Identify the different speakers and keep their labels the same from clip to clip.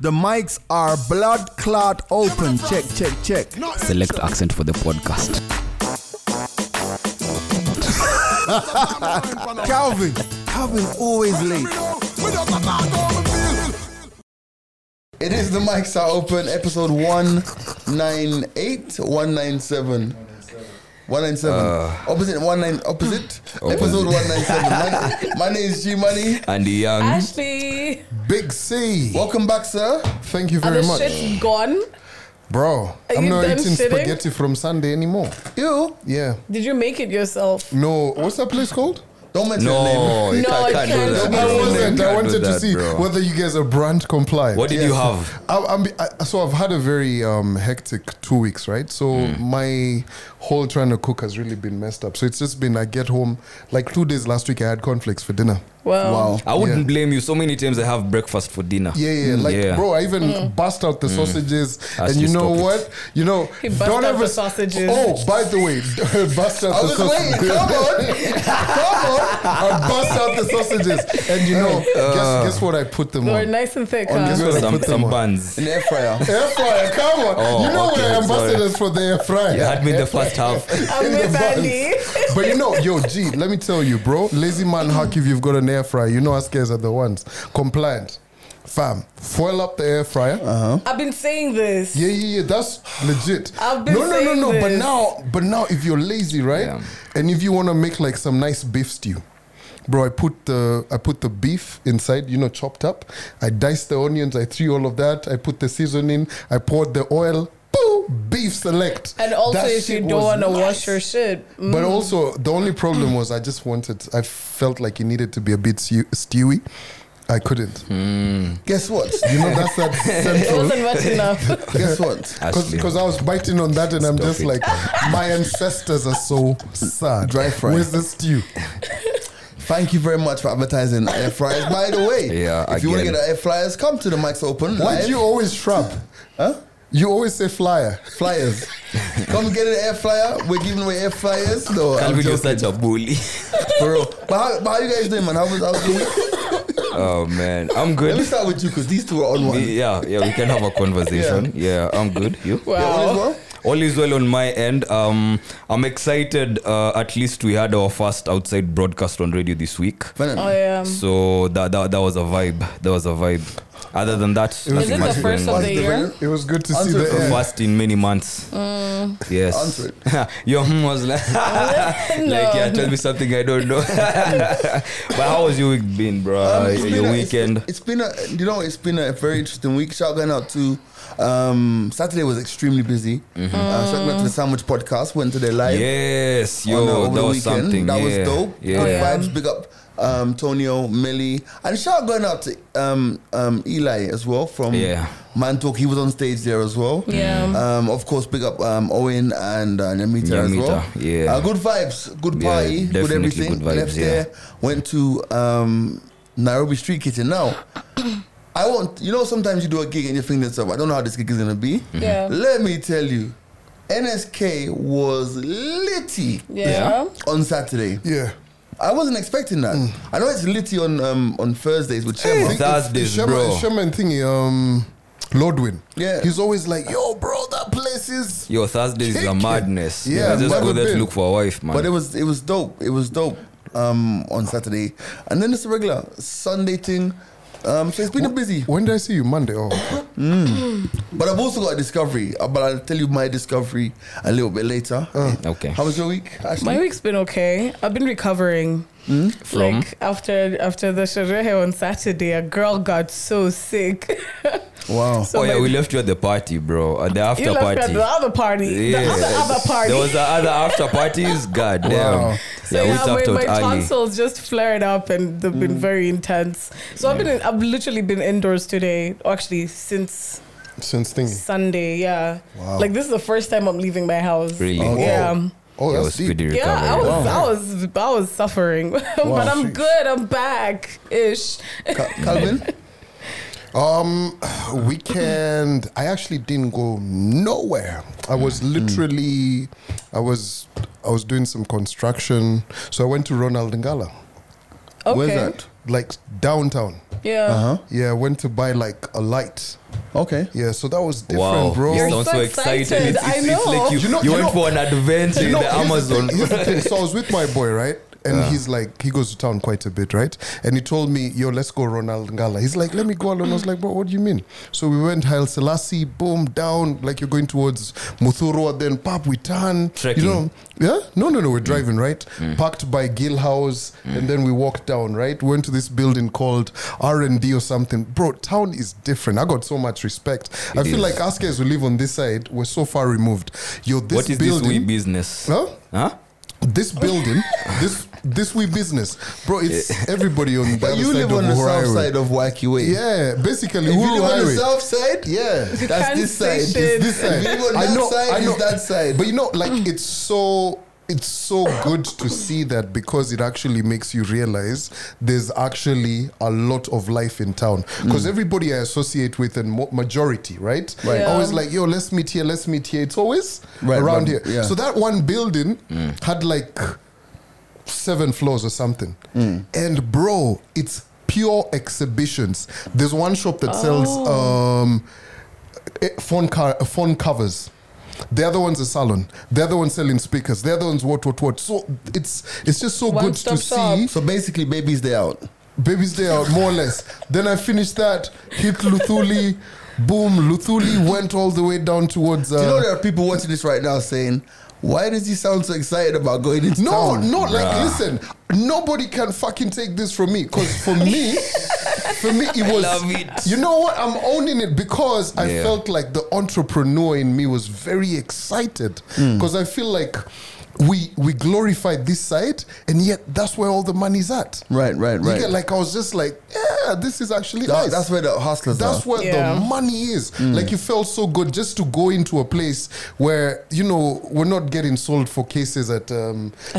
Speaker 1: The mics are blood clot open. Check, check, check.
Speaker 2: Select accent for the podcast.
Speaker 1: Calvin. Calvin always late. It is the mics are open, episode 198, 197. 197. opposite 19 opposite, episode 197. My, my name is G Money.
Speaker 2: Andy Young.
Speaker 3: Mm-hmm.
Speaker 4: Ashley,
Speaker 3: Big C.
Speaker 1: Welcome back, sir.
Speaker 3: Thank you
Speaker 4: are
Speaker 3: very
Speaker 4: the
Speaker 3: much.
Speaker 4: shit gone?
Speaker 3: Bro,
Speaker 4: Are
Speaker 3: I'm
Speaker 4: you
Speaker 3: not
Speaker 4: done
Speaker 3: eating
Speaker 4: shitting?
Speaker 3: spaghetti from Sunday anymore.
Speaker 1: You
Speaker 3: Yeah.
Speaker 4: Did you make it yourself?
Speaker 3: No, what's that place called?
Speaker 1: don't mention your name.
Speaker 2: No,
Speaker 4: No,
Speaker 2: I
Speaker 4: I
Speaker 2: can't do that.
Speaker 4: can't. That
Speaker 2: Can't
Speaker 3: I
Speaker 2: do
Speaker 3: wasn't.
Speaker 2: that,
Speaker 3: I wanted to
Speaker 2: bro.
Speaker 3: see whether you guys are brand compliant.
Speaker 2: What did you have?
Speaker 3: I, I'm, I, so I've had a very um, hectic two weeks, right? So my whole trying to cook has really been messed up. So it's just been I get home like two days last week. I had cornflakes for dinner.
Speaker 4: Well,
Speaker 1: Wow.
Speaker 2: I wouldn't
Speaker 3: Yeah.
Speaker 2: blame you. So many times I have breakfast for dinner.
Speaker 3: Yeah, yeah. Like,
Speaker 2: Mm, Yeah. Mm.
Speaker 3: bro, I even
Speaker 4: Mm.
Speaker 3: bust out the sausages,
Speaker 2: As
Speaker 3: and
Speaker 2: you
Speaker 3: you know
Speaker 2: stop it.
Speaker 3: what? You know,
Speaker 4: He bust out the
Speaker 3: ever-
Speaker 4: sausages.
Speaker 3: Oh, by the way, bust out
Speaker 1: I
Speaker 3: the
Speaker 1: was waiting.
Speaker 3: sausages.
Speaker 1: Come on.
Speaker 3: I bust out the sausages, and you know,
Speaker 2: uh,
Speaker 3: guess, guess what? I put them
Speaker 4: they were
Speaker 3: on.
Speaker 4: nice and thick,
Speaker 3: On
Speaker 4: huh?
Speaker 3: this- I
Speaker 2: Some,
Speaker 3: put them
Speaker 2: some
Speaker 3: on.
Speaker 2: buns.
Speaker 1: An air fryer.
Speaker 3: Air fryer, come on!
Speaker 2: Oh,
Speaker 3: you know
Speaker 2: okay,
Speaker 3: we're ambassadors for the air fryer.
Speaker 2: You had me in the first half.
Speaker 4: I'm
Speaker 3: in the
Speaker 4: with
Speaker 3: buns.
Speaker 4: Andy.
Speaker 3: But you know, yo, G, let me tell you, bro. Lazy man hack if you've got an air fryer. You know us guys are the ones. Compliant. Fam, foil up the air fryer.
Speaker 4: I've been saying this.
Speaker 3: Yeah, yeah, yeah. That's legit.
Speaker 4: I've been
Speaker 3: no, no, no,
Speaker 4: saying
Speaker 3: no. But
Speaker 4: this.
Speaker 3: now, but now, if you're lazy, right,
Speaker 2: Yeah.
Speaker 3: and if you want to make like some nice beef stew, bro, I put the I put the beef inside, you know, chopped up. I diced the onions. I threw all of that. I put the seasoning. I poured the oil. Boom, beef select.
Speaker 4: And also,
Speaker 3: That
Speaker 4: if you
Speaker 3: shit
Speaker 4: don't
Speaker 3: was
Speaker 4: want to
Speaker 3: nice.
Speaker 4: wash your shit, mm,
Speaker 3: But also, the only problem was I just wanted. I felt like it needed to be a bit stew- stewy. I couldn't.
Speaker 4: Hmm.
Speaker 1: Guess what?
Speaker 3: You know, that's that
Speaker 4: it
Speaker 3: central.
Speaker 4: wasn't much enough.
Speaker 1: Guess what?
Speaker 2: Ashley.
Speaker 3: Because I was biting on that and I'm
Speaker 2: Stop
Speaker 3: just
Speaker 2: it.
Speaker 3: like, my ancestors are so sad.
Speaker 1: Dry fry.
Speaker 3: Where's the stew?
Speaker 1: Thank you very much for advertising air fryers. By the way,
Speaker 2: Yeah,
Speaker 1: if you want to
Speaker 2: again.
Speaker 1: get our air fryers, come to the mics open.
Speaker 3: Why
Speaker 1: live.
Speaker 3: do you always trap?
Speaker 1: Huh?
Speaker 3: You always say flyer.
Speaker 1: Flyers. come get an air flyer. We're giving away air flyers. No, I'm
Speaker 2: Calvin, you're
Speaker 1: joking,
Speaker 2: such a bully.
Speaker 1: bro. But how, but how you guys doing, man? How was, how was your week?
Speaker 2: oh man, I'm
Speaker 1: Let me
Speaker 2: good.
Speaker 1: start with you because these two are on one. You
Speaker 2: Yeah, yeah, we can have a conversation. Yeah, I'm good. You?
Speaker 1: all is
Speaker 4: Wow.
Speaker 2: Uh,
Speaker 1: well?
Speaker 2: All is well on my end. Um, I'm excited. Uh, at least we had our first outside broadcast on radio this week.
Speaker 1: Venom.
Speaker 4: Oh, yeah.
Speaker 2: So that, that that was a vibe. That was a vibe. Other than that,
Speaker 4: Is it
Speaker 2: nothing
Speaker 4: the
Speaker 2: much
Speaker 4: first
Speaker 2: going
Speaker 4: of
Speaker 2: on.
Speaker 4: the year?
Speaker 3: It was good to see
Speaker 1: Answer it
Speaker 3: the
Speaker 1: from
Speaker 3: air.
Speaker 2: First in many months.
Speaker 4: Mm.
Speaker 2: Yes.
Speaker 1: Answer
Speaker 2: Your mom was like, like, yeah, tell me something I don't know. but how was your week been, bro?
Speaker 1: Um, it's been
Speaker 2: your
Speaker 1: a-
Speaker 2: weekend?
Speaker 1: It's, it's been a you know it's been a very interesting week. Shout going out to um, Saturday was extremely busy.
Speaker 2: Mm-hmm.
Speaker 1: Uh, shout out to the Sandwich Podcast. Went to their live.
Speaker 2: Yes,
Speaker 1: on the-
Speaker 2: yo,
Speaker 1: over
Speaker 2: that
Speaker 1: the
Speaker 2: was
Speaker 1: weekend.
Speaker 2: something.
Speaker 1: That
Speaker 2: yeah.
Speaker 1: was dope.
Speaker 2: Yeah.
Speaker 4: Oh, yeah.
Speaker 1: Vibes, big up um, Tonio, Millie, and shout out going out to um, um, Eli as well from
Speaker 2: Yeah.
Speaker 1: Man Talk. He was on stage there as well.
Speaker 4: Yeah.
Speaker 1: Um, of course, big up um, Owen and uh, Namita as
Speaker 2: Nyamita,
Speaker 1: well.
Speaker 2: yeah.
Speaker 1: Uh, good vibes, good
Speaker 2: Yeah,
Speaker 1: party, good
Speaker 2: definitely
Speaker 1: everything.
Speaker 2: good vibes,
Speaker 1: Left
Speaker 2: yeah.
Speaker 1: there, went to um, Nairobi Street Kitchen. Now, I want you know sometimes you do a gig and you think to yourself, I don't know how this gig is gonna be.
Speaker 4: Yeah.
Speaker 1: Let me tell you, NSK was litty
Speaker 4: Yeah.
Speaker 1: on Saturday.
Speaker 3: Yeah.
Speaker 1: I wasn't expecting that.
Speaker 3: Mm.
Speaker 1: I know it's litty on um, on Thursdays with Shema.
Speaker 2: Hey. Thursdays,
Speaker 3: Sherman,
Speaker 2: bro.
Speaker 3: Sherman thingy, um, Lordwin.
Speaker 1: Yeah.
Speaker 3: He's always like, yo, bro, that place is.
Speaker 2: Yo, Thursdays is a
Speaker 3: Chicken.
Speaker 2: madness.
Speaker 3: Yeah,
Speaker 2: Yeah, just
Speaker 3: but-
Speaker 2: go there to
Speaker 3: but-
Speaker 2: look for a wife, man.
Speaker 1: But it was it was dope. It was dope um, on Saturday, and then it's a regular Sunday thing. Um, so it's been a busy.
Speaker 3: When did I see you? Monday. Oh,
Speaker 1: But I've also got a discovery. Uh, but I'll tell you my discovery a little bit later.
Speaker 3: Uh.
Speaker 2: okay.
Speaker 1: How was your week? Ashley?
Speaker 4: My week's been okay. I've been recovering.
Speaker 3: Hmm?
Speaker 2: From?
Speaker 4: Like after after the sherehe on Saturday, a girl got so sick.
Speaker 1: Wow.
Speaker 4: so
Speaker 2: oh yeah,
Speaker 4: my-
Speaker 2: we left you at the party, bro. At the after
Speaker 4: you left
Speaker 2: party.
Speaker 4: me at the other party. The other, other party.
Speaker 2: There was the other after parties. God damn.
Speaker 3: Wow.
Speaker 4: So yeah,
Speaker 2: we tapped
Speaker 4: my, my
Speaker 2: out early.
Speaker 4: tonsils just flared up and they've been very intense. So I've been in, I've literally been indoors today, or actually since
Speaker 3: since thingy.
Speaker 4: Sunday. Yeah,
Speaker 3: Wow.
Speaker 4: like this is the first time I'm leaving my house.
Speaker 2: Really? Oh,
Speaker 4: yeah.
Speaker 3: Oh,
Speaker 2: That
Speaker 3: that's
Speaker 2: was
Speaker 3: deep.
Speaker 2: speedy recovery.
Speaker 4: Yeah, I was,
Speaker 3: Wow.
Speaker 4: I was, I was suffering, but I'm
Speaker 3: Sheesh.
Speaker 4: good. I'm back, ish.
Speaker 1: Ca- Calvin,
Speaker 3: Um, weekend. I actually didn't go nowhere. I was
Speaker 2: Mm.
Speaker 3: literally, I was, I was doing some construction. So I went to Ronald Ngala,
Speaker 4: Okay.
Speaker 1: where's that? Uh-huh.
Speaker 3: like downtown.
Speaker 4: Yeah.
Speaker 3: Yeah, I went to buy like a light
Speaker 1: Okay.
Speaker 3: Uh-huh. Yeah, so that was different,
Speaker 2: Wow,
Speaker 3: bro.
Speaker 2: you
Speaker 4: You're
Speaker 2: sound
Speaker 4: so
Speaker 2: so, excited.
Speaker 4: excited.
Speaker 2: It's, it's,
Speaker 4: I
Speaker 2: it's like you,
Speaker 3: know.
Speaker 2: you,
Speaker 3: You know- you
Speaker 2: went
Speaker 3: know-
Speaker 2: for an adventure in
Speaker 3: No,
Speaker 2: the
Speaker 3: here's the
Speaker 2: Amazon.
Speaker 3: thing, here's the thing. So I was with my boy, right? And he's like, he goes to town quite a bit, right? And he told me, yo, let's go Ronald Ngala. He's like, let me go alone. I was like, bro, what do you mean? So we went Haile Selassie, boom, down, like you're going towards Muthurwa, then pop, we turn.
Speaker 2: Trekking. Mm.
Speaker 3: You know, yeah? No, no, no, we're driving, right? Parked by Gill House, and then we walked down, right? Went to this building called R&D or something. Bro, town is different. I got so much respect. I feel
Speaker 2: is.
Speaker 3: like us guys who live on this side, we're so far removed. Yo, this
Speaker 2: what is this
Speaker 3: building,
Speaker 2: wee business?
Speaker 3: Huh?
Speaker 2: Huh?
Speaker 3: this building, this this we business, bro. It's everybody on the
Speaker 1: But
Speaker 3: other
Speaker 1: you
Speaker 3: side
Speaker 1: live
Speaker 3: of
Speaker 1: on the
Speaker 3: Uhuru
Speaker 1: south
Speaker 3: Highway.
Speaker 1: side of Wacky Way.
Speaker 3: Yeah, basically
Speaker 1: If you
Speaker 3: Uhuru
Speaker 1: live on the
Speaker 3: Highway.
Speaker 1: south side,
Speaker 3: Yeah,
Speaker 1: that's
Speaker 4: Can't
Speaker 1: this side.
Speaker 4: say
Speaker 1: It's
Speaker 4: shit.
Speaker 1: this side. If you live on that side, it's that side.
Speaker 3: But you know, like
Speaker 1: Mm.
Speaker 3: it's so it's so good to see that because it actually makes you realize there's actually a lot of life in town.
Speaker 1: Mm.
Speaker 3: Because everybody I associate with and mo- majority, right?
Speaker 1: Right.
Speaker 4: Yeah.
Speaker 3: Always like, yo, let's meet here, let's meet here. It's always
Speaker 1: Right,
Speaker 3: around
Speaker 1: but-
Speaker 3: here.
Speaker 1: yeah. Mm.
Speaker 3: So that one building had like seven floors or something.
Speaker 1: Mm.
Speaker 3: And bro, it's pure exhibitions. There's one shop that sells
Speaker 1: Oh.
Speaker 3: um, eh, phone car, phone covers. The other one's a salon. The other one's selling speakers. The other one's what what what. So it's it's just so good to
Speaker 4: One-stop shop.
Speaker 3: see.
Speaker 1: So basically, babies, they out.
Speaker 3: Babies Day out more or less. Then I finished that. Hit Luthuli. Boom. Luthuli went all the way down towards. Uh,
Speaker 1: Do you know there are people watching this right now saying, "Why does he sound so excited about going into
Speaker 3: No,
Speaker 1: town?"
Speaker 3: no, like
Speaker 2: Bruh.
Speaker 3: listen, nobody can fucking take this from me. Cause for me, for me it was
Speaker 2: love it.
Speaker 3: You know what? I'm owning it because I
Speaker 2: Yeah.
Speaker 3: felt like the entrepreneur in me was very excited.
Speaker 1: Hmm.
Speaker 3: Because I feel like we we glorified this side and yet that's where all the money's at.
Speaker 1: Right, right,
Speaker 3: You
Speaker 1: right.
Speaker 3: get like I was just like, yeah, this is actually
Speaker 1: That-
Speaker 3: nice.
Speaker 1: That's Mm. where the hustlers
Speaker 3: That's
Speaker 1: are.
Speaker 3: where
Speaker 4: Yeah.
Speaker 3: the money is. Like you felt so good just to go into a place where you know we're not getting sold for cases at um,
Speaker 4: A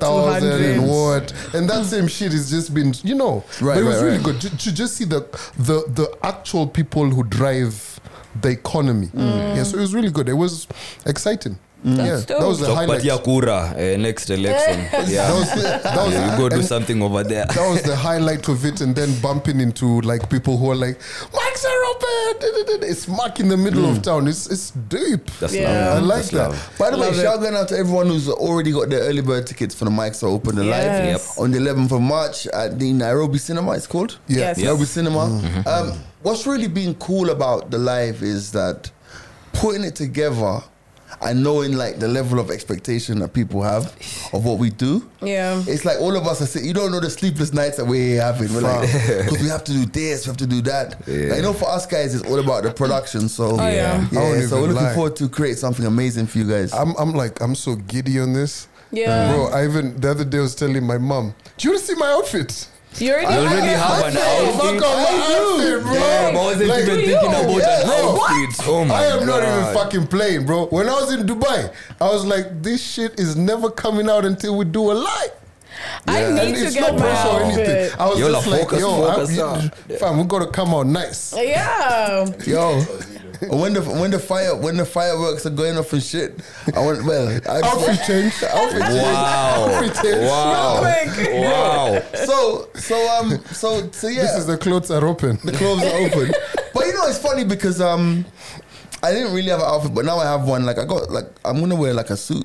Speaker 4: thousand, two hundred.
Speaker 3: and what, and that same shit has just been you know.
Speaker 1: Right,
Speaker 3: but it was
Speaker 1: right,
Speaker 3: really
Speaker 1: right.
Speaker 3: good to, to just see the the the actual people who drive the economy. Yeah, so it was really good. It was
Speaker 1: Mm.
Speaker 3: exciting. Yeah,
Speaker 4: Mm. That's dope.
Speaker 3: that was the highlight.
Speaker 2: Tukipatia kura eh, next election. yeah.
Speaker 3: That was the, that was
Speaker 2: yeah, you go do
Speaker 3: and-
Speaker 2: something over there.
Speaker 3: that was the highlight of it, and then bumping into like people who are like, "Mike's are open!" It's smack in the middle of town. It's it's deep.
Speaker 2: That's
Speaker 4: Yeah.
Speaker 2: love.
Speaker 3: I like
Speaker 2: That's
Speaker 3: that.
Speaker 2: love.
Speaker 1: By the way,
Speaker 4: Love it.
Speaker 1: shout out to everyone who's already got their early bird tickets for the mics are open and
Speaker 4: Yes.
Speaker 1: live on the 11th of March at the Nairobi Cinema. It's called
Speaker 3: Yeah.
Speaker 4: Yes.
Speaker 1: Nairobi Cinema. Um, what's really been cool about the live is that putting it together and knowing like the level of expectation that people have of what we do.
Speaker 4: Yeah.
Speaker 1: It's like all of us are sitting, you don't know the sleepless nights that we're having. We're like, because we have to do this, we have to do that.
Speaker 2: Yeah.
Speaker 1: Like, you know, for us guys, it's all about the production. So,
Speaker 4: Oh, yeah.
Speaker 1: yeah.
Speaker 3: I won't
Speaker 1: so we're
Speaker 3: even
Speaker 1: looking
Speaker 3: lie.
Speaker 1: forward to create something amazing for you guys.
Speaker 3: I'm I'm like I'm so giddy on this.
Speaker 4: Yeah.
Speaker 3: bro. I even the other day I was telling my mom, "Do you want to see my outfit?"
Speaker 4: You already,
Speaker 2: You already
Speaker 4: have
Speaker 2: have
Speaker 4: an
Speaker 2: an
Speaker 4: outfit.
Speaker 3: Fuck on my outfit, bro.
Speaker 2: Damn, I wasn't
Speaker 3: Like,
Speaker 2: even
Speaker 4: do
Speaker 2: thinking
Speaker 4: you?
Speaker 2: about
Speaker 3: Yeah,
Speaker 2: an
Speaker 3: bro.
Speaker 2: outfit. Oh my
Speaker 3: I am
Speaker 2: God.
Speaker 3: not even fucking playing, bro. When I was in Dubai, I was like, this shit is never coming out until we do a live.
Speaker 4: I
Speaker 3: And
Speaker 4: need to
Speaker 3: it's
Speaker 4: get
Speaker 3: not
Speaker 4: my
Speaker 3: pressure or anything.
Speaker 4: outfit.
Speaker 3: I was
Speaker 2: Yo,
Speaker 3: just
Speaker 2: la,
Speaker 3: like,
Speaker 2: focus,
Speaker 3: yo,
Speaker 2: focus,
Speaker 3: I,
Speaker 2: ah.
Speaker 3: fam, we gotta come out nice.
Speaker 4: Yeah.
Speaker 1: Yo, when the when the fire when the fireworks are going off and shit, I want well. I
Speaker 3: Outfit change. Outfit change.
Speaker 2: Wow.
Speaker 3: Outfit change.
Speaker 2: Wow.
Speaker 4: quick.
Speaker 2: Wow.
Speaker 1: so so um so so yeah.
Speaker 3: This is the clothes are open.
Speaker 1: the clubs are open. But you know, it's funny because um, I didn't really have an outfit, but now I have one. Like I got like I'm gonna wear like a suit,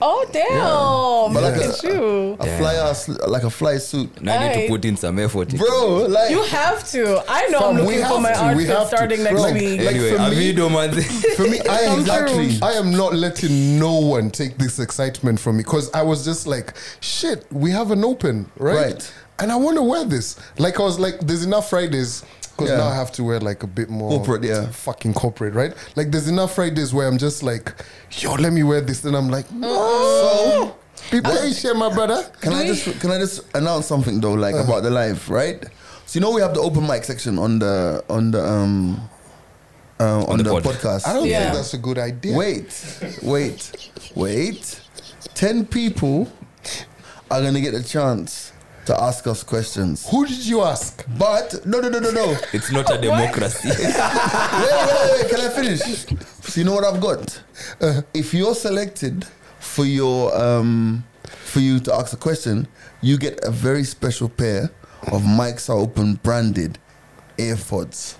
Speaker 4: Oh damn!
Speaker 1: But
Speaker 4: Look
Speaker 1: like
Speaker 4: at
Speaker 1: a-
Speaker 4: you.
Speaker 1: a fly ass like a fly suit,
Speaker 2: Now I need
Speaker 4: Aye.
Speaker 2: to put in some effort.
Speaker 1: bro. Like
Speaker 4: You have to. I know I'm
Speaker 3: Fam, we
Speaker 4: looking for
Speaker 3: have
Speaker 4: my
Speaker 3: to, we
Speaker 4: outfit
Speaker 3: have to.
Speaker 4: starting next
Speaker 3: Bro,
Speaker 4: week.
Speaker 3: like
Speaker 2: Anyway,
Speaker 3: for me-
Speaker 2: Avido, man.
Speaker 3: For me, I
Speaker 4: Come
Speaker 3: am
Speaker 4: through.
Speaker 3: exactly. I am not letting no one take this excitement from me because I was just like, shit, we have an open, right?
Speaker 1: Right.
Speaker 3: And I want to wear this. Like I was like, there's enough Fridays because
Speaker 1: Yeah.
Speaker 3: now I have to wear like a bit more
Speaker 1: Corporate, yeah.
Speaker 3: fucking corporate, right? Like there's enough Fridays where I'm just like, yo, let me wear this, and I'm like, no. So, be patient, my brother.
Speaker 1: Can I
Speaker 4: we-
Speaker 1: just can I just announce something though, like about the live, right? So you know we have the open mic section on the on the um uh, on,
Speaker 2: the
Speaker 1: the,
Speaker 2: pod.
Speaker 1: podcast.
Speaker 3: I don't
Speaker 4: Yeah.
Speaker 3: think that's a good idea.
Speaker 1: wait, wait, wait. Ten people are gonna get a chance to ask us questions.
Speaker 3: Who did you ask?
Speaker 1: But no, no, no, no, no.
Speaker 2: It's not a democracy.
Speaker 1: wait, wait, wait, can I finish? So you know what I've got?
Speaker 2: Uh-huh.
Speaker 1: If you're selected for your um, for you to ask a question, you get a very special pair of mics are open branded AirPods.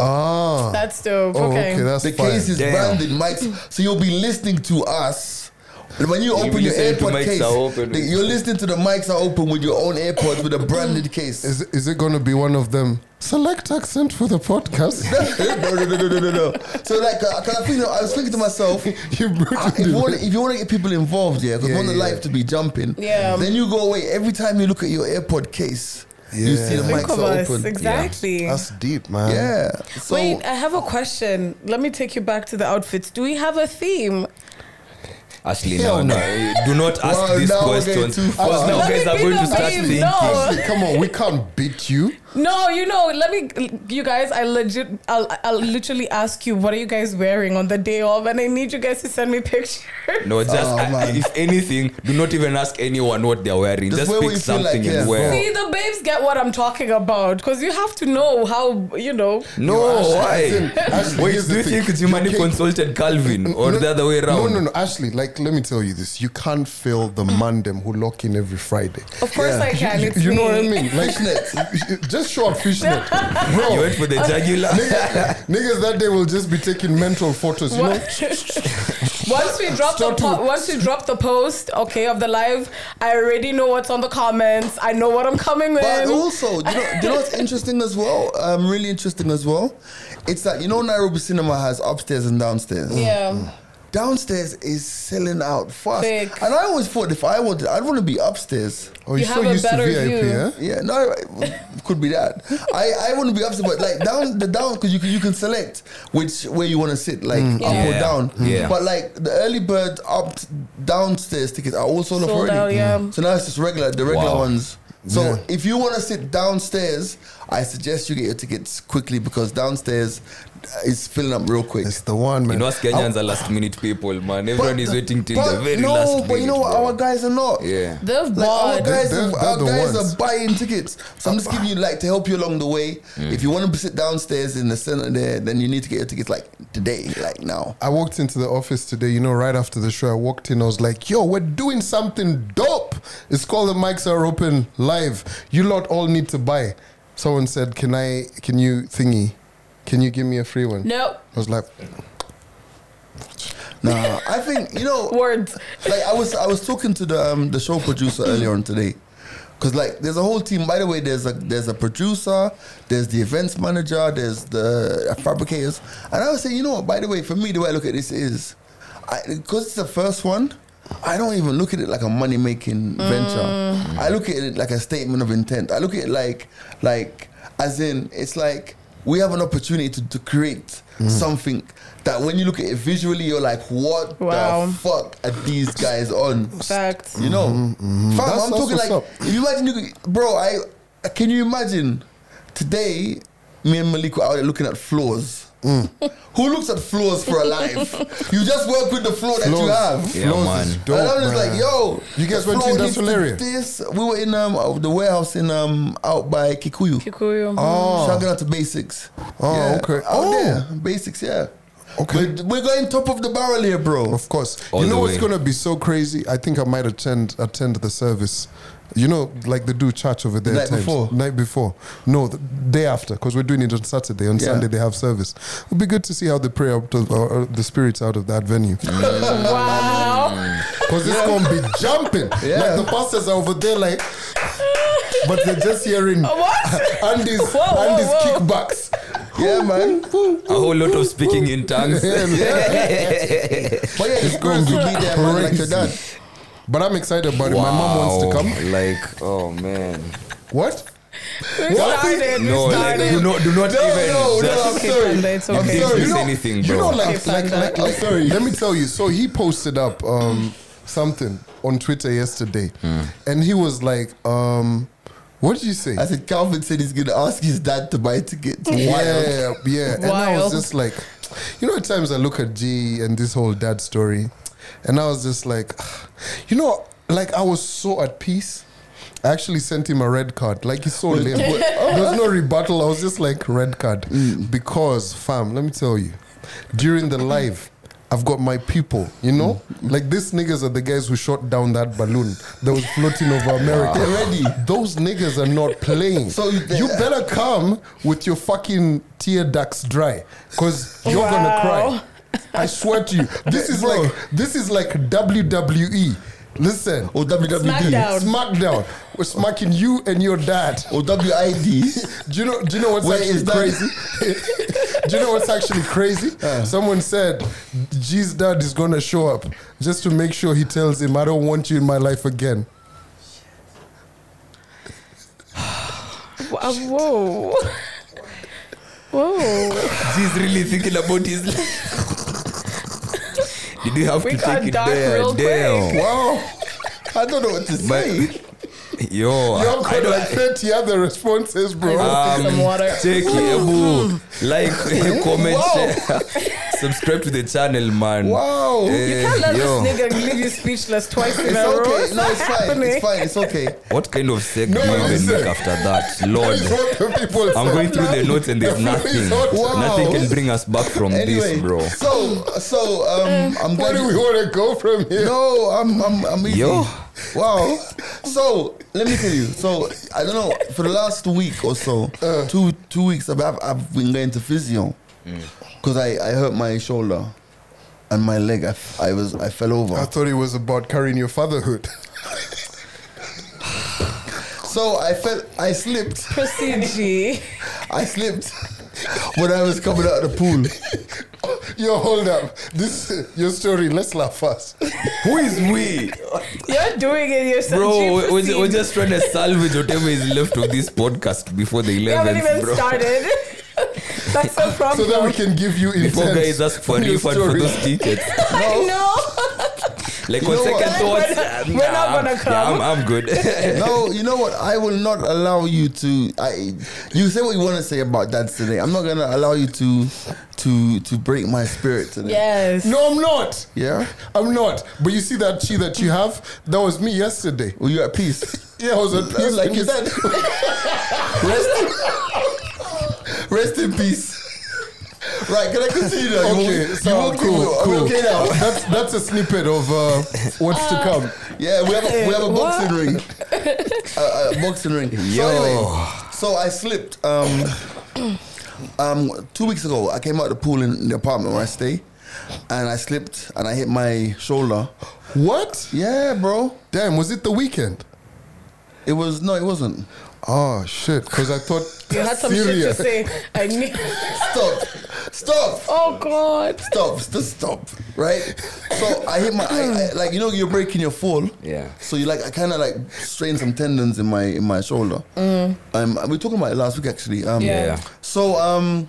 Speaker 3: Ah.
Speaker 4: That's dope.
Speaker 3: Oh,
Speaker 4: okay.
Speaker 3: okay, that's
Speaker 1: The
Speaker 3: fire.
Speaker 1: case is
Speaker 2: Damn.
Speaker 1: banned in Mike's. So you'll be listening to us. And when you
Speaker 2: You'll be
Speaker 1: open your
Speaker 2: listening to
Speaker 1: AirPod
Speaker 2: mics
Speaker 1: case,
Speaker 2: are open.
Speaker 1: the- you're listening to the mics are open with your own AirPods with a branded case.
Speaker 3: Is, is it going to be one of them? Select accent for the podcast.
Speaker 1: no, no, no, no, no, no, no. So like, uh, 'cause I, think, I was thinking to myself,
Speaker 3: you
Speaker 1: Ah, if
Speaker 3: brutally
Speaker 1: you want if you want to get people involved, yeah, because
Speaker 3: Yeah,
Speaker 1: want the
Speaker 3: yeah.
Speaker 1: life to be jumping,
Speaker 4: Yeah.
Speaker 1: then you go away. Every time you look at your AirPod case, you
Speaker 3: Yeah.
Speaker 1: see the
Speaker 4: Think
Speaker 1: mics
Speaker 4: of
Speaker 1: are
Speaker 4: us.
Speaker 1: open.
Speaker 4: Exactly.
Speaker 5: That's deep, man.
Speaker 1: Yeah. So
Speaker 4: Wait, I have a question. Let me take you back to the outfits. Do we have a theme?
Speaker 2: Ashley,
Speaker 3: Hell
Speaker 2: no, no. Do not ask
Speaker 1: Well,
Speaker 2: these
Speaker 1: now we're getting
Speaker 2: questions.
Speaker 1: too far.
Speaker 2: Because now
Speaker 4: Let
Speaker 2: guys
Speaker 4: me
Speaker 2: are
Speaker 4: be
Speaker 2: going
Speaker 4: the
Speaker 2: to start
Speaker 4: babe.
Speaker 2: thinking.
Speaker 4: No.
Speaker 3: Come on, we can't beat you.
Speaker 4: No, you know, let me, you guys, I legit, I'll, I'll literally ask you, what are you guys wearing on the day of? And I need you guys to send me pictures.
Speaker 2: No, just
Speaker 1: Oh,
Speaker 2: I- I-
Speaker 1: man.
Speaker 2: if anything, do not even ask anyone what they're wearing.
Speaker 1: Just
Speaker 2: Just,
Speaker 1: wear what
Speaker 2: pick
Speaker 1: you feel like,
Speaker 2: something
Speaker 1: yeah.
Speaker 2: and wear.
Speaker 4: See, the babes get what I'm talking about because you have to know how, you know.
Speaker 2: No, Oh, why?
Speaker 3: Ashley,
Speaker 2: Wait,
Speaker 3: here's
Speaker 2: do
Speaker 3: the
Speaker 2: you
Speaker 3: thing.
Speaker 2: think Jimani
Speaker 3: You can't-
Speaker 2: consulted Calvin or
Speaker 3: No,
Speaker 2: the other way around?
Speaker 3: No, no, no. Ashley, like, let me tell you this. You can't fail the mandem who lock in every Friday.
Speaker 2: Oh,
Speaker 4: Of course I can.
Speaker 3: You,
Speaker 4: It's
Speaker 3: you know what I
Speaker 4: me.
Speaker 3: mean? Like, just show up fishnet. Bro,
Speaker 2: You went for the jugular.
Speaker 3: niggas that day will just be taking mental photos, you know?
Speaker 4: once we drop the
Speaker 3: Start
Speaker 4: po-
Speaker 3: to-
Speaker 4: once we drop the post, okay, of the live, I already know what's on the comments. I know what I'm coming with.
Speaker 1: But also, do you, know, do you know what's interesting as well? Um, really interesting as well. It's that you know Nairobi Cinema has upstairs and downstairs.
Speaker 4: yeah,
Speaker 1: Downstairs is selling out fast,
Speaker 4: Big.
Speaker 1: and I always thought if I wanted, I'd want to be upstairs.
Speaker 3: Oh,
Speaker 4: You have a better view.
Speaker 3: eh?
Speaker 1: Yeah, no, it could be that. I, I wouldn't be upset, but like down the down because you can you can select which where you want to sit, like up
Speaker 2: Mm. Yeah.
Speaker 1: or down.
Speaker 2: Yeah.
Speaker 1: But like the early bird up downstairs tickets are all sold,
Speaker 4: Sold
Speaker 1: up
Speaker 4: out,
Speaker 1: already. Mm.
Speaker 4: yeah.
Speaker 1: So now it's just regular the regular
Speaker 2: Wow.
Speaker 1: ones. So
Speaker 3: Yeah.
Speaker 1: if you want to sit downstairs, I suggest you get your tickets quickly because downstairs is filling up real quick.
Speaker 3: It's the one, man.
Speaker 2: You know, us Kenyans are last minute people, man. Everyone is waiting till
Speaker 1: but
Speaker 2: the very
Speaker 1: no,
Speaker 2: last minute.
Speaker 1: but you know what?
Speaker 2: bro.
Speaker 1: Our guys are not.
Speaker 2: yeah.
Speaker 4: they've
Speaker 1: Like our
Speaker 4: bought.
Speaker 1: guys,
Speaker 3: They're- they're
Speaker 1: our
Speaker 3: the
Speaker 1: guys
Speaker 3: ones.
Speaker 1: are buying tickets. So I'm just giving you like to help you along the way. If you want to sit downstairs in the center there, then you need to get your tickets like today, like now.
Speaker 3: I walked into the office today, you know, right after the show. I walked in, I was like, yo, we're doing something dope. It's called The Mics Are Open Live. You lot all need to buy. Someone said, can I, can you thingy? Can you give me a free one?
Speaker 4: no
Speaker 3: I was like,
Speaker 1: Nah, I think you know.
Speaker 4: words.
Speaker 1: like I was I was talking to the um, the show producer earlier on today. Cause like there's a whole team. By the way, there's a there's a producer, there's the events manager, there's the fabricators, and I was saying, you know what? By the way, for me, the way I look at this is, I because it's the first one, I don't even look at it like a money making venture. I look at it like a statement of intent. I look at it like like as in it's like we have an opportunity to, to create something that when you look at it visually, you're like, what
Speaker 4: Wow.
Speaker 1: the fuck are these guys on?
Speaker 4: Fact.
Speaker 1: You know, fam,
Speaker 3: Mm-hmm, That's-
Speaker 1: I'm
Speaker 3: that's
Speaker 1: talking like,
Speaker 3: what's up.
Speaker 1: if you imagine, you could- bro, I can you imagine today? Me and Malik were out there looking at floors.
Speaker 3: Mm.
Speaker 1: Who looks at floors for a life? you just work with the floor that you
Speaker 3: Floors.
Speaker 1: have.
Speaker 2: Yeah,
Speaker 3: Flows
Speaker 2: man.
Speaker 3: is
Speaker 2: And
Speaker 3: dope,
Speaker 1: and I'm just
Speaker 3: man.
Speaker 1: like, yo,
Speaker 3: You guys
Speaker 1: the
Speaker 3: went to
Speaker 1: floor
Speaker 3: industrial
Speaker 1: needs
Speaker 3: area?
Speaker 1: This we were in um uh, the warehouse in um out by Kikuyu.
Speaker 4: Kikuyu.
Speaker 1: Oh, shouting out to basics.
Speaker 3: Oh, Ah. okay.
Speaker 1: Out
Speaker 3: Oh.
Speaker 1: there, basics, yeah.
Speaker 3: Okay.
Speaker 1: But we're going top of the barrel here, bro.
Speaker 3: Of course.
Speaker 2: All
Speaker 3: you
Speaker 2: the
Speaker 3: know what's
Speaker 2: way.
Speaker 3: going to be so crazy? I think I might attend attend the service. You know, like they do church over there.
Speaker 1: Night
Speaker 3: at times.
Speaker 1: before?
Speaker 3: Night before. No, the day after, because we're doing it on Saturday. On
Speaker 1: Yeah.
Speaker 3: Sunday, they have service. It would be good to see how they pray out of, or, or the spirits out of that venue. Because
Speaker 4: Wow.
Speaker 3: it's going to be jumping.
Speaker 1: Yeah.
Speaker 3: Like the pastors are over there, like, but they're just hearing
Speaker 4: what?
Speaker 3: Andy's,
Speaker 4: Oh Whoa, whoa,
Speaker 3: Andy's
Speaker 4: whoa.
Speaker 3: kickbacks.
Speaker 1: Yeah, man.
Speaker 2: A whole lot of speaking in tongues.
Speaker 1: But yeah, it's
Speaker 3: gonna
Speaker 1: going to
Speaker 3: be
Speaker 1: be there, man, like your
Speaker 3: crazy.
Speaker 1: dad.
Speaker 3: But I'm excited about it. My mom wants to come.
Speaker 2: Like, oh man.
Speaker 3: What?
Speaker 4: We started.
Speaker 2: No,
Speaker 4: we
Speaker 2: like,
Speaker 4: started.
Speaker 2: do not, do not even.
Speaker 3: no,
Speaker 2: just-
Speaker 3: no, I'm
Speaker 4: Okay,
Speaker 3: sorry.
Speaker 4: Panda, it's
Speaker 3: I'm
Speaker 4: okay.
Speaker 3: sorry.
Speaker 2: Didn't
Speaker 3: You
Speaker 2: miss
Speaker 3: know,
Speaker 2: anything,
Speaker 3: you
Speaker 2: bro.
Speaker 3: know, like,
Speaker 4: Okay,
Speaker 3: like,
Speaker 4: Panda.
Speaker 3: like, like, sorry. Let me tell you. So he posted up um, something on Twitter yesterday, and he was like, um, "What did you say?"
Speaker 1: I said, Calvin said he's going to ask his dad to buy tickets.
Speaker 3: Yeah, yeah. And I
Speaker 4: Wild.
Speaker 3: was just like, you know, at times I look at G and this whole dad story, and I was just like, you know, like I was so at peace. I actually sent him a red card. Like he's so lame. There's no rebuttal. I was just like red card because, fam. Let me tell you, during the live, I've got my people, you know? Like these niggas are the guys who shot down that balloon that was floating over America. Already. Those niggas are not playing.
Speaker 1: So
Speaker 3: So
Speaker 1: they-
Speaker 3: you better come with your fucking tear ducts dry. Cause you're gonna
Speaker 4: Wow.
Speaker 3: cry. I swear to you. This is
Speaker 1: Bro.
Speaker 3: like this is like WWE. Listen.
Speaker 1: Or WWD.
Speaker 4: Smackdown.
Speaker 3: Smackdown. We're smacking you and your dad.
Speaker 1: Or WID.
Speaker 3: Do you know? Do you know what's
Speaker 1: Where
Speaker 3: actually
Speaker 1: is that?
Speaker 3: crazy? do you know what's actually crazy?
Speaker 1: Uh.
Speaker 3: Someone said, "G's dad is gonna show up just to make sure he tells him I don't want you in my life again."
Speaker 4: Wow, Uh, whoa. Whoa.
Speaker 2: He's really thinking about his life. Did you have
Speaker 4: We
Speaker 2: to
Speaker 4: got
Speaker 2: take it
Speaker 4: dark
Speaker 2: there?
Speaker 4: real
Speaker 2: Damn.
Speaker 1: Wow. I don't know what to
Speaker 2: But
Speaker 1: say.
Speaker 2: yo,
Speaker 3: Y'all
Speaker 2: I, I
Speaker 3: got
Speaker 2: don't.
Speaker 3: like thirty other responses, bro.
Speaker 4: Take some water.
Speaker 2: Check ebu like comment
Speaker 1: Wow.
Speaker 2: share subscribe to the channel man
Speaker 1: Wow.
Speaker 4: You
Speaker 2: Eh,
Speaker 4: can't let
Speaker 2: yo,
Speaker 4: this nigga leave you speechless twice in
Speaker 1: It's
Speaker 4: a row.
Speaker 1: okay. No, it's fine.
Speaker 4: happening.
Speaker 1: It's fine. It's okay.
Speaker 2: what kind of sex
Speaker 3: No,
Speaker 2: do you even
Speaker 3: listen.
Speaker 2: make after that lord
Speaker 3: That's what the people
Speaker 2: I'm
Speaker 3: said.
Speaker 2: going through the notes and there's
Speaker 3: The floor
Speaker 2: nothing
Speaker 3: is hot.
Speaker 1: Wow.
Speaker 2: nothing can bring us back from
Speaker 1: Anyway,
Speaker 2: this bro
Speaker 1: so so um,
Speaker 4: Uh,
Speaker 1: I'm
Speaker 3: Where
Speaker 1: glad.
Speaker 3: do we
Speaker 1: You,
Speaker 3: want to go from here?
Speaker 1: no, I'm I'm I'm easy.
Speaker 2: Yo.
Speaker 1: Wow. So let me tell you. So I don't know. For the last week or so, two two weeks, I've I've- I've been going to physio because I I hurt my shoulder and my leg. I, f- I was I fell over.
Speaker 3: I thought it was about carrying your fatherhood.
Speaker 1: So I fell. I slipped.
Speaker 4: Proceed, G.
Speaker 1: I slipped when I was coming out of the pool.
Speaker 3: Yo, hold up. This your story. Let's laugh first.
Speaker 2: who is we
Speaker 4: You're doing it yourself. G,
Speaker 2: bro we're,
Speaker 4: proceed.
Speaker 2: ju- we're just trying to salvage whatever is left of this podcast before the
Speaker 4: We haven't
Speaker 2: 11th
Speaker 4: even
Speaker 2: bro
Speaker 4: started. That's the
Speaker 3: So
Speaker 4: problem.
Speaker 3: that we can give you
Speaker 2: before
Speaker 3: intent.
Speaker 2: guys ask for a
Speaker 3: on your
Speaker 2: refund for
Speaker 3: story.
Speaker 2: those tickets
Speaker 4: I know.
Speaker 2: like
Speaker 1: know
Speaker 2: on
Speaker 1: what?
Speaker 2: second
Speaker 4: We're
Speaker 2: thoughts
Speaker 4: not- we're not gonna
Speaker 2: nah, yeah, I'm,
Speaker 4: come.
Speaker 2: I'm good
Speaker 1: No, you know what? I will not allow you to. I, you say what you want to say about dads today. I'm not gonna allow you to, to, to break my spirit today.
Speaker 4: Yes.
Speaker 3: No, I'm not.
Speaker 1: Yeah.
Speaker 3: I'm not. But you see that chi that you have? That was me yesterday.
Speaker 1: Well, you're Oh, at peace.
Speaker 3: Yeah, I was at peace.
Speaker 1: like
Speaker 3: in
Speaker 1: you
Speaker 3: this-
Speaker 1: said. rest, rest in peace. Right? Can I continue? now? You
Speaker 3: Okay,
Speaker 1: won't-
Speaker 3: so
Speaker 1: you won't keep-
Speaker 3: cool,
Speaker 1: are we
Speaker 3: cool.
Speaker 1: okay now?
Speaker 3: That's that's a snippet of uh, what's to come.
Speaker 1: Yeah, we have a, we have a
Speaker 4: What?
Speaker 1: boxing ring. A, a boxing ring.
Speaker 2: Yo.
Speaker 1: So anyway, so I slipped. Um, um, two weeks ago, I came out of the pool in the apartment where I stay, and I slipped and I hit my shoulder.
Speaker 3: What?
Speaker 1: Yeah, bro.
Speaker 3: Damn, was it the weekend?
Speaker 1: It was no, it wasn't.
Speaker 3: Oh shit! Because I thought
Speaker 4: You had some shit to say. I knew.
Speaker 1: Stop, stop,
Speaker 4: Oh God.
Speaker 1: stop, just stop. Right. So I hit my I, I, like you know you're breaking your fall.
Speaker 2: Yeah.
Speaker 1: So you like I kind of like strained some tendons in my in my shoulder. Um, we were talking about it last week actually. Um,
Speaker 4: Yeah.
Speaker 2: yeah
Speaker 1: So um,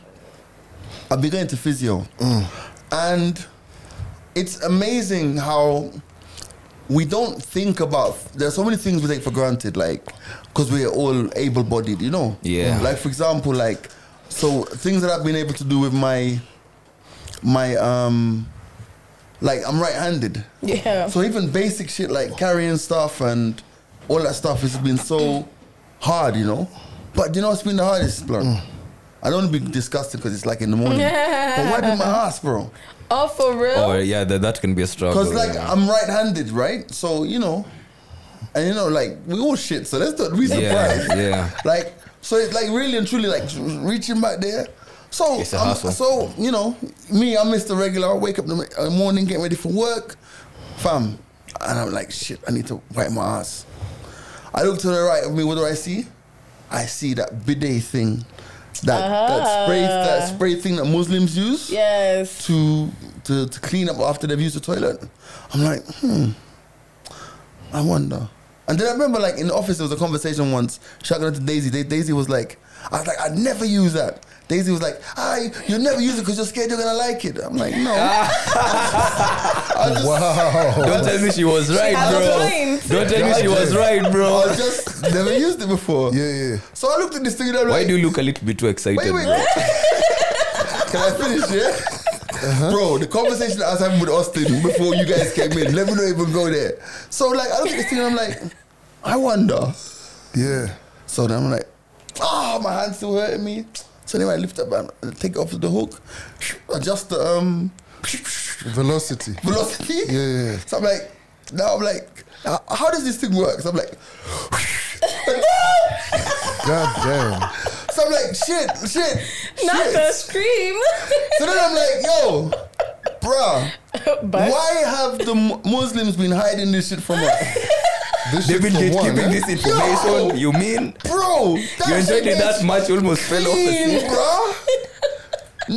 Speaker 1: I began to physio, and it's amazing how we don't think about. There's so many things we take for granted, like because we're all able-bodied, you know.
Speaker 2: Yeah.
Speaker 1: Like for example, like so things that I've been able to do with my my um, like I'm right-handed.
Speaker 4: Yeah.
Speaker 1: So even basic shit like carrying stuff and all that stuff has been so hard, you know. But you know, it's been the hardest, bro. I don't want to be disgusted because it's like in the morning. but wiping my ass, bro.
Speaker 4: oh, for
Speaker 2: or
Speaker 4: real.
Speaker 2: yeah that, that can be a struggle
Speaker 1: Because like
Speaker 2: yeah.
Speaker 1: I'm right-handed, right? So you know, and you know, like we all shit. So let's not be surprised.
Speaker 2: yeah yeah
Speaker 1: Like so, it's like really and truly like reaching back there. So
Speaker 2: It's a
Speaker 1: I'm-
Speaker 2: hustle.
Speaker 1: so you know, me, I'm Mr. Regular. I wake up in the m- uh, morning, get ready for work, fam, and I'm like, shit, I need to wipe my ass. I look to the right of me. What do I see? I see that bidet thing, that that spray that spray thing that Muslims use
Speaker 4: Yes.
Speaker 1: to, to to clean up after they've used the toilet. I'm like, hmm, I wonder. And then I remember, like in the office, there was a conversation once. Shout out to Daisy. Da- Daisy was like, I was like, I'd never use that. Daisy was like, I, you'll never use it because you're scared you're gonna like it. I'm like, no. I'll just,
Speaker 3: wow.
Speaker 2: Don't tell me she was right,
Speaker 4: has a
Speaker 2: bro.
Speaker 4: point.
Speaker 2: Don't tell me she was right,
Speaker 1: I'll
Speaker 2: bro.
Speaker 1: just never used it before.
Speaker 3: Yeah, yeah.
Speaker 1: So I looked at this thing and I'm
Speaker 2: Why
Speaker 1: like,
Speaker 2: do you look a little bit too excited?
Speaker 1: Wait, wait,
Speaker 2: bro?
Speaker 1: wait. Can I finish, yeah?
Speaker 3: Uh-huh.
Speaker 1: Bro, the conversation I was having with Austin before you guys came in, let me not even go there. So, like, I look at this thing and I'm like, I wonder.
Speaker 3: Yeah.
Speaker 1: So then I'm like, oh, my hand's still hurting me. So then I lift up and I take it off the hook, adjust the um
Speaker 3: Velocity.
Speaker 1: velocity.
Speaker 3: Yeah, yeah, yeah.
Speaker 1: So I'm like, now I'm like, "How- how does this thing work? So I'm like,
Speaker 3: God damn.
Speaker 1: so I'm like, shit, shit,
Speaker 4: Not the
Speaker 1: shit.
Speaker 4: scream.
Speaker 1: So then I'm like, yo, bruh,
Speaker 4: but
Speaker 1: why have the Mu- Muslims been hiding this shit from us?
Speaker 3: This
Speaker 2: They've
Speaker 3: shit
Speaker 2: been
Speaker 3: for one,
Speaker 2: gatekeeping
Speaker 3: eh?
Speaker 2: this information. You mean
Speaker 1: Bro, that
Speaker 2: you enjoyed
Speaker 1: shit
Speaker 2: it that
Speaker 1: makes
Speaker 2: much? You almost fell off the
Speaker 1: clean,
Speaker 2: seat.
Speaker 1: bruh.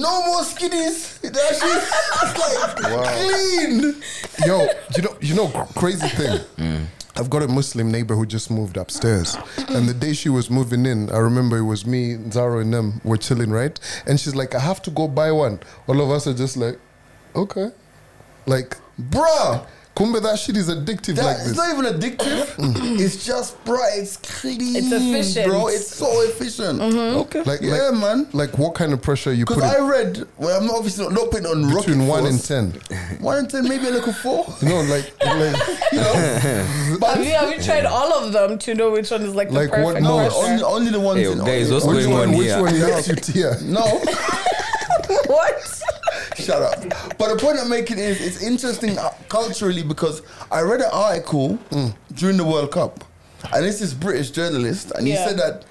Speaker 1: No more skinnies. That shit is like clean.
Speaker 3: Yo, you know, you know, crazy thing. I've got a Muslim neighbor who just moved upstairs, and the day she was moving in, I remember it was me, Zaro, and them were chilling, right? And she's like, "I have to go buy one." All of us are just like, "Okay," like, bruh. Kumbe, that shit is addictive
Speaker 1: That-
Speaker 3: like
Speaker 1: it's
Speaker 3: this. Mm.
Speaker 1: not even addictive. it's just bright. It's clean.
Speaker 4: It's efficient.
Speaker 1: bro. It's so efficient.
Speaker 2: Okay.
Speaker 3: Like,
Speaker 1: Yeah,
Speaker 3: like,
Speaker 1: man.
Speaker 3: Like, what kind of pressure you put
Speaker 1: Because I
Speaker 3: it
Speaker 1: read, well, I'm obviously not, not putting on rocket
Speaker 3: between one and
Speaker 1: force.
Speaker 3: ten?
Speaker 1: one and ten, maybe a little four.
Speaker 3: You know, like, like,
Speaker 1: You know,
Speaker 4: have you, have you tried all of them to know which one is like,
Speaker 3: Like
Speaker 4: the
Speaker 3: what-
Speaker 4: perfect
Speaker 1: no,
Speaker 3: Or-
Speaker 1: only,
Speaker 2: Oh,
Speaker 4: pressure?
Speaker 1: only the ones.
Speaker 2: Hey,
Speaker 1: in
Speaker 2: guys, what's
Speaker 1: only
Speaker 3: which
Speaker 1: the
Speaker 2: going
Speaker 3: one,
Speaker 2: on
Speaker 3: which
Speaker 2: here?
Speaker 3: one makes you tear?
Speaker 1: No,
Speaker 4: What?
Speaker 1: shut up. But the point I'm making is, it's interesting uh, culturally because I read an article during the World Cup, and it's this British journalist, and he
Speaker 4: Yeah.
Speaker 1: said that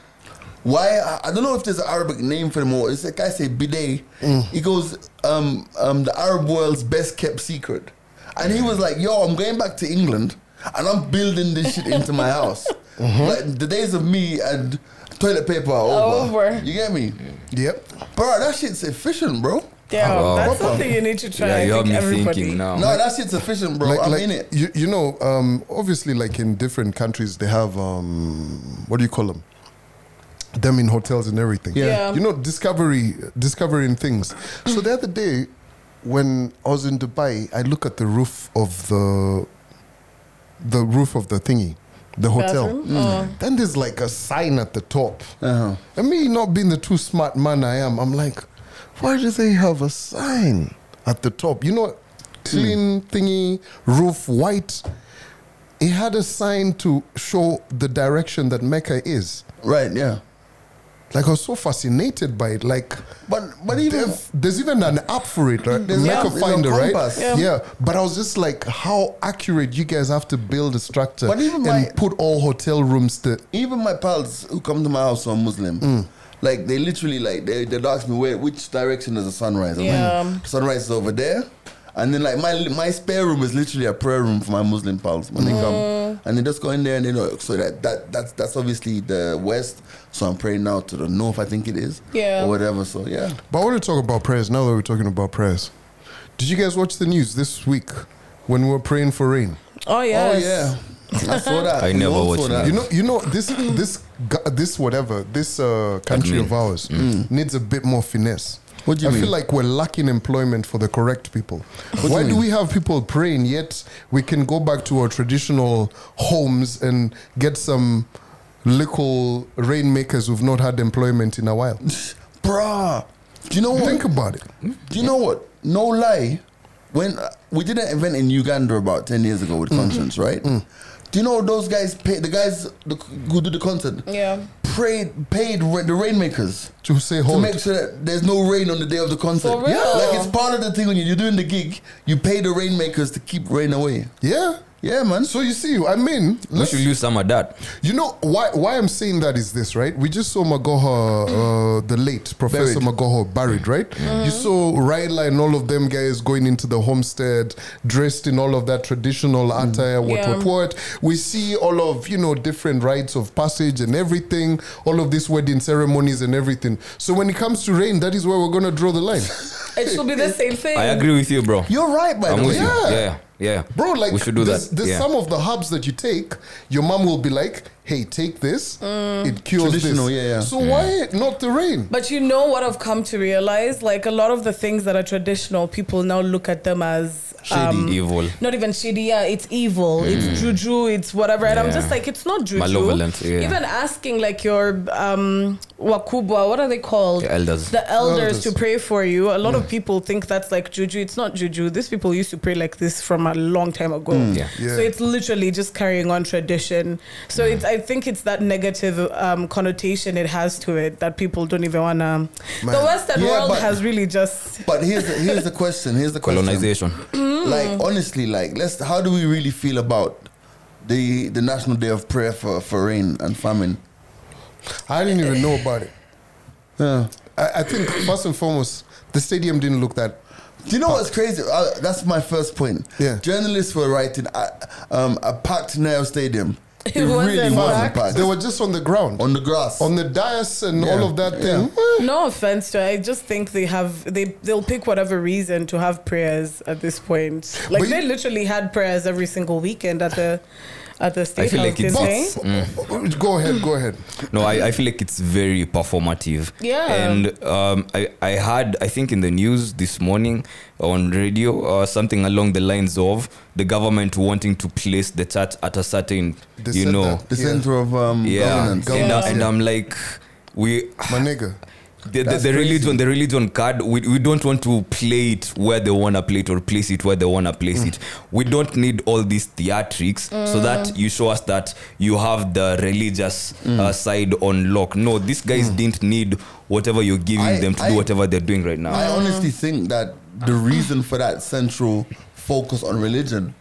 Speaker 1: why I, I don't know if there's an Arabic name for them or it's a guy say bidet. He goes, um, um, the Arab world's best kept secret, and he was like, "Yo, I'm going back to England, and I'm building this shit into my house. Like, the days of me and toilet paper are over.
Speaker 4: Over.
Speaker 1: You get me,
Speaker 3: Yep.
Speaker 1: bro? That shit's efficient, bro.
Speaker 4: Damn,
Speaker 2: Oh, Wow.
Speaker 4: that's something you need to try.
Speaker 2: Yeah, you
Speaker 4: I
Speaker 2: have
Speaker 4: think
Speaker 2: me
Speaker 4: everybody.
Speaker 2: thinking now.
Speaker 1: No, that shit's efficient, bro.
Speaker 3: like,
Speaker 1: I'm
Speaker 3: like
Speaker 1: in it.
Speaker 3: You, you know, um, obviously, like in different countries, they have um, what do you call them? Them in hotels and everything.
Speaker 4: Yeah. Yeah.
Speaker 3: You know, discovery, discovering things. So the other day, when I was in Dubai, I look at the roof of the, the roof of the thingy, the hotel.
Speaker 4: Bathroom? Mm.
Speaker 3: Then there's like a sign at the top.
Speaker 1: Uh-huh.
Speaker 3: And me not being the too smart man I am, I'm like, why do they have a sign at the top? You know,
Speaker 1: Hmm.
Speaker 3: clean thingy, roof white. It had a sign to show the direction that Mecca is.
Speaker 1: Right? Yeah.
Speaker 3: Like I was so fascinated by it. Like
Speaker 1: But but even
Speaker 3: there's, there's even an app for it, right?
Speaker 1: There's
Speaker 3: Mecca
Speaker 1: an app, it's on
Speaker 3: Finder, right?
Speaker 1: Compass.
Speaker 3: Yeah.
Speaker 4: Yeah.
Speaker 3: But I was just like, how accurate you guys have to build a structure
Speaker 1: But even
Speaker 3: and
Speaker 1: my-
Speaker 3: put all hotel rooms to
Speaker 1: even my pals who come to my house who are Muslim, like they literally like they they ask me where which direction is the sunrise. I'm
Speaker 4: Yeah.
Speaker 1: like, sunrise is over there. And then like my my spare room is literally a prayer room for my Muslim pals when they
Speaker 4: Mm.
Speaker 1: come, and they just go in there and they know. So that that that's that's obviously the west. So I'm praying now to the north. I think it is.
Speaker 4: Yeah.
Speaker 1: Or whatever. So yeah.
Speaker 3: But I want to talk about prayers now that we're talking about prayers. Did you guys watch the news this week when we were praying for rain?
Speaker 4: Oh yes.
Speaker 1: Oh yeah. I saw that.
Speaker 2: I
Speaker 1: We
Speaker 2: never
Speaker 1: all saw
Speaker 2: watched
Speaker 1: that.
Speaker 2: it.
Speaker 3: You know, you know this this gu- this whatever this uh, country of ours needs a bit more finesse.
Speaker 1: Mm. What do you
Speaker 3: I
Speaker 1: mean?
Speaker 3: feel like we're lacking employment for the correct people.
Speaker 1: do
Speaker 3: Why
Speaker 1: you
Speaker 3: do
Speaker 1: mean?
Speaker 3: we have people praying yet we can go back to our traditional homes and get some little rainmakers who've not had employment in a while?
Speaker 1: bruh. Do you know what?
Speaker 3: Think about it.
Speaker 1: Do you know what? No lie. When uh, we did an event in Uganda about 10 years ago with
Speaker 4: Mm.
Speaker 1: Conscience, right? Do you know those guys, pay, the guys the, who do the concert,
Speaker 4: Yeah.
Speaker 1: prayed, paid ra- the Rainmakers
Speaker 3: To say
Speaker 1: to
Speaker 3: hold.
Speaker 1: make sure that there's no rain on the day of the concert?
Speaker 4: For real?
Speaker 1: Like it's part of the thing when you're doing the gig, you pay the Rainmakers to keep rain away.
Speaker 3: yeah.
Speaker 1: Yeah, man.
Speaker 3: So you see, I mean,
Speaker 2: We
Speaker 3: let's-
Speaker 2: should use some of that.
Speaker 3: You know why? Why I'm saying that is this, right? We just saw Magoha, uh, the late Professor
Speaker 1: Buried. Mm.
Speaker 3: Magoha, buried, right? You saw Raila and all of them guys going into the homestead, dressed in all of that traditional
Speaker 1: Mm.
Speaker 3: attire, what,
Speaker 4: Yeah.
Speaker 3: what, what. We see all of you know different rites of passage and everything, all of these wedding ceremonies and everything. So when it comes to rain, that is where we're gonna draw the line,
Speaker 4: It should be the same thing.
Speaker 2: I agree with you, bro.
Speaker 1: You're right, by
Speaker 2: I'm
Speaker 1: the way.
Speaker 2: with you.
Speaker 3: Yeah.
Speaker 2: Yeah, yeah.
Speaker 3: bro. Like
Speaker 2: we should do
Speaker 3: there's,
Speaker 2: that.
Speaker 3: There's
Speaker 2: yeah.
Speaker 3: some of the herbs that you take. Your mom will be like, "Hey, take this. It cures this."
Speaker 1: Traditional, yeah, yeah.
Speaker 3: So why
Speaker 2: Mm.
Speaker 3: not the rain?
Speaker 4: But you know what I've come to realize? Like a lot of the things that are traditional, people now look at them as um,
Speaker 2: Shady, evil. Mm.
Speaker 4: Not even shady, yeah, it's evil. It's juju, it's whatever. And I'm
Speaker 2: Yeah.
Speaker 4: just like, it's not juju.
Speaker 2: Malevolent, yeah.
Speaker 4: Even asking like your um wakubwa, what are they called?
Speaker 2: The elders.
Speaker 4: The elders to
Speaker 3: Elders.
Speaker 4: pray for you. A lot of people think that's like juju. It's not juju. These people used to pray like this from a long time ago.
Speaker 1: Mm.
Speaker 2: Yeah.
Speaker 3: Yeah.
Speaker 1: Mm.
Speaker 4: So it's literally just carrying on tradition. So it's I think it's that negative um, connotation it has to it that people don't even wanna. The
Speaker 1: Man.
Speaker 4: Western
Speaker 1: Yeah,
Speaker 4: world
Speaker 1: but-
Speaker 4: has really just.
Speaker 1: But here's the, here's the question. Here's the question.
Speaker 2: colonization.
Speaker 4: Mm.
Speaker 1: Like honestly, like let's. How do we really feel about the the National Day of Prayer for for rain and famine?
Speaker 3: I didn't even know about it.
Speaker 1: Yeah.
Speaker 3: I, I think first and foremost, the stadium didn't look that.
Speaker 1: Do you know what's crazy? Uh, that's my first point.
Speaker 3: Yeah.
Speaker 1: Journalists were writing uh, um, a packed Nile Stadium.
Speaker 4: It wasn't packed.
Speaker 3: They were just on the ground, on,
Speaker 1: on the grass.
Speaker 3: the dais, and
Speaker 1: Yeah.
Speaker 3: all of that thing.
Speaker 4: No offense to it, I just think they have they they'll pick whatever reason to have prayers at this point. Like
Speaker 3: But you-
Speaker 4: they literally had prayers every single weekend at the at the
Speaker 2: I
Speaker 4: state
Speaker 2: feel like it's-
Speaker 3: But
Speaker 4: day.
Speaker 2: Mm.
Speaker 3: go ahead, go ahead.
Speaker 2: No, I, I feel like it's very performative.
Speaker 4: Yeah.
Speaker 2: And um, I, I had, I think in the news this morning on radio, uh, something along the lines of the government wanting to place the church at a certain,
Speaker 3: They
Speaker 2: you
Speaker 3: said
Speaker 2: know.
Speaker 3: that.
Speaker 1: the
Speaker 3: Yeah.
Speaker 1: center of um,
Speaker 2: Yeah.
Speaker 1: governance.
Speaker 2: And,
Speaker 3: Governance,
Speaker 2: I- and
Speaker 3: yeah.
Speaker 2: I'm like, we.
Speaker 3: My nigga,
Speaker 2: The, the,
Speaker 3: That's
Speaker 2: the
Speaker 3: crazy.
Speaker 2: religion, the religion card, we, we don't want to play it where they want to play it or place it where they want to place it. We don't need all these theatrics so
Speaker 4: Mm.
Speaker 2: that you show us that you have the religious uh, side on lock. No, these guys didn't need whatever you're giving
Speaker 1: I-
Speaker 2: them to
Speaker 1: I-
Speaker 2: do whatever they're doing right now.
Speaker 1: I honestly think that the reason for that central focus on religion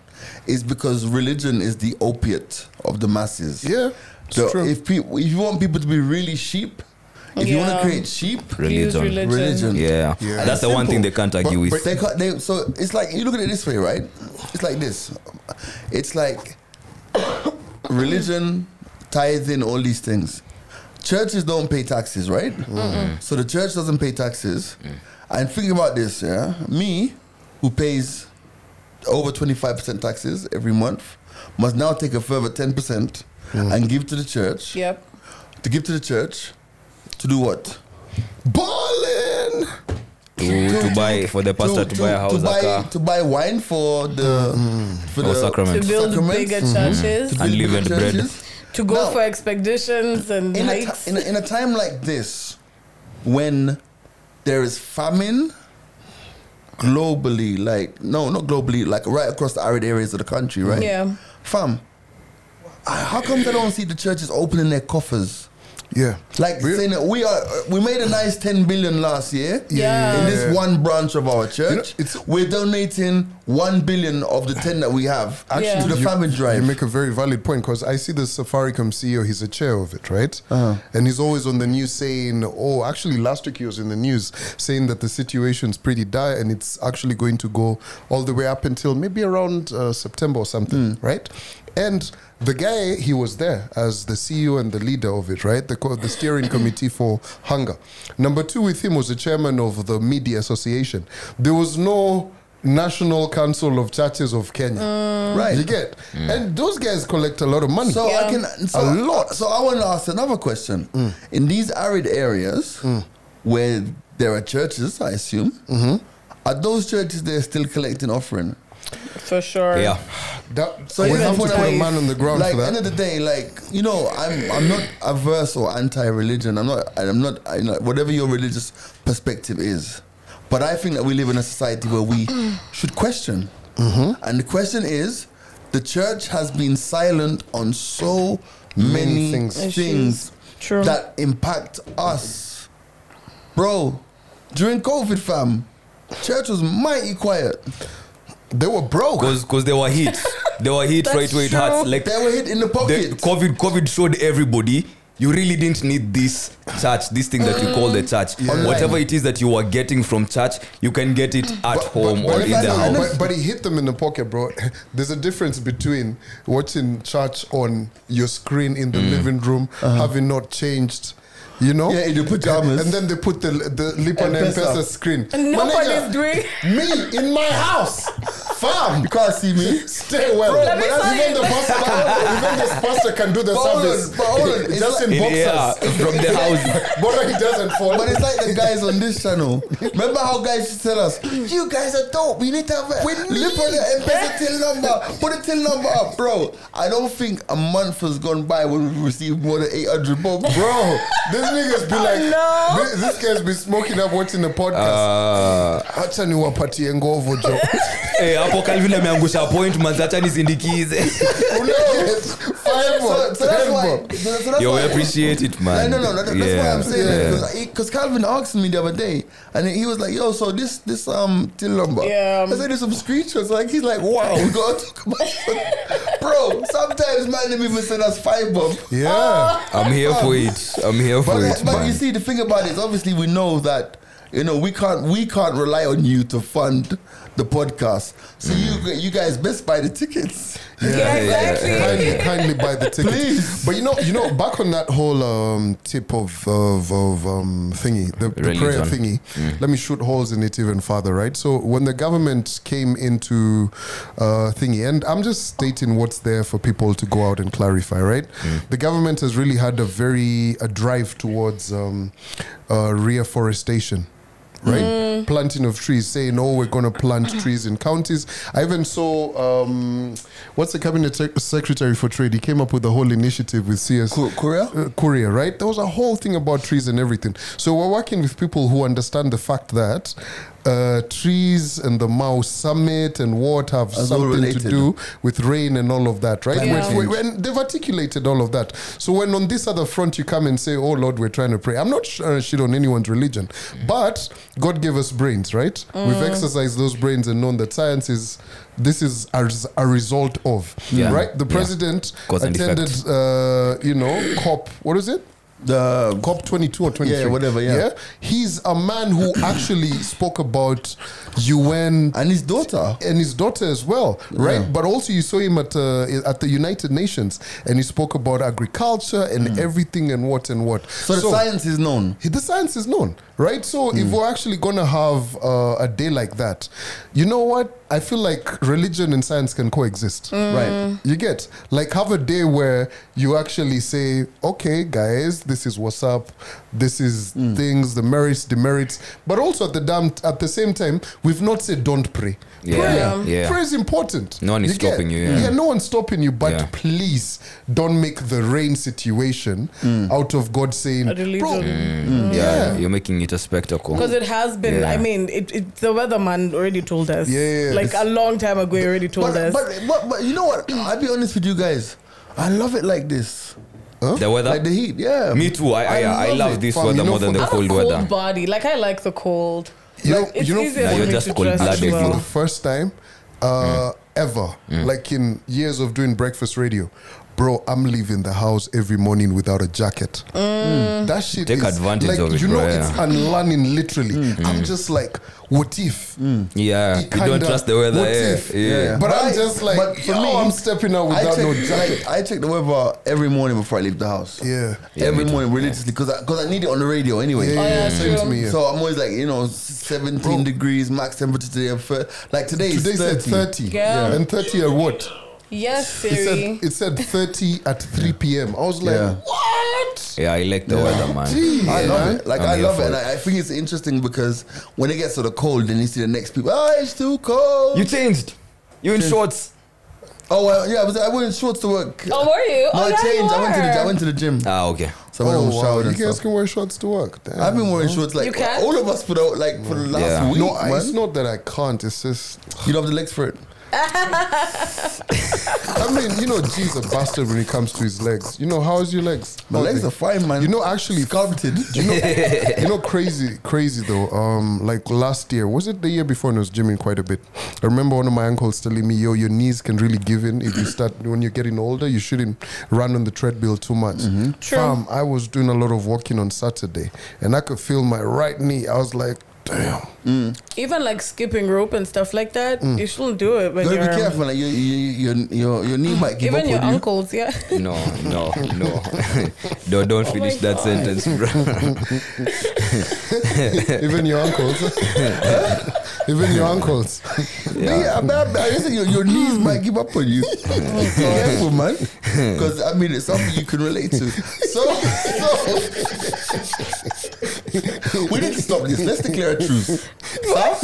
Speaker 1: is because religion is the opiate of the masses.
Speaker 3: Yeah, it's
Speaker 1: So
Speaker 3: true.
Speaker 1: if people, if you want people to be really sheep, if you want to
Speaker 4: Yeah.
Speaker 1: create sheep,
Speaker 4: Use
Speaker 2: religion.
Speaker 4: religion.
Speaker 1: religion.
Speaker 2: Yeah.
Speaker 3: Yeah.
Speaker 2: That's the
Speaker 1: Simple.
Speaker 2: one thing they can't
Speaker 3: But-
Speaker 2: argue with.
Speaker 1: They cut. They, so it's like you look at it this way, right? It's like this. It's like religion, tithing, all these things. Churches don't pay taxes, right? So the church doesn't pay taxes. And think about this, yeah. Me, who pays over twenty five percent taxes every month, must now take a further ten percent and give to the church.
Speaker 4: Yep.
Speaker 1: To give to the church, to do what?
Speaker 3: ballin'.
Speaker 2: to, to buy, for the pastor to, buy a house,
Speaker 1: to buy,
Speaker 2: a car, Mm-hmm.
Speaker 1: to buy wine for the for
Speaker 2: or
Speaker 1: the
Speaker 4: To
Speaker 2: sacrament.
Speaker 4: build
Speaker 1: Sacraments.
Speaker 4: bigger
Speaker 1: Mhm.
Speaker 4: churches,
Speaker 1: to build
Speaker 2: live
Speaker 1: the
Speaker 2: and bread.
Speaker 1: churches.
Speaker 4: to go
Speaker 1: Now,
Speaker 4: for expeditions and
Speaker 1: in a,
Speaker 4: hikes.
Speaker 1: ti- in, a, in a time like this, when there is famine globally, like no, not globally, like right across the arid areas of the country, right?
Speaker 4: Yeah.
Speaker 1: fam. I- How come they don't see the churches opening their coffers?
Speaker 3: Yeah,
Speaker 1: Like
Speaker 3: Real-
Speaker 1: saying that we are, we made a nice ten billion last year.
Speaker 4: Yeah.
Speaker 1: In this
Speaker 3: Yeah.
Speaker 1: one branch of our
Speaker 3: You know,
Speaker 1: church,
Speaker 3: it's-
Speaker 1: we're donating one billion of the ten that we have
Speaker 4: Actually,
Speaker 1: to the
Speaker 3: you-
Speaker 1: famine drive.
Speaker 3: You make a very valid point because I see the Safaricom CEO, E he's a chair of it, right?
Speaker 1: Uh-huh.
Speaker 3: And he's always on the news saying, oh, actually, last week he was in the news saying that the situation's pretty dire and it's actually going to go all the way up until maybe around uh, September or something,
Speaker 1: Hmm.
Speaker 3: right? And the guy, he was there as the CEO and the leader of it, right? The, co- the steering committee for hunger. Number two with him was the chairman of the media association. There was no National Council of Churches of Kenya.
Speaker 1: Right.
Speaker 3: You get, and those guys collect a lot of money.
Speaker 1: so
Speaker 4: Mm. Yeah.
Speaker 1: I can so,
Speaker 3: A lot. Mm.
Speaker 1: So I want to ask another question. In these arid areas where there are churches, I assume,
Speaker 3: Mm-hmm.
Speaker 1: are those churches they're still collecting offering?
Speaker 4: for sure.
Speaker 2: Yeah.
Speaker 3: that,
Speaker 1: So
Speaker 3: we
Speaker 1: even
Speaker 3: have to
Speaker 1: if
Speaker 3: put
Speaker 1: I-
Speaker 3: a man on the ground
Speaker 1: like
Speaker 3: for that.
Speaker 1: end of the day, like you know, I'm I'm not averse or anti-religion. I'm not. I'm not. I, you know, whatever your religious perspective is, but I think that we live in a society where we should question.
Speaker 3: Mm-hmm.
Speaker 1: And the question is, the church has been silent on so many,
Speaker 3: Many
Speaker 1: things,
Speaker 3: things.
Speaker 4: Issues. True.
Speaker 1: that impact us, bro. During COVID, fam, church was mighty quiet.
Speaker 3: they were broke.
Speaker 2: Because they were hit. They were hit
Speaker 4: That's
Speaker 2: right where it
Speaker 4: true.
Speaker 2: hurts. Like,
Speaker 1: They were hit in the
Speaker 2: the
Speaker 1: pocket.
Speaker 2: COVID COVID showed everybody you really didn't need this church, this thing that you call the church.
Speaker 1: Online.
Speaker 2: Whatever it is that you are getting from church, you can get it at home or
Speaker 3: if
Speaker 2: in
Speaker 3: I
Speaker 2: the
Speaker 3: know-
Speaker 1: and
Speaker 2: house.
Speaker 1: if-
Speaker 3: But, but he hit them in the pocket, bro. There's a difference between watching church on your screen in the
Speaker 4: Mm.
Speaker 3: living room, having not changed. You know,
Speaker 1: Uh-huh. Yeah, in your pajamas.
Speaker 3: and then they put the the lip on
Speaker 1: M-Pesa.
Speaker 3: M-Pesa screen.
Speaker 4: And
Speaker 3: My
Speaker 4: nobody's
Speaker 3: nigga,
Speaker 4: doing-
Speaker 3: me in my house, fam.
Speaker 1: You can't see me.
Speaker 3: Stay well.
Speaker 1: Bro,
Speaker 4: Let me
Speaker 1: but
Speaker 4: tell
Speaker 3: even the
Speaker 4: you.
Speaker 3: pastor, even this pastor can do the
Speaker 1: But hold on,
Speaker 3: service.
Speaker 1: but hold on, it's
Speaker 3: just
Speaker 1: like-
Speaker 3: in
Speaker 2: In- yeah,
Speaker 3: boxers.
Speaker 2: from the house.
Speaker 3: But he doesn't fall.
Speaker 1: But it's like the guys on this channel. Remember how guys used to tell us, you guys are dope. We need to have a we lip on your M-Pesa till number. Put a till number up, bro. I don't think a month has gone by when we received more than 800 bob.
Speaker 3: Bro, these niggas
Speaker 1: Oh,
Speaker 3: be like,
Speaker 4: no.
Speaker 3: thi- this,
Speaker 2: Uh,
Speaker 3: guy's be smoking up watching the podcast. Acha niwapatie ngovo jo.
Speaker 2: Hey, hapo eh, hapo kalvin ameangusha appointments hacha nisindikize
Speaker 1: Yes.
Speaker 3: Five
Speaker 1: so,
Speaker 3: more,
Speaker 1: so that's
Speaker 3: ten
Speaker 1: why.
Speaker 3: more.
Speaker 1: So, so that's
Speaker 2: yo we
Speaker 1: why.
Speaker 2: appreciate it
Speaker 1: No,
Speaker 2: man
Speaker 1: no, no. That, that's why I'm saying
Speaker 2: yeah.
Speaker 1: that because Calvin asked me the other day, and he was like, "Yo, so this this um Tilumba."
Speaker 4: Yeah, um,
Speaker 1: I said, "There's some screenshots." Like he's like, "Wow, we gotta talk about." it." Bro, sometimes man, them even send us five bob.
Speaker 3: Yeah.
Speaker 1: Ah.
Speaker 2: i'm here for it i'm here for
Speaker 1: um, But,
Speaker 2: it
Speaker 1: but you
Speaker 2: man
Speaker 1: see, the thing about it is, obviously, we know that you know we can't we can't rely on you to fund the podcast. So you
Speaker 3: Mm.
Speaker 1: you guys best buy the tickets.
Speaker 4: Yeah, exactly.
Speaker 3: kindly, kindly buy the ticket.
Speaker 1: Please.
Speaker 3: But you know, you know, back on that whole um, tip of of, of um, thingy, the, the prayer
Speaker 2: Religion.
Speaker 3: thingy. Let me shoot holes in it even further, right? So when the government came into uh, thingy, and I'm just stating what's there for people to go out and clarify, right? The government has really had a very a drive towards um, uh, reforestation right? Planting of trees, saying, "Oh, we're going to plant trees in counties." I even saw um, what's the cabinet sec- secretary for trade? He came up with a whole initiative with CS
Speaker 1: Ku- Korea?
Speaker 3: uh, Korea, right? There was a whole thing about trees and everything. So we're working with people who understand the fact that uh, trees and the Mao summit and what have
Speaker 1: all
Speaker 3: something to
Speaker 1: related.
Speaker 3: do with rain and all of that, right?
Speaker 1: Climate
Speaker 3: When-
Speaker 4: change.
Speaker 3: when- when they've articulated all of that. So when on this other front you come and say, "Oh Lord, we're trying to pray," I'm not sh- uh, shit on anyone's religion, but God gave us brains, right? We've
Speaker 1: Mm.
Speaker 3: exercised those brains and known that science is this is as a result of,
Speaker 2: Yeah.
Speaker 3: right? The
Speaker 2: Yeah.
Speaker 3: president
Speaker 2: Cause and
Speaker 3: attended,
Speaker 2: effect.
Speaker 3: uh, you know, COP. What is it?
Speaker 1: The
Speaker 3: COP 22 or 23.
Speaker 1: Yeah, whatever, yeah.
Speaker 3: He's a man who actually spoke about UN
Speaker 1: and his daughter.
Speaker 3: and his daughter as well, right? But also you saw him at uh, at the United Nations, and he spoke about agriculture and everything and what and what.
Speaker 1: Mm. So the science Mm. is known.
Speaker 3: he- the science is known, right? So if we're actually gonna have uh, a day like that, you know what? I feel like religion and science can coexist,
Speaker 2: Mm.
Speaker 1: Right.
Speaker 3: you get like have a day where you actually say, okay, guys, this is what's up, this is
Speaker 2: Mm.
Speaker 3: things, the merits, demerits, but also at the damn at the same time, we've not said don't pray.
Speaker 2: Yeah,
Speaker 3: Prayer,
Speaker 2: yeah.
Speaker 3: prayer is important.
Speaker 2: No one is
Speaker 3: get-
Speaker 2: stopping you, yeah.
Speaker 3: no one's stopping you, but
Speaker 2: Yeah.
Speaker 3: please don't make the rain situation
Speaker 2: Mm.
Speaker 3: out of God saying,
Speaker 4: A religion.
Speaker 3: bro,
Speaker 1: Mm.
Speaker 2: yeah
Speaker 3: yeah.
Speaker 2: you're making it a spectacle
Speaker 4: Because it has been,
Speaker 2: Yeah.
Speaker 4: I mean, it, it, the weatherman already told us.
Speaker 3: Yeah,
Speaker 4: Like
Speaker 3: it's-
Speaker 4: a long time ago, he already told
Speaker 1: But,
Speaker 4: us.
Speaker 1: but but but you know what? I'll be honest with you guys. I love it like this.
Speaker 2: the weather
Speaker 1: Like the heat, yeah.
Speaker 2: me too i i, I,
Speaker 1: I love
Speaker 2: love
Speaker 1: it,
Speaker 2: this
Speaker 3: fam.
Speaker 2: weather
Speaker 3: You know,
Speaker 2: more than
Speaker 3: for-
Speaker 2: the
Speaker 4: I'm
Speaker 2: cold,
Speaker 4: a cold
Speaker 2: weather
Speaker 4: body. Like, I like the cold.
Speaker 3: You know-
Speaker 4: Like, it's
Speaker 3: you know-
Speaker 4: easier
Speaker 2: Nah,
Speaker 4: for
Speaker 2: you're
Speaker 4: me
Speaker 2: just
Speaker 4: to
Speaker 2: cold
Speaker 4: dress
Speaker 2: blooded,
Speaker 3: actually for
Speaker 2: bro.
Speaker 3: the
Speaker 4: well.
Speaker 3: first time uh, ever,
Speaker 2: Mm.
Speaker 3: like in years of doing breakfast radio, bro, I'm leaving the house every morning without a jacket. That shit
Speaker 2: Mm. Take
Speaker 3: is
Speaker 2: advantage
Speaker 3: like,
Speaker 2: of it,
Speaker 3: you know,
Speaker 2: bro,
Speaker 3: it's
Speaker 2: yeah.
Speaker 3: unlearning literally. I'm just like, what if?
Speaker 1: Mm.
Speaker 2: yeah
Speaker 3: It
Speaker 2: you don't
Speaker 3: kinda-
Speaker 2: trust the weather
Speaker 3: what
Speaker 2: yeah,
Speaker 3: if?
Speaker 2: yeah.
Speaker 3: But, I'm
Speaker 1: I-
Speaker 3: just like,
Speaker 1: but for
Speaker 3: yo,
Speaker 1: me,
Speaker 3: I'm stepping out
Speaker 1: I
Speaker 3: without
Speaker 1: check,
Speaker 3: no jacket.
Speaker 1: like, I check the weather every morning before I leave the house.
Speaker 3: Yeah.
Speaker 2: Yeah,
Speaker 1: every
Speaker 2: me too.
Speaker 1: morning religiously because I, 'cause I need it on the radio anyway.
Speaker 3: Yeah, yeah,
Speaker 4: Oh, yeah,
Speaker 3: same to
Speaker 4: true.
Speaker 3: me. yeah.
Speaker 1: So I'm always like, you know, 17 degrees max temperature today. and fir- Like today, is
Speaker 3: Today said
Speaker 1: 30.
Speaker 3: 30.
Speaker 4: Yeah.
Speaker 3: And 30 at what?
Speaker 4: Yes,
Speaker 3: It said,
Speaker 4: Siri.
Speaker 3: it said 30 at 3 p.m. I was like,
Speaker 1: Yeah.
Speaker 3: what?
Speaker 2: yeah i like the weather man
Speaker 3: Jeez.
Speaker 1: I
Speaker 2: Yeah,
Speaker 1: love
Speaker 2: man.
Speaker 1: it. Like
Speaker 2: I'm
Speaker 1: i
Speaker 2: here
Speaker 1: love
Speaker 2: for
Speaker 1: it. And I, I think it's interesting because when it gets to the cold, then you see the next people. Oh, it's too cold.
Speaker 2: you changed you in shorts
Speaker 1: oh well, yeah. I, was, I went in shorts to work.
Speaker 4: Oh, were you?
Speaker 1: No,
Speaker 4: oh,
Speaker 1: I
Speaker 4: yeah, you
Speaker 1: changed. I went to the I
Speaker 4: were.
Speaker 1: went to the gym.
Speaker 2: ah okay
Speaker 1: So I went and
Speaker 3: "Oh, wow,
Speaker 1: showered
Speaker 3: You
Speaker 1: and
Speaker 3: guys
Speaker 1: stuff.
Speaker 3: can wear shorts to work. Damn.
Speaker 1: I've been wearing shorts like
Speaker 4: You can?
Speaker 1: all of us for the like for the last
Speaker 2: Yeah.
Speaker 1: week.
Speaker 3: No, I-
Speaker 1: man.
Speaker 3: it's not that I can't. It's just,
Speaker 1: You don't have the legs for it.
Speaker 3: I mean, you know, G's a bastard when it comes to his legs. You know, how's your legs?
Speaker 1: My
Speaker 3: How's
Speaker 1: legs
Speaker 3: they?
Speaker 1: are fine, man.
Speaker 3: You know, actually,
Speaker 1: sculpted.
Speaker 3: you know, you know, crazy, crazy though. Um, like last year, was it the year before? And I was gymming quite a bit. I remember one of my uncles telling me, "Yo, your knees can really give in if you start when you're getting older. You shouldn't run on the treadmill too much."
Speaker 1: Mm-hmm.
Speaker 4: True.
Speaker 3: Fam, I was doing a lot of walking on Saturday, and I could feel my right knee. I was like, "Damn."
Speaker 4: Even like skipping rope and stuff like that, you shouldn't do it. When
Speaker 1: You
Speaker 4: you're,
Speaker 1: Mm. gotta be careful. Like your your your your, your knee might give
Speaker 4: um,
Speaker 1: up
Speaker 4: Even your
Speaker 1: on you.
Speaker 4: ankles, yeah.
Speaker 2: no no no no don't finish that
Speaker 4: God.
Speaker 2: sentence bro
Speaker 3: Even your uncles. Even your uncles.
Speaker 1: Yeah, I, I, I just say your, your knees might give up on you. Be
Speaker 4: Oh,
Speaker 1: careful, man.
Speaker 3: Hmm.
Speaker 1: Because I mean, it's something you can relate to. So, so we need to stop this. Let's declare a truce. Saf?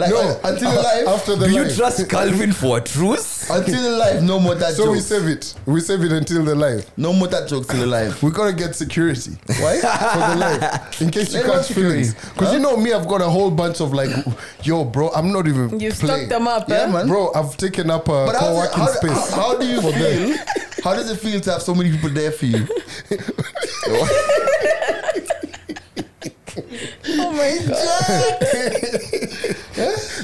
Speaker 1: Like,
Speaker 3: No,
Speaker 1: uh, until life.
Speaker 3: after the
Speaker 2: Do you
Speaker 3: life.
Speaker 2: trust Calvin for a truce?
Speaker 1: until life, no more that
Speaker 3: so we
Speaker 1: joke.
Speaker 3: save it. We save it until the live.
Speaker 1: no more that joke till alive.
Speaker 3: We gotta get security. Why? For the live. In case you
Speaker 1: They want
Speaker 3: catch feelings.
Speaker 1: security.
Speaker 3: Because you know me, I've got a whole bunch of like, yo, bro, I'm not even.
Speaker 4: You've
Speaker 3: playing.
Speaker 4: stocked them up,
Speaker 1: Yeah,
Speaker 4: eh?
Speaker 1: man.
Speaker 3: Bro, I've taken up a
Speaker 1: But how, does it-
Speaker 3: co-working
Speaker 1: how,
Speaker 3: space.
Speaker 1: how, how do you
Speaker 3: for them.
Speaker 1: feel? How does it feel to have so many people there for you?
Speaker 4: Oh my god.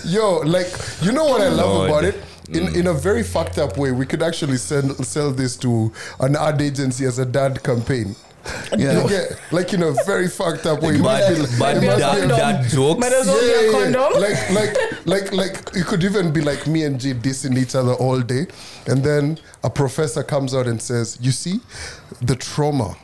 Speaker 3: Yo, like you know what I love
Speaker 2: Lord.
Speaker 3: about it. In, in a very fucked up way, we could actually sell sell this to an ad agency as a dad campaign.
Speaker 1: Yeah.
Speaker 3: You get like in a very fucked up way.
Speaker 2: But, but
Speaker 4: Maybe a
Speaker 2: that,
Speaker 4: condom.
Speaker 2: that jokes.
Speaker 4: Might as well be a condom.
Speaker 3: Like like like like it could even be like me and G dissing each other all day, and then a professor comes out and says, "You see, the trauma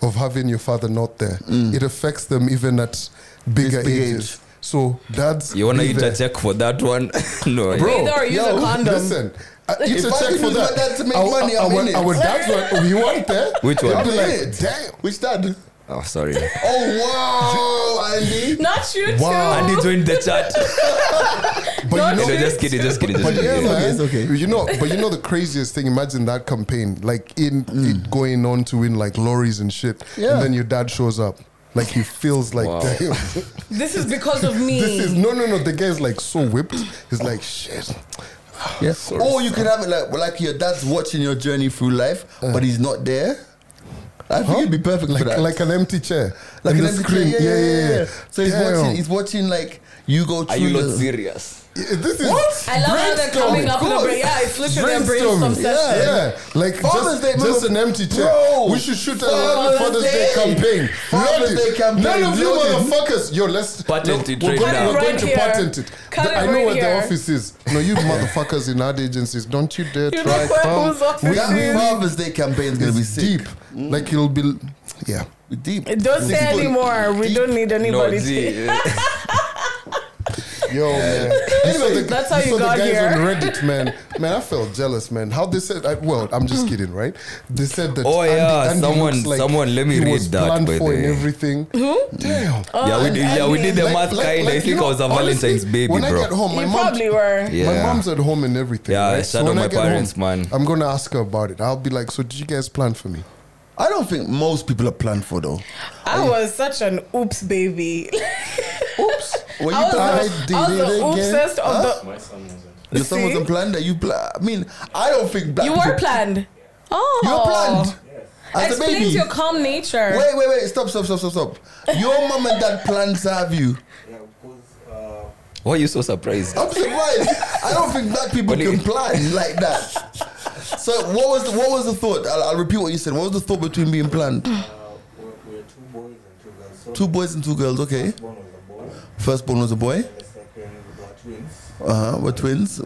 Speaker 3: of having your father not there, it affects them even at bigger
Speaker 1: Mm. big
Speaker 3: ages."
Speaker 1: age.
Speaker 3: So dads,
Speaker 2: You want to
Speaker 3: be
Speaker 2: eat
Speaker 3: there.
Speaker 2: a check for that one? no.
Speaker 3: Bro,
Speaker 4: Either or use a condom.
Speaker 3: Listen, I- it's
Speaker 1: If
Speaker 3: a
Speaker 1: I
Speaker 3: check
Speaker 1: can
Speaker 3: for
Speaker 1: use
Speaker 3: that.
Speaker 1: my dad to make
Speaker 3: our,
Speaker 1: money,
Speaker 3: our,
Speaker 1: I'm in it.
Speaker 3: our dad's like, you want that?
Speaker 2: Which
Speaker 3: They'll
Speaker 2: one?
Speaker 3: be
Speaker 1: I'm in
Speaker 3: like,
Speaker 1: it.
Speaker 3: damn.
Speaker 1: Which dad?
Speaker 2: Oh, sorry.
Speaker 1: Oh wow, Andy.
Speaker 4: Not you too.
Speaker 3: Wow.
Speaker 2: Andy joined the chat.
Speaker 3: But
Speaker 4: Not
Speaker 3: you
Speaker 2: No,
Speaker 3: know,
Speaker 4: you.
Speaker 2: just kidding, just kidding. Just
Speaker 3: but yeah,
Speaker 2: kidding.
Speaker 1: okay,
Speaker 3: man.
Speaker 1: it's okay.
Speaker 3: You know, but you know the craziest thing. Imagine that campaign, like in it going on to win like lorries and shit,
Speaker 1: Mm. Yeah.
Speaker 3: and then your dad shows up. Like he feels like
Speaker 2: Wow.
Speaker 3: damn.
Speaker 4: This is because of me.
Speaker 3: this is no no no. The guy's like so whipped. He's like shit.
Speaker 1: Yes.
Speaker 2: Oh,
Speaker 1: Or you could have it like like your dad's watching your journey through life,
Speaker 3: Uh-huh.
Speaker 1: but he's not there. I think it'd be perfect
Speaker 3: Like
Speaker 1: for that.
Speaker 3: like an empty chair.
Speaker 1: Like
Speaker 3: And
Speaker 1: an
Speaker 3: the
Speaker 1: empty
Speaker 3: screen.
Speaker 1: chair,
Speaker 3: Yeah yeah yeah.
Speaker 1: So he's
Speaker 3: Damn.
Speaker 1: watching. He's watching like you go through.
Speaker 2: Are you
Speaker 1: the-
Speaker 2: not serious?
Speaker 3: Yeah, This is
Speaker 4: I love how they're coming
Speaker 3: brainstorming.
Speaker 4: up with a brain. Yeah, it's literally a brainstorm
Speaker 3: Brainstorming.
Speaker 4: session.
Speaker 3: Yeah, like
Speaker 1: Father's
Speaker 3: just,
Speaker 1: Day,
Speaker 3: just
Speaker 1: mother-
Speaker 3: an empty chair.
Speaker 1: Bro,
Speaker 3: we should shoot a
Speaker 1: Father's
Speaker 3: Father's, Day,
Speaker 1: Day.
Speaker 3: campaign.
Speaker 1: Father's
Speaker 3: Load it.
Speaker 1: Day campaign,
Speaker 3: None of you
Speaker 1: load it.
Speaker 3: motherfuckers. Yo, let's
Speaker 2: Patent it
Speaker 3: we're
Speaker 2: right
Speaker 3: going,
Speaker 2: now.
Speaker 3: We're going
Speaker 4: Cut it
Speaker 3: to
Speaker 4: right
Speaker 3: patent
Speaker 4: here.
Speaker 3: it.
Speaker 4: Cut
Speaker 3: The-
Speaker 4: it
Speaker 3: I know
Speaker 4: right
Speaker 3: what
Speaker 4: here.
Speaker 3: the office is. No, you moffuckers in ad agencies, don't you dare
Speaker 4: You know
Speaker 3: try.
Speaker 4: what
Speaker 3: come.
Speaker 4: whose office
Speaker 3: We-
Speaker 1: That
Speaker 3: we-
Speaker 1: Father's Day campaign is gonna be
Speaker 3: It's
Speaker 1: sick.
Speaker 3: deep. Like it'll be. Yeah.
Speaker 1: Deep.
Speaker 4: Don't say
Speaker 1: Deep.
Speaker 4: anymore. We don't need
Speaker 2: No,
Speaker 4: anybody. to-
Speaker 2: gee.
Speaker 3: Yo, man. You saw the,
Speaker 4: That's how you
Speaker 3: saw
Speaker 4: got
Speaker 3: the guys
Speaker 4: here.
Speaker 3: on Reddit, man. Man, I felt jealous, man. How they said, I, well, I'm just kidding, right? They said that.
Speaker 2: Oh, yeah, someone-
Speaker 3: looks
Speaker 2: someone, let me
Speaker 3: he
Speaker 2: read
Speaker 3: was
Speaker 2: that,
Speaker 3: planned
Speaker 2: by
Speaker 3: for
Speaker 2: the
Speaker 3: and
Speaker 2: way.
Speaker 3: everything. Damn.
Speaker 2: yeah, we did, yeah, we did the
Speaker 4: Like-
Speaker 2: math kind. I
Speaker 3: you
Speaker 2: think I
Speaker 3: know,
Speaker 2: was a
Speaker 3: honestly,
Speaker 2: Valentine's baby,
Speaker 3: When I
Speaker 2: bro.
Speaker 3: get home, my
Speaker 4: You
Speaker 3: mom.
Speaker 4: probably were.
Speaker 2: Yeah.
Speaker 3: My mom's at home and everything.
Speaker 2: Yeah, I
Speaker 3: right?
Speaker 2: shadow
Speaker 3: when
Speaker 2: my
Speaker 3: I get
Speaker 2: parents,
Speaker 3: home,
Speaker 2: man.
Speaker 3: I'm gonna ask her about it. I'll be like, "So did you guys plan for me?"
Speaker 1: I don't think most people are planned for though.
Speaker 4: I was such an oops baby.
Speaker 3: Oops.
Speaker 1: Were you
Speaker 4: I was,
Speaker 1: planned?
Speaker 4: the, I was the oopsest of the.
Speaker 5: My son wasn't.
Speaker 1: Your son
Speaker 4: See?
Speaker 1: wasn't planned. That you pla- I mean, I don't think black
Speaker 4: You were
Speaker 1: people-
Speaker 4: planned. Oh,
Speaker 1: You were planned as a baby.
Speaker 4: Explains your calm nature.
Speaker 1: Wait, wait, wait! Stop, stop, stop, stop, stop! Your mom and dad planned to have you.
Speaker 5: Yeah, because uh,
Speaker 2: Why are you so
Speaker 3: Oh,
Speaker 2: surprised?
Speaker 1: I'm surprised. I don't think black people
Speaker 2: What do you-
Speaker 1: can plan like that. So what was the, what was the thought? I'll, I'll repeat what you said. What was the thought between being planned?
Speaker 5: uh, we're, we're two boys and two girls. So
Speaker 1: Two boys and two girls. Okay.
Speaker 5: the One was a boy,
Speaker 1: Firstborn was a boy.
Speaker 5: and the second were twins.
Speaker 1: Uh huh. We're twins.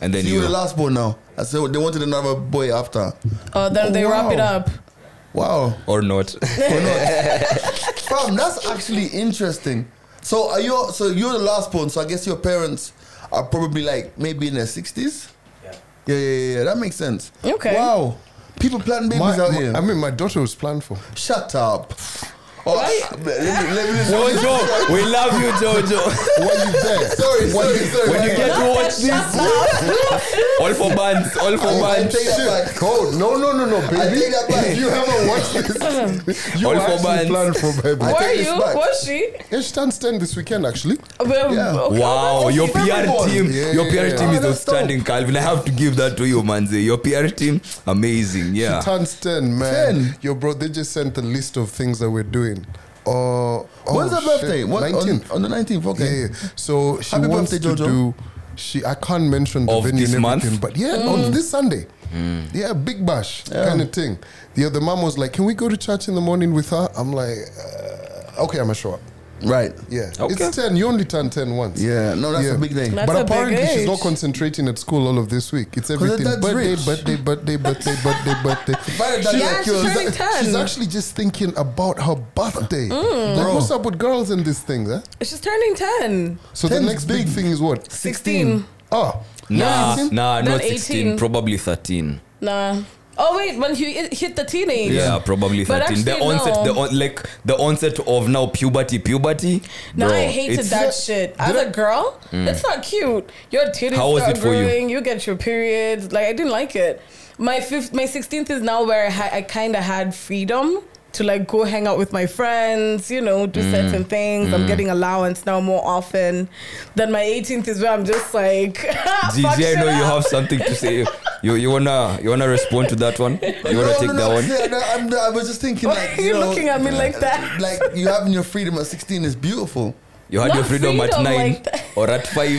Speaker 2: And then
Speaker 1: so you were
Speaker 2: you.
Speaker 1: the last born now. I said they wanted another boy after.
Speaker 4: Oh, then they wrap it
Speaker 1: Wow.
Speaker 4: up.
Speaker 1: Wow.
Speaker 2: Or not.
Speaker 1: Or not. Fam, that's actually interesting. So are you? So you're the last born. So I guess your parents are probably like maybe in their sixties.
Speaker 5: Yeah.
Speaker 1: Yeah, yeah, yeah, yeah. That makes sense.
Speaker 4: Okay.
Speaker 1: Wow. People planting babies
Speaker 3: My,
Speaker 1: out
Speaker 3: my,
Speaker 1: here.
Speaker 3: I mean, my daughter was planned for.
Speaker 1: Shut up. Oh, I- let me, let me just-
Speaker 2: Jojo, we love you, Jojo.
Speaker 3: Were you there?
Speaker 1: Sorry, sorry, sorry.
Speaker 2: When you get to watch this, all for bands, all for
Speaker 1: I
Speaker 2: bands.
Speaker 1: take that back.
Speaker 3: Cold. No, no, no, no, baby.
Speaker 1: take that back.
Speaker 3: You haven't watched this. You
Speaker 2: All
Speaker 3: were
Speaker 2: for
Speaker 3: actually
Speaker 2: bands.
Speaker 3: planned for baby.
Speaker 1: I
Speaker 4: Were
Speaker 1: take this
Speaker 4: you?
Speaker 1: back.
Speaker 4: Was she?
Speaker 3: Yeah, she turned 10 this weekend, actually.
Speaker 4: Well,
Speaker 1: Yeah.
Speaker 4: okay,
Speaker 2: Wow,
Speaker 4: well,
Speaker 2: your
Speaker 4: that's
Speaker 2: PR
Speaker 1: everyone.
Speaker 2: team,
Speaker 3: Yeah,
Speaker 2: your PR
Speaker 3: yeah,
Speaker 2: team
Speaker 1: yeah.
Speaker 2: is
Speaker 1: Oh, that's
Speaker 2: outstanding, Calvin. I have to give that to you, Manze. Your PR team, amazing. Yeah.
Speaker 3: She turns 10, man.
Speaker 1: 10?
Speaker 3: Yo, bro, they just sent the list of things that we're doing. Uh, oh,
Speaker 1: When's her
Speaker 3: shit.
Speaker 1: birthday? What, on-
Speaker 3: 19th.
Speaker 1: On, the 19th,
Speaker 3: Yeah,
Speaker 1: okay.
Speaker 3: yeah. So she
Speaker 1: Happy
Speaker 3: wants
Speaker 1: birthday,
Speaker 3: to
Speaker 1: Jojo.
Speaker 3: do. She, I can't mention the
Speaker 2: Of
Speaker 3: venue
Speaker 2: this
Speaker 3: and
Speaker 2: month? Mm.
Speaker 3: everything, but yeah,
Speaker 1: Mm.
Speaker 3: on this Sunday, yeah, big bash kind of thing. The other mom was like, "Can we go to church in the morning with her?" I'm like, uh, "Okay, I'm gonna show up."
Speaker 1: Right.
Speaker 3: Yeah,
Speaker 2: Okay.
Speaker 3: it's ten. You only turn ten once.
Speaker 1: Yeah, no, that's
Speaker 3: Yeah.
Speaker 1: a big thing.
Speaker 4: That's
Speaker 3: but
Speaker 4: a big
Speaker 3: apparently she's not
Speaker 4: age.
Speaker 3: concentrating at school all of this week. It's
Speaker 1: her
Speaker 3: everything
Speaker 1: dad's
Speaker 3: birthday,
Speaker 1: rich.
Speaker 3: birthday, birthday, birthday, birthday, birthday.
Speaker 1: By the time
Speaker 3: She's-
Speaker 1: Yeah,
Speaker 4: she's
Speaker 3: she's
Speaker 4: turning
Speaker 3: a-
Speaker 4: 10.
Speaker 3: She's actually just thinking about her birthday. Like,
Speaker 1: Bro.
Speaker 3: what's up with girls and these things? Huh?
Speaker 4: She's turning 10.
Speaker 3: eh? So the
Speaker 1: 10's
Speaker 3: next big
Speaker 1: big.
Speaker 3: thing is what?
Speaker 4: 16.
Speaker 3: Oh,
Speaker 2: Nah,
Speaker 3: Yeah,
Speaker 2: nah,
Speaker 4: Then
Speaker 2: not 16,
Speaker 4: 18.
Speaker 2: probably 13.
Speaker 4: Nah. Oh wait, when he i- hit the teenage.
Speaker 2: Yeah, probably
Speaker 4: But
Speaker 2: 13. The
Speaker 4: actually,
Speaker 2: onset,
Speaker 4: no.
Speaker 2: the on, like the onset of now puberty, puberty.
Speaker 4: No,
Speaker 2: bro,
Speaker 4: I hated
Speaker 2: it's- Mm.
Speaker 4: that shit. As a girl, that's not cute. Your titties
Speaker 2: How was
Speaker 4: start
Speaker 2: it for you?
Speaker 4: growing. You? get your periods. Like I didn't like it. My fifth, my sixteenth is now where I, ha- I kind of had freedom to like go hang out with my friends. You know,
Speaker 2: Mm.
Speaker 4: do certain things. I'm getting allowance now more often. Then my eighteenth is where I'm just like, "Ah, fuck
Speaker 2: Gigi, I
Speaker 4: shit
Speaker 2: know you
Speaker 4: up.
Speaker 2: have something to say. You you wanna you wanna respond to that one? You wanna
Speaker 1: No,
Speaker 2: take
Speaker 1: no,
Speaker 2: that
Speaker 1: no,
Speaker 2: one?
Speaker 1: yeah, no, I'm- i was just thinking,
Speaker 4: Why
Speaker 1: like,
Speaker 4: are you
Speaker 1: know,
Speaker 4: looking at me like that?
Speaker 1: Like you having your freedom at 16 is beautiful.
Speaker 2: You had
Speaker 4: Not
Speaker 2: your freedom, at
Speaker 4: freedom
Speaker 2: nine
Speaker 4: like that.
Speaker 2: or at five.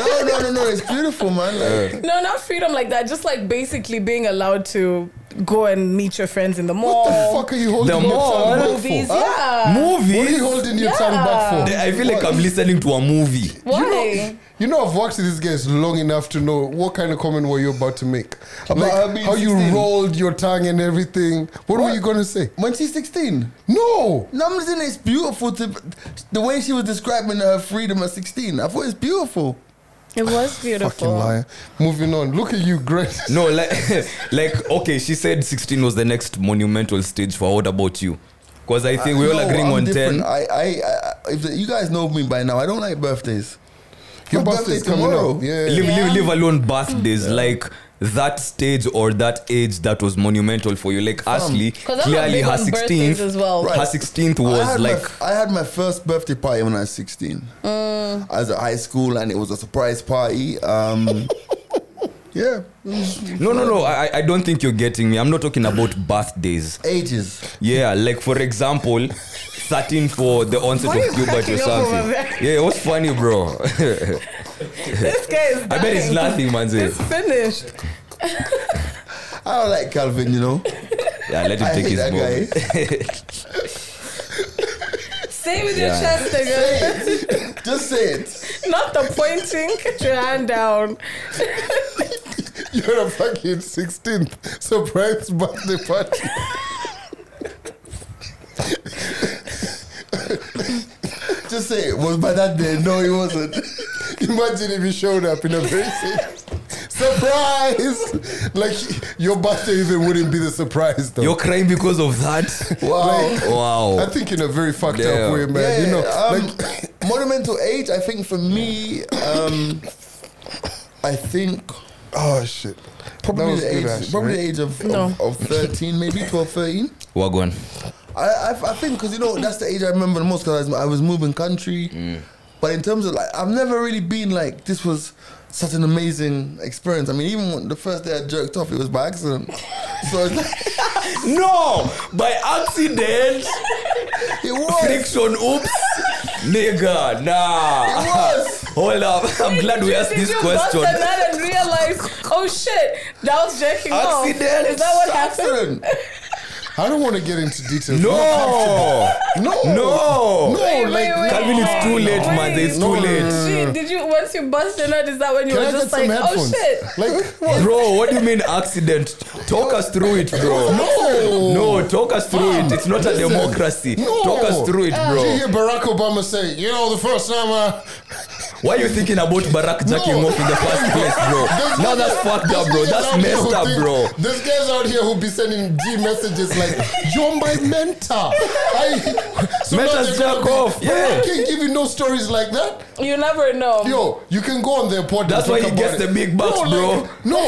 Speaker 1: No, no, no, no, it's beautiful, man. Like,
Speaker 4: No, not freedom like that. Just like basically being allowed to go and meet your friends in the mall.
Speaker 3: What the fuck are you holding
Speaker 2: The
Speaker 3: your
Speaker 2: more
Speaker 3: tongue back
Speaker 4: movies,
Speaker 3: for? huh?
Speaker 4: yeah.
Speaker 3: What are you
Speaker 2: Movies.
Speaker 3: holding your tongue back for?
Speaker 2: I feel like I'm listening to a movie.
Speaker 4: Why?
Speaker 3: You know, I've worked with these guys long enough to know what kind of comment were you about to make. Like,
Speaker 1: her being
Speaker 3: how you
Speaker 1: 16.
Speaker 3: rolled your tongue and everything. What, were
Speaker 1: What?
Speaker 3: you going to say?
Speaker 1: when she's 16,
Speaker 3: No.
Speaker 1: no, I'm saying it's beautiful. To, the way she was describing her freedom at 16, I thought it's beautiful.
Speaker 4: It was
Speaker 3: Fucking
Speaker 4: beautiful.
Speaker 3: liar. Eh, Moving on. Look at you, Grace.
Speaker 2: No, like, like okay, she said 16 was the next monumental stage for What About You? Because I think we all
Speaker 1: No,
Speaker 2: agreeing
Speaker 1: I'm
Speaker 2: on
Speaker 1: different.
Speaker 2: 10.
Speaker 1: I, I, I, if you guys know me by now, I don't like birthdays.
Speaker 3: Your
Speaker 1: My
Speaker 3: birthday's
Speaker 1: birthday
Speaker 3: coming
Speaker 1: tomorrow.
Speaker 3: up. Yeah.
Speaker 2: Leave,
Speaker 4: Yeah. Mm.
Speaker 2: leave, leave alone birthdays. Like that stage or that age that was monumental for you. Like Ashley,
Speaker 4: Because I'm not
Speaker 2: clearly
Speaker 4: big
Speaker 2: her
Speaker 4: on birthdays
Speaker 2: 16th,
Speaker 4: as well.
Speaker 1: Right.
Speaker 2: her 16th
Speaker 1: I
Speaker 2: was
Speaker 1: had
Speaker 2: like
Speaker 1: my, I had my first birthday party when I was 16. As a high school, and it was a surprise party. Um, yeah,
Speaker 2: no, no, no. I, I- I don't think you're getting me. I'm not talking about birthdays.
Speaker 1: ages.
Speaker 2: Yeah, like for example, 13 for the onset
Speaker 4: Why are you
Speaker 2: of puberty or
Speaker 4: cracking up over
Speaker 2: something.
Speaker 4: there?
Speaker 2: Yeah, it was funny, bro.
Speaker 4: This guy is dying.
Speaker 2: I bet it's nothing, manze.
Speaker 4: It's finished.
Speaker 1: I don't like Calvin, you know.
Speaker 2: Yeah, let him
Speaker 1: I
Speaker 2: take
Speaker 1: hate
Speaker 2: his
Speaker 1: that
Speaker 2: moment.
Speaker 4: Say with
Speaker 2: Yeah.
Speaker 4: your chest again.
Speaker 1: Just say it.
Speaker 4: Not the pointing. Get your hand down.
Speaker 3: You're a fucking 16th surprise birthday party.
Speaker 1: Just say it. Was by that day? No, it wasn't.
Speaker 3: Imagine if you showed up in a very safe surprise. Like your birthday even wouldn't be the surprise though.
Speaker 2: You're crying because of that?
Speaker 3: Like, I
Speaker 2: Wow.
Speaker 3: think in a very fucked
Speaker 2: Yeah.
Speaker 3: up way, man.
Speaker 1: Yeah,
Speaker 3: you know,
Speaker 1: um,
Speaker 3: like
Speaker 1: monumental age. I think for me, um, I think
Speaker 3: oh shit. That
Speaker 1: probably
Speaker 3: was
Speaker 1: the
Speaker 3: good,
Speaker 1: age,
Speaker 3: actually.
Speaker 1: probably the age of,
Speaker 4: No.
Speaker 1: of, of 13, maybe 12, 13.
Speaker 2: Wagwan.
Speaker 1: I, I, I think because you know that's the age I remember the most because I, was- I was moving country. But in terms of like, I've never really been like this was such an amazing experience. I mean, even when the first day I jerked off, it was by accident. So it's like,
Speaker 2: No! By accident,
Speaker 1: it was.
Speaker 2: friction, oops. Nigga, nah.
Speaker 1: was.
Speaker 2: Hold up. I'm glad we asked
Speaker 4: Did
Speaker 2: this
Speaker 4: you
Speaker 2: question.
Speaker 4: Busted that and realized, oh shit, that was jerking off.
Speaker 2: Accident.
Speaker 4: Is that what
Speaker 1: Accident.
Speaker 4: happened?
Speaker 3: I don't want to get into details.
Speaker 2: No!
Speaker 3: no,
Speaker 2: No!
Speaker 4: Wait,
Speaker 3: like,
Speaker 4: wait, wait.
Speaker 2: Calvin, it's too late, man. It's too
Speaker 3: No.
Speaker 2: late.
Speaker 1: Mm.
Speaker 4: Gee, did you once you busted out? Is that when you
Speaker 3: Can
Speaker 4: were
Speaker 3: I get
Speaker 4: just
Speaker 3: some
Speaker 4: like, oh
Speaker 3: headphones?
Speaker 4: shit?
Speaker 3: Like
Speaker 2: Bro, what do you mean accident? Talk us through it, bro.
Speaker 3: No.
Speaker 2: No, talk us through it. It's not a democracy.
Speaker 3: No.
Speaker 2: Talk us through it,
Speaker 3: Did you
Speaker 2: bro.
Speaker 3: hear Barack Obama say, you know, the first time I
Speaker 2: Why are you thinking about Barack jacking
Speaker 3: No.
Speaker 2: off in the first place, bro?
Speaker 3: There's
Speaker 2: Now
Speaker 3: niggas-
Speaker 2: that's fucked
Speaker 3: there's
Speaker 2: up, bro.
Speaker 3: niggas out
Speaker 2: That's
Speaker 3: here
Speaker 2: messed
Speaker 3: who
Speaker 2: up,
Speaker 3: think-
Speaker 2: bro.
Speaker 3: There's guys out here who be sending G messages like, "You're my mentor." I, so
Speaker 2: Let
Speaker 3: now
Speaker 2: us
Speaker 3: they're
Speaker 2: jack
Speaker 3: gonna be-
Speaker 2: off,
Speaker 3: But I
Speaker 2: yeah.
Speaker 3: can't give you no stories like that.
Speaker 4: You never know.
Speaker 3: Yo, you can go on their pod. and
Speaker 2: That's
Speaker 3: talk
Speaker 2: why he
Speaker 3: about
Speaker 2: gets
Speaker 3: it.
Speaker 2: the big bucks,
Speaker 3: no,
Speaker 2: bro.
Speaker 3: like, no,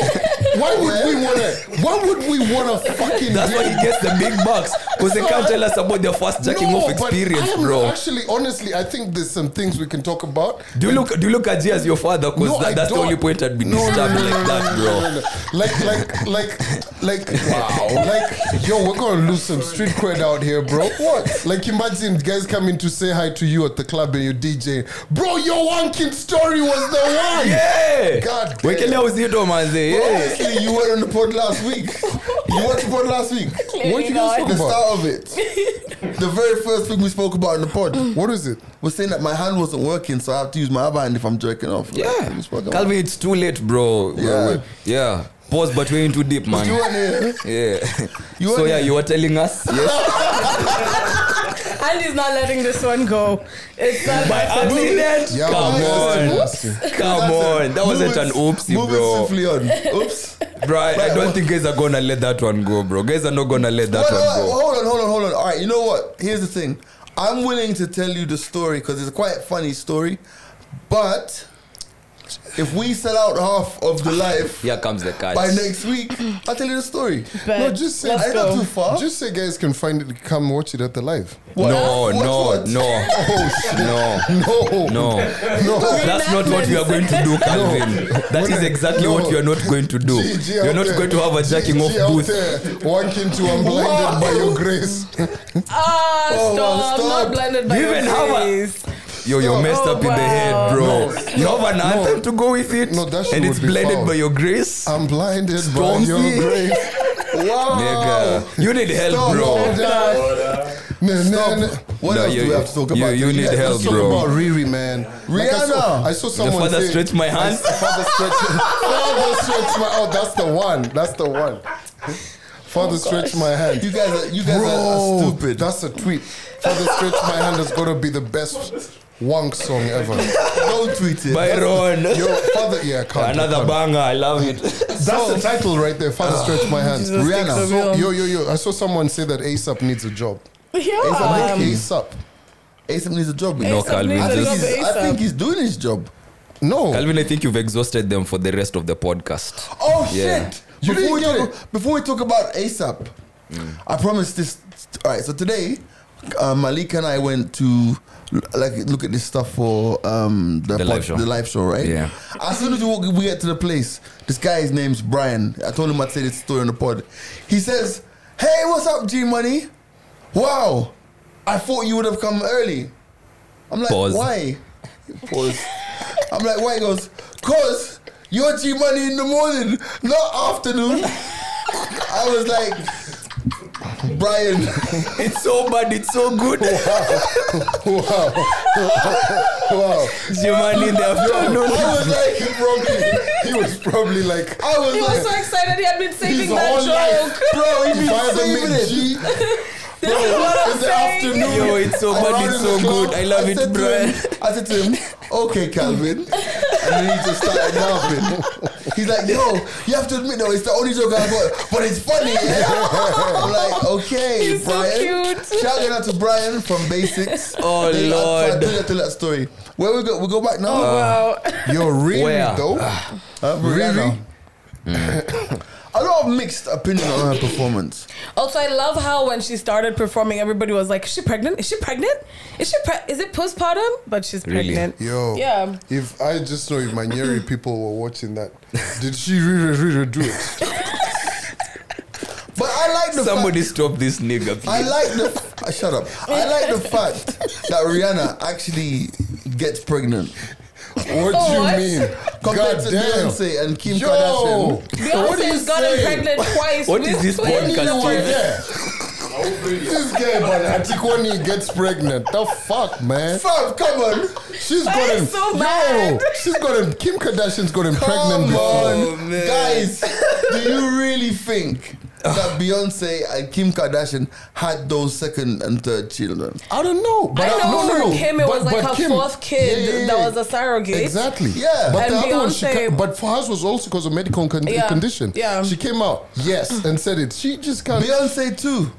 Speaker 3: why would we wanna? Why would we wanna fucking?
Speaker 2: That's why he gets the big bucks. Because they can't tell us about their first jacking off
Speaker 3: but
Speaker 2: experience,
Speaker 3: I am
Speaker 2: bro.
Speaker 3: Actually, honestly, I think there's some things we can talk about.
Speaker 2: Do you look do you look at you as your father? Because
Speaker 3: No, I
Speaker 2: that, that's the
Speaker 3: don't.
Speaker 2: only point I'd be
Speaker 3: No, no,
Speaker 2: disturbed
Speaker 3: no, no,
Speaker 2: like
Speaker 3: no,
Speaker 2: that,
Speaker 3: no,
Speaker 2: bro.
Speaker 3: no, no. Like, like, like, like, wow. Like, yo, we're gonna lose some street cred out here, bro. What? Like, imagine guys coming to say hi to you at the club and you're DJing. Bro, your one kid story was the one.
Speaker 2: Yeah!
Speaker 3: God damn.
Speaker 2: Wekelea uzito manze. Yeah.
Speaker 1: Honestly, you were on the pod last week. You were on the pod last week.
Speaker 4: Clearly
Speaker 3: you guys
Speaker 4: not.
Speaker 1: The
Speaker 3: Come on.
Speaker 1: start of it. The very first thing we spoke about in the pod
Speaker 3: What is it?
Speaker 1: was saying that my hand wasn't working, so I have to use my other hand if I'm jerking off. Like,
Speaker 2: Yeah.
Speaker 1: we spoke about-
Speaker 2: Calvin, it's too late, bro. We-
Speaker 1: Yeah.
Speaker 2: we- Yeah. Pause, but we're in too deep, man.
Speaker 1: You weren't here.
Speaker 2: Yeah.
Speaker 1: You
Speaker 2: so
Speaker 1: weren't
Speaker 2: yeah,
Speaker 1: here.
Speaker 2: you were telling us. Yes.
Speaker 4: Andy's not letting this one go. It's not
Speaker 2: By accident?
Speaker 3: Yeah,
Speaker 2: Come
Speaker 3: man.
Speaker 2: on.
Speaker 3: Oops.
Speaker 2: Come on. That wasn't an oopsie,
Speaker 1: Move
Speaker 2: bro.
Speaker 1: it swiftly on. Oops.
Speaker 2: Bro, I
Speaker 1: Wait,
Speaker 2: don't
Speaker 1: what-
Speaker 2: think guys are gonna let that one go, bro. Guys are not gonna let that
Speaker 1: Wait, wait,
Speaker 2: one
Speaker 1: wait,
Speaker 2: go.
Speaker 1: hold on, hold on, hold on. All right, you know what? Here's the thing. I'm willing to tell you the story because it's quite a funny story, but if we sell out half of the life
Speaker 2: Here comes the catch.
Speaker 1: by next week, I'll tell you the story.
Speaker 4: But
Speaker 3: No, just say-
Speaker 4: let's
Speaker 1: I
Speaker 4: go.
Speaker 1: not too far.
Speaker 3: Just say guys can find it, come watch it at the live.
Speaker 1: What?
Speaker 2: No,
Speaker 1: What,
Speaker 2: no,
Speaker 1: what?
Speaker 2: no,
Speaker 3: Oh,
Speaker 2: no,
Speaker 3: No,
Speaker 2: no, That's not what we are going to do, Calvin. That is exactly what
Speaker 3: No.
Speaker 2: we are not going to do.
Speaker 3: G- G
Speaker 2: You're
Speaker 3: out
Speaker 2: not
Speaker 3: there.
Speaker 2: going to have a jacking
Speaker 3: G-
Speaker 2: off
Speaker 3: G out
Speaker 2: booth.
Speaker 3: there, Walk into I'm blinded by your grace.
Speaker 4: Ah,
Speaker 1: Oh,
Speaker 4: stop.
Speaker 1: stop.
Speaker 4: Not blinded by
Speaker 2: You
Speaker 4: your
Speaker 2: even have a-
Speaker 4: face.
Speaker 2: Yo, you're messed
Speaker 4: Oh,
Speaker 2: up in the
Speaker 4: wow.
Speaker 2: head, bro. You have an
Speaker 3: no.
Speaker 2: anthem to go with it,
Speaker 3: No, that shit
Speaker 2: and it's
Speaker 3: would be
Speaker 2: blended
Speaker 3: foul. Oh.
Speaker 2: by your grace,
Speaker 3: I'm blinded by
Speaker 2: Stormzy.
Speaker 3: your grace.
Speaker 1: Wow.
Speaker 2: nigga. You need help,
Speaker 1: Stop,
Speaker 2: bro.
Speaker 1: Stop.
Speaker 3: No, no, no.
Speaker 1: Stop. What
Speaker 2: No,
Speaker 1: else
Speaker 2: you-
Speaker 1: do we have to talk
Speaker 2: you-
Speaker 1: about?
Speaker 2: you need
Speaker 1: Let's
Speaker 2: help,
Speaker 1: talk
Speaker 2: bro.
Speaker 1: about-
Speaker 3: About Riri, man. Like, I saw,
Speaker 1: Rihanna. Oh
Speaker 3: I saw
Speaker 2: The
Speaker 3: someone
Speaker 2: father
Speaker 3: say,
Speaker 2: stretched my hand.
Speaker 3: Father stretch, father stretch my. Oh, that's the one. That's the one. Father stretch my hand.
Speaker 1: You guys are, you guys are
Speaker 3: Bro,
Speaker 1: stupid.
Speaker 3: That's a tweet. Father stretch my hand has got to be the best wank song ever.
Speaker 1: Don't tweet it.
Speaker 2: Byron.
Speaker 3: Yo, father, yeah, I can't.
Speaker 2: Another banger, I love it.
Speaker 3: That's the title right there. Father stretch my hand.
Speaker 4: Jesus,
Speaker 3: Rihanna.
Speaker 4: take the
Speaker 3: So,
Speaker 4: wheel.
Speaker 3: yo, yo, yo. I saw someone say that ASAP needs a job.
Speaker 2: Um,
Speaker 4: Yeah.
Speaker 3: like ASAP.
Speaker 1: ASAP needs a job. man.
Speaker 2: No,
Speaker 4: It's amazing.
Speaker 2: Calvin,
Speaker 1: I think,
Speaker 2: just-
Speaker 4: Love
Speaker 1: he's, I
Speaker 4: ASAP.
Speaker 1: think he's doing his job.
Speaker 3: No.
Speaker 2: Calvin, I think you've exhausted them for the rest of the podcast.
Speaker 1: Oh
Speaker 2: Yeah.
Speaker 1: shit!
Speaker 3: You
Speaker 1: before, we
Speaker 3: didn't get
Speaker 1: talk, before we talk about ASAP,
Speaker 2: Mm.
Speaker 1: I promised this. All right, so today, uh, Malik and I went to like look at this stuff for um, the,
Speaker 2: The live show.
Speaker 1: the live show, right?
Speaker 2: Yeah.
Speaker 1: As soon as we walk- we get to the place, this guy's name's Brian. I told him I'd say this story on the pod. He says, "Hey, what's up, G Money? Wow, I thought you would have come early." I'm like,
Speaker 2: Pause.
Speaker 1: why? Pause. I'm like, why? He goes, cause your G money in the morning, not afternoon. I was like, Brian,
Speaker 2: It's so bad, it's so good.
Speaker 3: Wow. wow.
Speaker 2: Jimani in the afternoon.
Speaker 1: I was like,
Speaker 3: Probably, he was probably like,
Speaker 1: I was
Speaker 4: He was
Speaker 1: like,
Speaker 4: so excited he had been saving
Speaker 3: His
Speaker 4: that
Speaker 3: whole life.
Speaker 4: joke.
Speaker 1: bro, he been saving
Speaker 3: environment
Speaker 1: it.
Speaker 3: G.
Speaker 4: This is what I'm
Speaker 1: it's the
Speaker 4: saying.
Speaker 1: afternoon.
Speaker 2: Yo, it's so
Speaker 1: I
Speaker 2: bad,
Speaker 1: ran
Speaker 2: it's
Speaker 1: in
Speaker 2: so
Speaker 1: the
Speaker 2: good. I love it,
Speaker 1: said to
Speaker 2: Brian.
Speaker 1: him- I said to him, okay, Calvin. And then he just started laughing. He's like, yo, you have to admit, though, it's the only joke I got, but it's funny. Yeah? I'm like, okay,
Speaker 4: He's so
Speaker 1: Brian.
Speaker 4: cute.
Speaker 1: Shout out to Brian from Basics.
Speaker 2: Oh,
Speaker 1: Tell you that-
Speaker 2: Lord.
Speaker 1: Tell you tell you that story. Where we go? We go back now.
Speaker 4: Oh, Wow.
Speaker 2: Uh.
Speaker 3: You're really
Speaker 2: Where? Ah.
Speaker 3: though.
Speaker 1: Uh, Rihanna. Mm.
Speaker 3: Really?
Speaker 2: Mm.
Speaker 1: I don't have mixed opinion on her performance.
Speaker 4: Also, I love how when she started performing, everybody was like, "Is she pregnant? Is she pregnant? Is she pre- is it postpartum?" But she's
Speaker 2: Really?
Speaker 4: pregnant.
Speaker 3: Yo.
Speaker 4: Yeah.
Speaker 3: If I just know if my Nyeri people were watching that, did she really, really do it?
Speaker 1: But I like the fact
Speaker 2: Somebody stop this nigga, please.
Speaker 1: I like the uh, shut up. I like the fact that Rihanna actually gets pregnant
Speaker 3: What do you
Speaker 4: What?
Speaker 3: mean?
Speaker 1: compared
Speaker 3: God
Speaker 1: to
Speaker 3: damn.
Speaker 1: Beyonce and Kim
Speaker 3: Yo.
Speaker 1: Kardashian.
Speaker 3: What are you
Speaker 4: Beyonce's gotten
Speaker 3: saying?
Speaker 4: pregnant twice.
Speaker 2: What
Speaker 4: with
Speaker 2: is this
Speaker 4: twins.
Speaker 2: podcast?
Speaker 3: You were there.
Speaker 5: How
Speaker 3: This guy, man, Atikwani gets pregnant. The fuck, man.
Speaker 1: Fam, come on,
Speaker 3: She's
Speaker 4: That
Speaker 3: gotten
Speaker 4: is so bad.
Speaker 3: Yo, she's gotten Kim Kardashian's gotten
Speaker 1: come
Speaker 3: pregnant before.
Speaker 1: on,
Speaker 2: man.
Speaker 1: guys. Do you really think that Beyonce and Kim Kardashian had those second and third children?
Speaker 3: I don't know. But
Speaker 4: I know
Speaker 3: no, no,
Speaker 4: for
Speaker 3: no.
Speaker 4: Kim it
Speaker 3: But-
Speaker 4: was like
Speaker 3: but
Speaker 4: her
Speaker 3: Kim-
Speaker 4: fourth kid
Speaker 3: Yeah, yeah,
Speaker 4: that
Speaker 3: yeah.
Speaker 4: was a surrogate.
Speaker 3: Exactly.
Speaker 1: Yeah.
Speaker 3: But
Speaker 4: And
Speaker 3: the other one, she
Speaker 4: Beyonce-
Speaker 3: ca- but for hers was also because of medical con-
Speaker 4: Yeah.
Speaker 3: condition.
Speaker 4: Yeah.
Speaker 3: She came out, yes, and said it. She just can't.
Speaker 1: Beyonce too.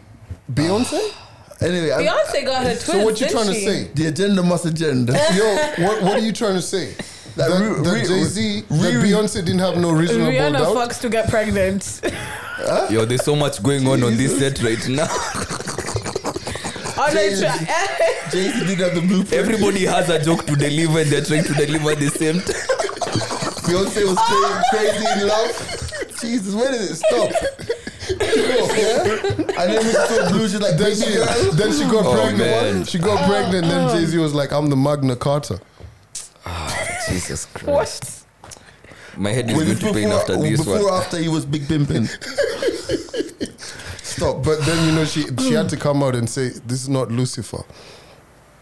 Speaker 3: Beyonce?
Speaker 1: Anyway, I'm-
Speaker 4: Beyonce got her twins.
Speaker 3: So what you
Speaker 4: didn't
Speaker 3: trying to
Speaker 4: she?
Speaker 3: say?
Speaker 1: the agenda must agenda.
Speaker 3: Yo, what, what are you trying to say? That,
Speaker 1: Ri-
Speaker 3: that
Speaker 1: Ri-
Speaker 3: Jay-Z, that
Speaker 1: Riri-
Speaker 3: Beyonce didn't have no reasonable
Speaker 4: Rihanna
Speaker 3: doubt?
Speaker 4: fucks to get pregnant.
Speaker 2: Yo, there's so much going on on this set right now.
Speaker 4: On a
Speaker 1: Jesus.
Speaker 4: tra-
Speaker 1: Jay Z did have the blueprint.
Speaker 2: Everybody has a joke to deliver and they're trying to deliver the same time.
Speaker 1: Beyonce was cra- crazy in love. Jesus, where did it stop? yeah? And then we saw blue, she's like,
Speaker 3: Then
Speaker 1: baby
Speaker 3: she,
Speaker 1: girl.
Speaker 3: then she got
Speaker 2: Oh,
Speaker 3: pregnant.
Speaker 2: man.
Speaker 3: She got pregnant.
Speaker 4: Oh.
Speaker 3: Then Jay Z was like, "I'm the Magna Carta."
Speaker 2: Jesus Christ.
Speaker 4: what?
Speaker 2: My head is
Speaker 1: Was
Speaker 2: going
Speaker 1: it
Speaker 2: to pain after this
Speaker 1: before
Speaker 2: one.
Speaker 1: or after he was big pimping? Stop. But
Speaker 3: But then you know she she had to come out and say, "This is not Lucifer."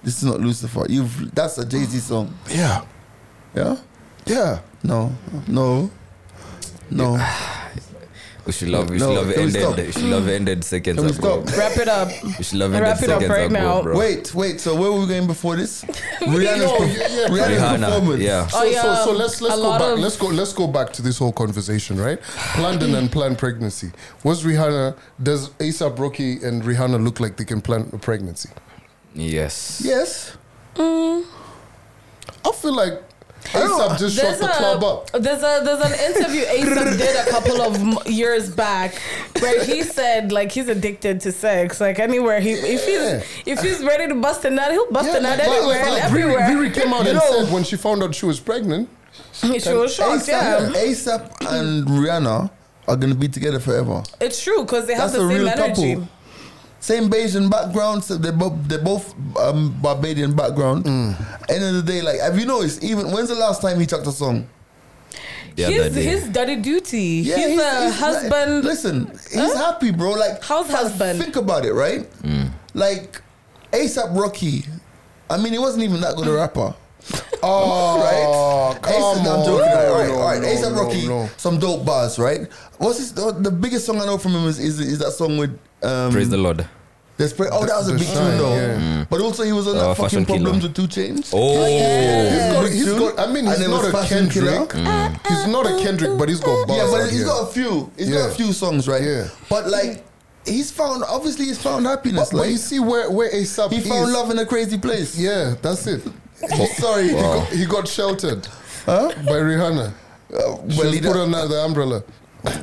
Speaker 1: this is not Lucifer. You've that's a Jay Z song.
Speaker 3: Yeah,
Speaker 1: Yeah?
Speaker 3: yeah.
Speaker 1: No. No. No.
Speaker 2: We should love, we should
Speaker 1: No,
Speaker 2: love
Speaker 1: can we
Speaker 2: ended.
Speaker 1: stop?
Speaker 2: We should love ended seconds
Speaker 1: Can we
Speaker 2: ago.
Speaker 1: stop?
Speaker 4: Wrap it up.
Speaker 2: We should love ended
Speaker 4: Wrap it up
Speaker 2: seconds
Speaker 4: right
Speaker 2: ago,
Speaker 4: now.
Speaker 2: bro.
Speaker 1: Wait, wait. So where were we going before this? Rihanna's,
Speaker 4: know.
Speaker 1: perf-
Speaker 3: Yeah, yeah,
Speaker 1: Rihanna's
Speaker 2: Rihanna,
Speaker 1: performance.
Speaker 2: yeah.
Speaker 3: So,
Speaker 4: Oh, yeah,
Speaker 3: so,
Speaker 1: um,
Speaker 3: so let's
Speaker 4: a
Speaker 3: let's go
Speaker 4: lot
Speaker 3: back.
Speaker 4: of-
Speaker 3: Let's go let's go back to this whole conversation, right? Planned and unplanned pregnancy. Was Rihanna? Does ASAP Rocky and Rihanna look like they can plan a pregnancy?
Speaker 2: Yes.
Speaker 1: Yes.
Speaker 3: I feel like
Speaker 1: don't-
Speaker 3: ASAP just shot the club up.
Speaker 4: There's a there's an interview Aesop did a couple of m- years back where he said like he's addicted to sex. Like anywhere he if
Speaker 3: Yeah.
Speaker 4: he's if he's ready to bust a nut, he'll bust a nut
Speaker 3: like- like-
Speaker 4: anywhere and
Speaker 3: like Riri-
Speaker 4: everywhere.
Speaker 3: Riri came out
Speaker 4: You
Speaker 3: and
Speaker 4: know,
Speaker 3: said when she found out she was pregnant.
Speaker 4: she was shocked. Yeah,
Speaker 1: ASAP and Rihanna are gonna be together forever.
Speaker 4: it's true because they have
Speaker 1: That's a
Speaker 4: the same
Speaker 1: real
Speaker 4: energy.
Speaker 1: couple. Same Bayesian background. So they're both they're both um, Barbadian background.
Speaker 3: Mm.
Speaker 1: End of the day, like have you noticed? Even when's the last time he chucked a song?
Speaker 2: The other
Speaker 4: he's
Speaker 2: day.
Speaker 4: he's daddy duty. he's, a husband.
Speaker 1: listen, he's happy, bro. Like
Speaker 4: How's
Speaker 1: fam,
Speaker 4: husband?
Speaker 1: Think about it, right?
Speaker 3: Mm.
Speaker 1: Like ASAP Rocky. I mean, he wasn't even that good a rapper.
Speaker 3: Oh,
Speaker 1: right?
Speaker 3: come
Speaker 1: A$AP I'm
Speaker 3: on.
Speaker 1: joking.
Speaker 3: No,
Speaker 1: right, all right,
Speaker 3: no,
Speaker 1: all right.
Speaker 3: no,
Speaker 1: ASAP
Speaker 3: no,
Speaker 1: Rocky,
Speaker 3: no.
Speaker 1: some dope bars, right? What's his, the, the biggest song I know from him is is, is that song with um,
Speaker 2: Praise the Lord.
Speaker 1: There's Pra- oh, that was a
Speaker 3: The
Speaker 1: big
Speaker 3: Shine,
Speaker 1: tune though.
Speaker 3: yeah.
Speaker 1: But also he was on
Speaker 2: Oh,
Speaker 1: that fucking
Speaker 2: Fashion Killer.
Speaker 1: problems with two chains.
Speaker 2: Oh,
Speaker 1: He's
Speaker 3: He's
Speaker 1: got-
Speaker 3: got, he's
Speaker 1: Dude,
Speaker 3: got, I
Speaker 1: and
Speaker 3: mean, he's
Speaker 1: it
Speaker 3: not
Speaker 1: was
Speaker 3: a
Speaker 1: Fashion
Speaker 3: Kendrick.
Speaker 1: Killer. Mm.
Speaker 3: He's not a Kendrick, but he's got bars.
Speaker 1: Yeah, but
Speaker 3: out
Speaker 1: he's
Speaker 3: here.
Speaker 1: got a few. He's got a
Speaker 3: Yeah.
Speaker 1: few songs, right?
Speaker 3: Yeah.
Speaker 1: But like, he's found. Obviously, he's found happiness.
Speaker 3: But, but
Speaker 1: like,
Speaker 3: you see where where ASAP
Speaker 1: he
Speaker 3: is.
Speaker 1: found love in a crazy place.
Speaker 3: Yeah, that's it. Oh,
Speaker 1: Sorry.
Speaker 3: He,
Speaker 2: Wow.
Speaker 3: got, he got sheltered by Rihanna.
Speaker 1: Uh,
Speaker 3: She
Speaker 1: well,
Speaker 3: was
Speaker 1: he
Speaker 3: put
Speaker 1: do-
Speaker 3: under the umbrella.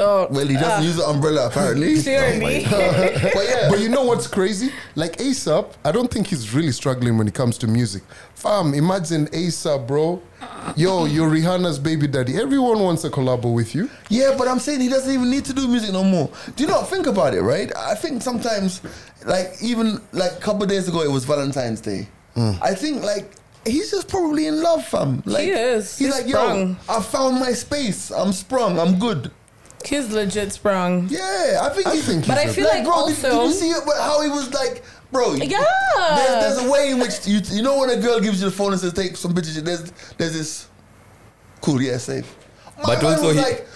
Speaker 4: Oh,
Speaker 1: well, he doesn't
Speaker 3: Ah.
Speaker 1: use the umbrella apparently.
Speaker 4: clearly.
Speaker 3: But yeah, but you know what's crazy? Like ASAP, I don't think he's really struggling when it comes to music. Fam, imagine ASAP, bro. Yo, you're Rihanna's baby daddy. Everyone wants a collabo with you.
Speaker 1: Yeah, but I'm saying he doesn't even need to do music no more. Do you not think about it, right? I think sometimes, like even like a couple days ago, it was Valentine's Day.
Speaker 2: Hmm.
Speaker 1: I think like he's just probably in love, fam. Like,
Speaker 4: is.
Speaker 1: He's,
Speaker 4: He's
Speaker 1: like,
Speaker 4: sprung.
Speaker 1: yo, I found my space. I'm sprung. I'm good.
Speaker 4: he's legit sprung.
Speaker 1: Yeah, I think.
Speaker 3: I
Speaker 1: he's,
Speaker 3: think
Speaker 4: But
Speaker 3: he's
Speaker 4: I
Speaker 3: a-
Speaker 4: feel like
Speaker 1: bro, did, did
Speaker 4: also-
Speaker 1: you see it, but how he was like, bro?
Speaker 4: Yeah.
Speaker 1: There's, there's a way in which you you know when a girl gives you the phone and says take some pictures. There's there's this cool, yeah, safe. My
Speaker 2: But
Speaker 1: man
Speaker 2: also
Speaker 1: was
Speaker 2: he-
Speaker 1: like,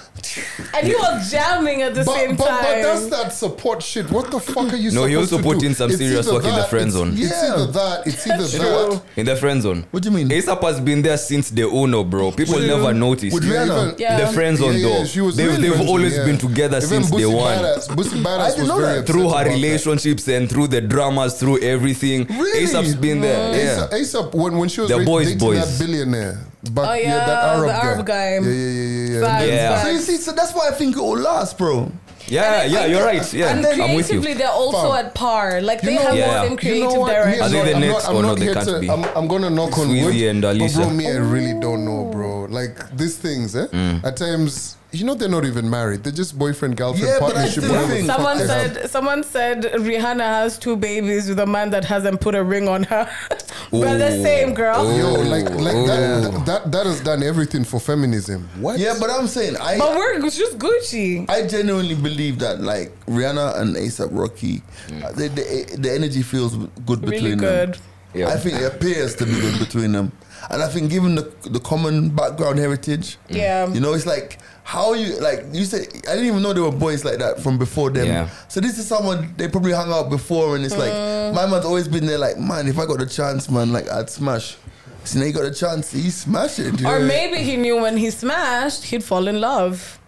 Speaker 4: and he was jamming at the
Speaker 3: but,
Speaker 4: same
Speaker 3: but,
Speaker 4: time.
Speaker 3: but that's that support shit. What the fuck are you?
Speaker 2: No, he
Speaker 3: supposed
Speaker 2: also
Speaker 3: to
Speaker 2: put
Speaker 3: do?
Speaker 2: in some
Speaker 3: It's
Speaker 2: serious
Speaker 3: either
Speaker 2: work in the
Speaker 3: that,
Speaker 2: friend
Speaker 3: it's-
Speaker 2: zone.
Speaker 3: It's
Speaker 1: Yeah.
Speaker 3: either that. It's either
Speaker 4: That's
Speaker 3: that.
Speaker 4: true.
Speaker 2: In the friend zone.
Speaker 1: What do you mean?
Speaker 2: ASAP has been there since the Uno, bro. People
Speaker 1: Would you-
Speaker 2: never noticed.
Speaker 1: would you-
Speaker 3: Yeah,
Speaker 1: Rihanna.
Speaker 3: even-
Speaker 4: Yeah.
Speaker 2: The friend zone,
Speaker 3: Yeah, yeah,
Speaker 2: though.
Speaker 3: she was
Speaker 2: They've,
Speaker 3: really
Speaker 2: they've
Speaker 3: friends,
Speaker 2: always
Speaker 3: yeah.
Speaker 2: been together
Speaker 3: Even
Speaker 2: since day
Speaker 3: Boosie
Speaker 2: one.
Speaker 3: Badass- Boosie Badass
Speaker 1: didn't
Speaker 3: was
Speaker 1: know
Speaker 3: very
Speaker 1: that.
Speaker 3: upset
Speaker 2: Through her
Speaker 3: about that.
Speaker 2: relationships and through the dramas, through everything.
Speaker 1: Really?
Speaker 2: ASAP's been there. Yeah.
Speaker 3: ASAP, ASAP when, when she was
Speaker 2: The
Speaker 3: ra-
Speaker 2: boys,
Speaker 3: dating
Speaker 2: boys.
Speaker 3: that billionaire. Back,
Speaker 4: Oh,
Speaker 3: yeah, that
Speaker 4: yeah,
Speaker 3: Arab,
Speaker 4: the Arab guy.
Speaker 3: Yeah, yeah, yeah, yeah. yeah.
Speaker 4: Facts,
Speaker 2: Yeah.
Speaker 1: So
Speaker 4: facts.
Speaker 1: you see, so that's why I think it will last, bro.
Speaker 2: Yeah, yeah, you're right. Yeah,
Speaker 4: and
Speaker 2: I'm with
Speaker 4: creatively,
Speaker 2: you.
Speaker 4: they're also
Speaker 3: Fam.
Speaker 4: at par. Like they
Speaker 3: know-
Speaker 4: have
Speaker 2: Yeah.
Speaker 4: the same
Speaker 3: You
Speaker 4: creative
Speaker 3: know what? Me,
Speaker 4: direction.
Speaker 2: Are
Speaker 3: I'm
Speaker 2: they
Speaker 3: not-
Speaker 2: the
Speaker 3: I'm
Speaker 2: next
Speaker 3: not- I'm
Speaker 2: or no,
Speaker 3: not
Speaker 2: they
Speaker 3: here
Speaker 2: can't
Speaker 3: to-
Speaker 2: be.
Speaker 3: I'm, I'm gonna knock on wood.
Speaker 2: Sweezy and
Speaker 3: but bro,
Speaker 2: Alicia.
Speaker 3: me, I really don't know, bro. Like these things, eh?
Speaker 2: Mm.
Speaker 3: At times, you know, they're not even married. They're just boyfriend, girlfriend,
Speaker 1: Yeah, but I
Speaker 3: partnership.
Speaker 1: still
Speaker 3: whatever
Speaker 1: think-
Speaker 3: the fuck
Speaker 4: Someone
Speaker 3: they have.
Speaker 4: said someone said Rihanna has two babies with a man that hasn't put a ring on her. We're the
Speaker 2: Ooh.
Speaker 4: same girl.
Speaker 2: Ooh.
Speaker 3: Yo, like, like
Speaker 2: Ooh.
Speaker 3: that, that, that has done everything for feminism. What?
Speaker 1: Yeah, but I'm saying
Speaker 4: But
Speaker 1: I
Speaker 4: we're just Gucci.
Speaker 1: I genuinely believe that like Rihanna and ASAP Rocky,
Speaker 2: Mm.
Speaker 1: uh, the, the the energy feels good between
Speaker 4: Really
Speaker 1: them.
Speaker 4: good.
Speaker 2: Yeah.
Speaker 1: I think it appears to be good between them, and I think given the the common background heritage,
Speaker 4: Mm. Yeah.
Speaker 1: you know, it's like how you like you said I didn't even know they were boys like that from before them.
Speaker 2: Yeah.
Speaker 1: So this is someone they probably hung out before, and it's
Speaker 4: Mm.
Speaker 1: like my man's always been there. Like man, if I got the chance, man, like I'd smash. So now you got the chance, he's smashing.
Speaker 4: Or maybe he knew when he smashed, he'd fall in love.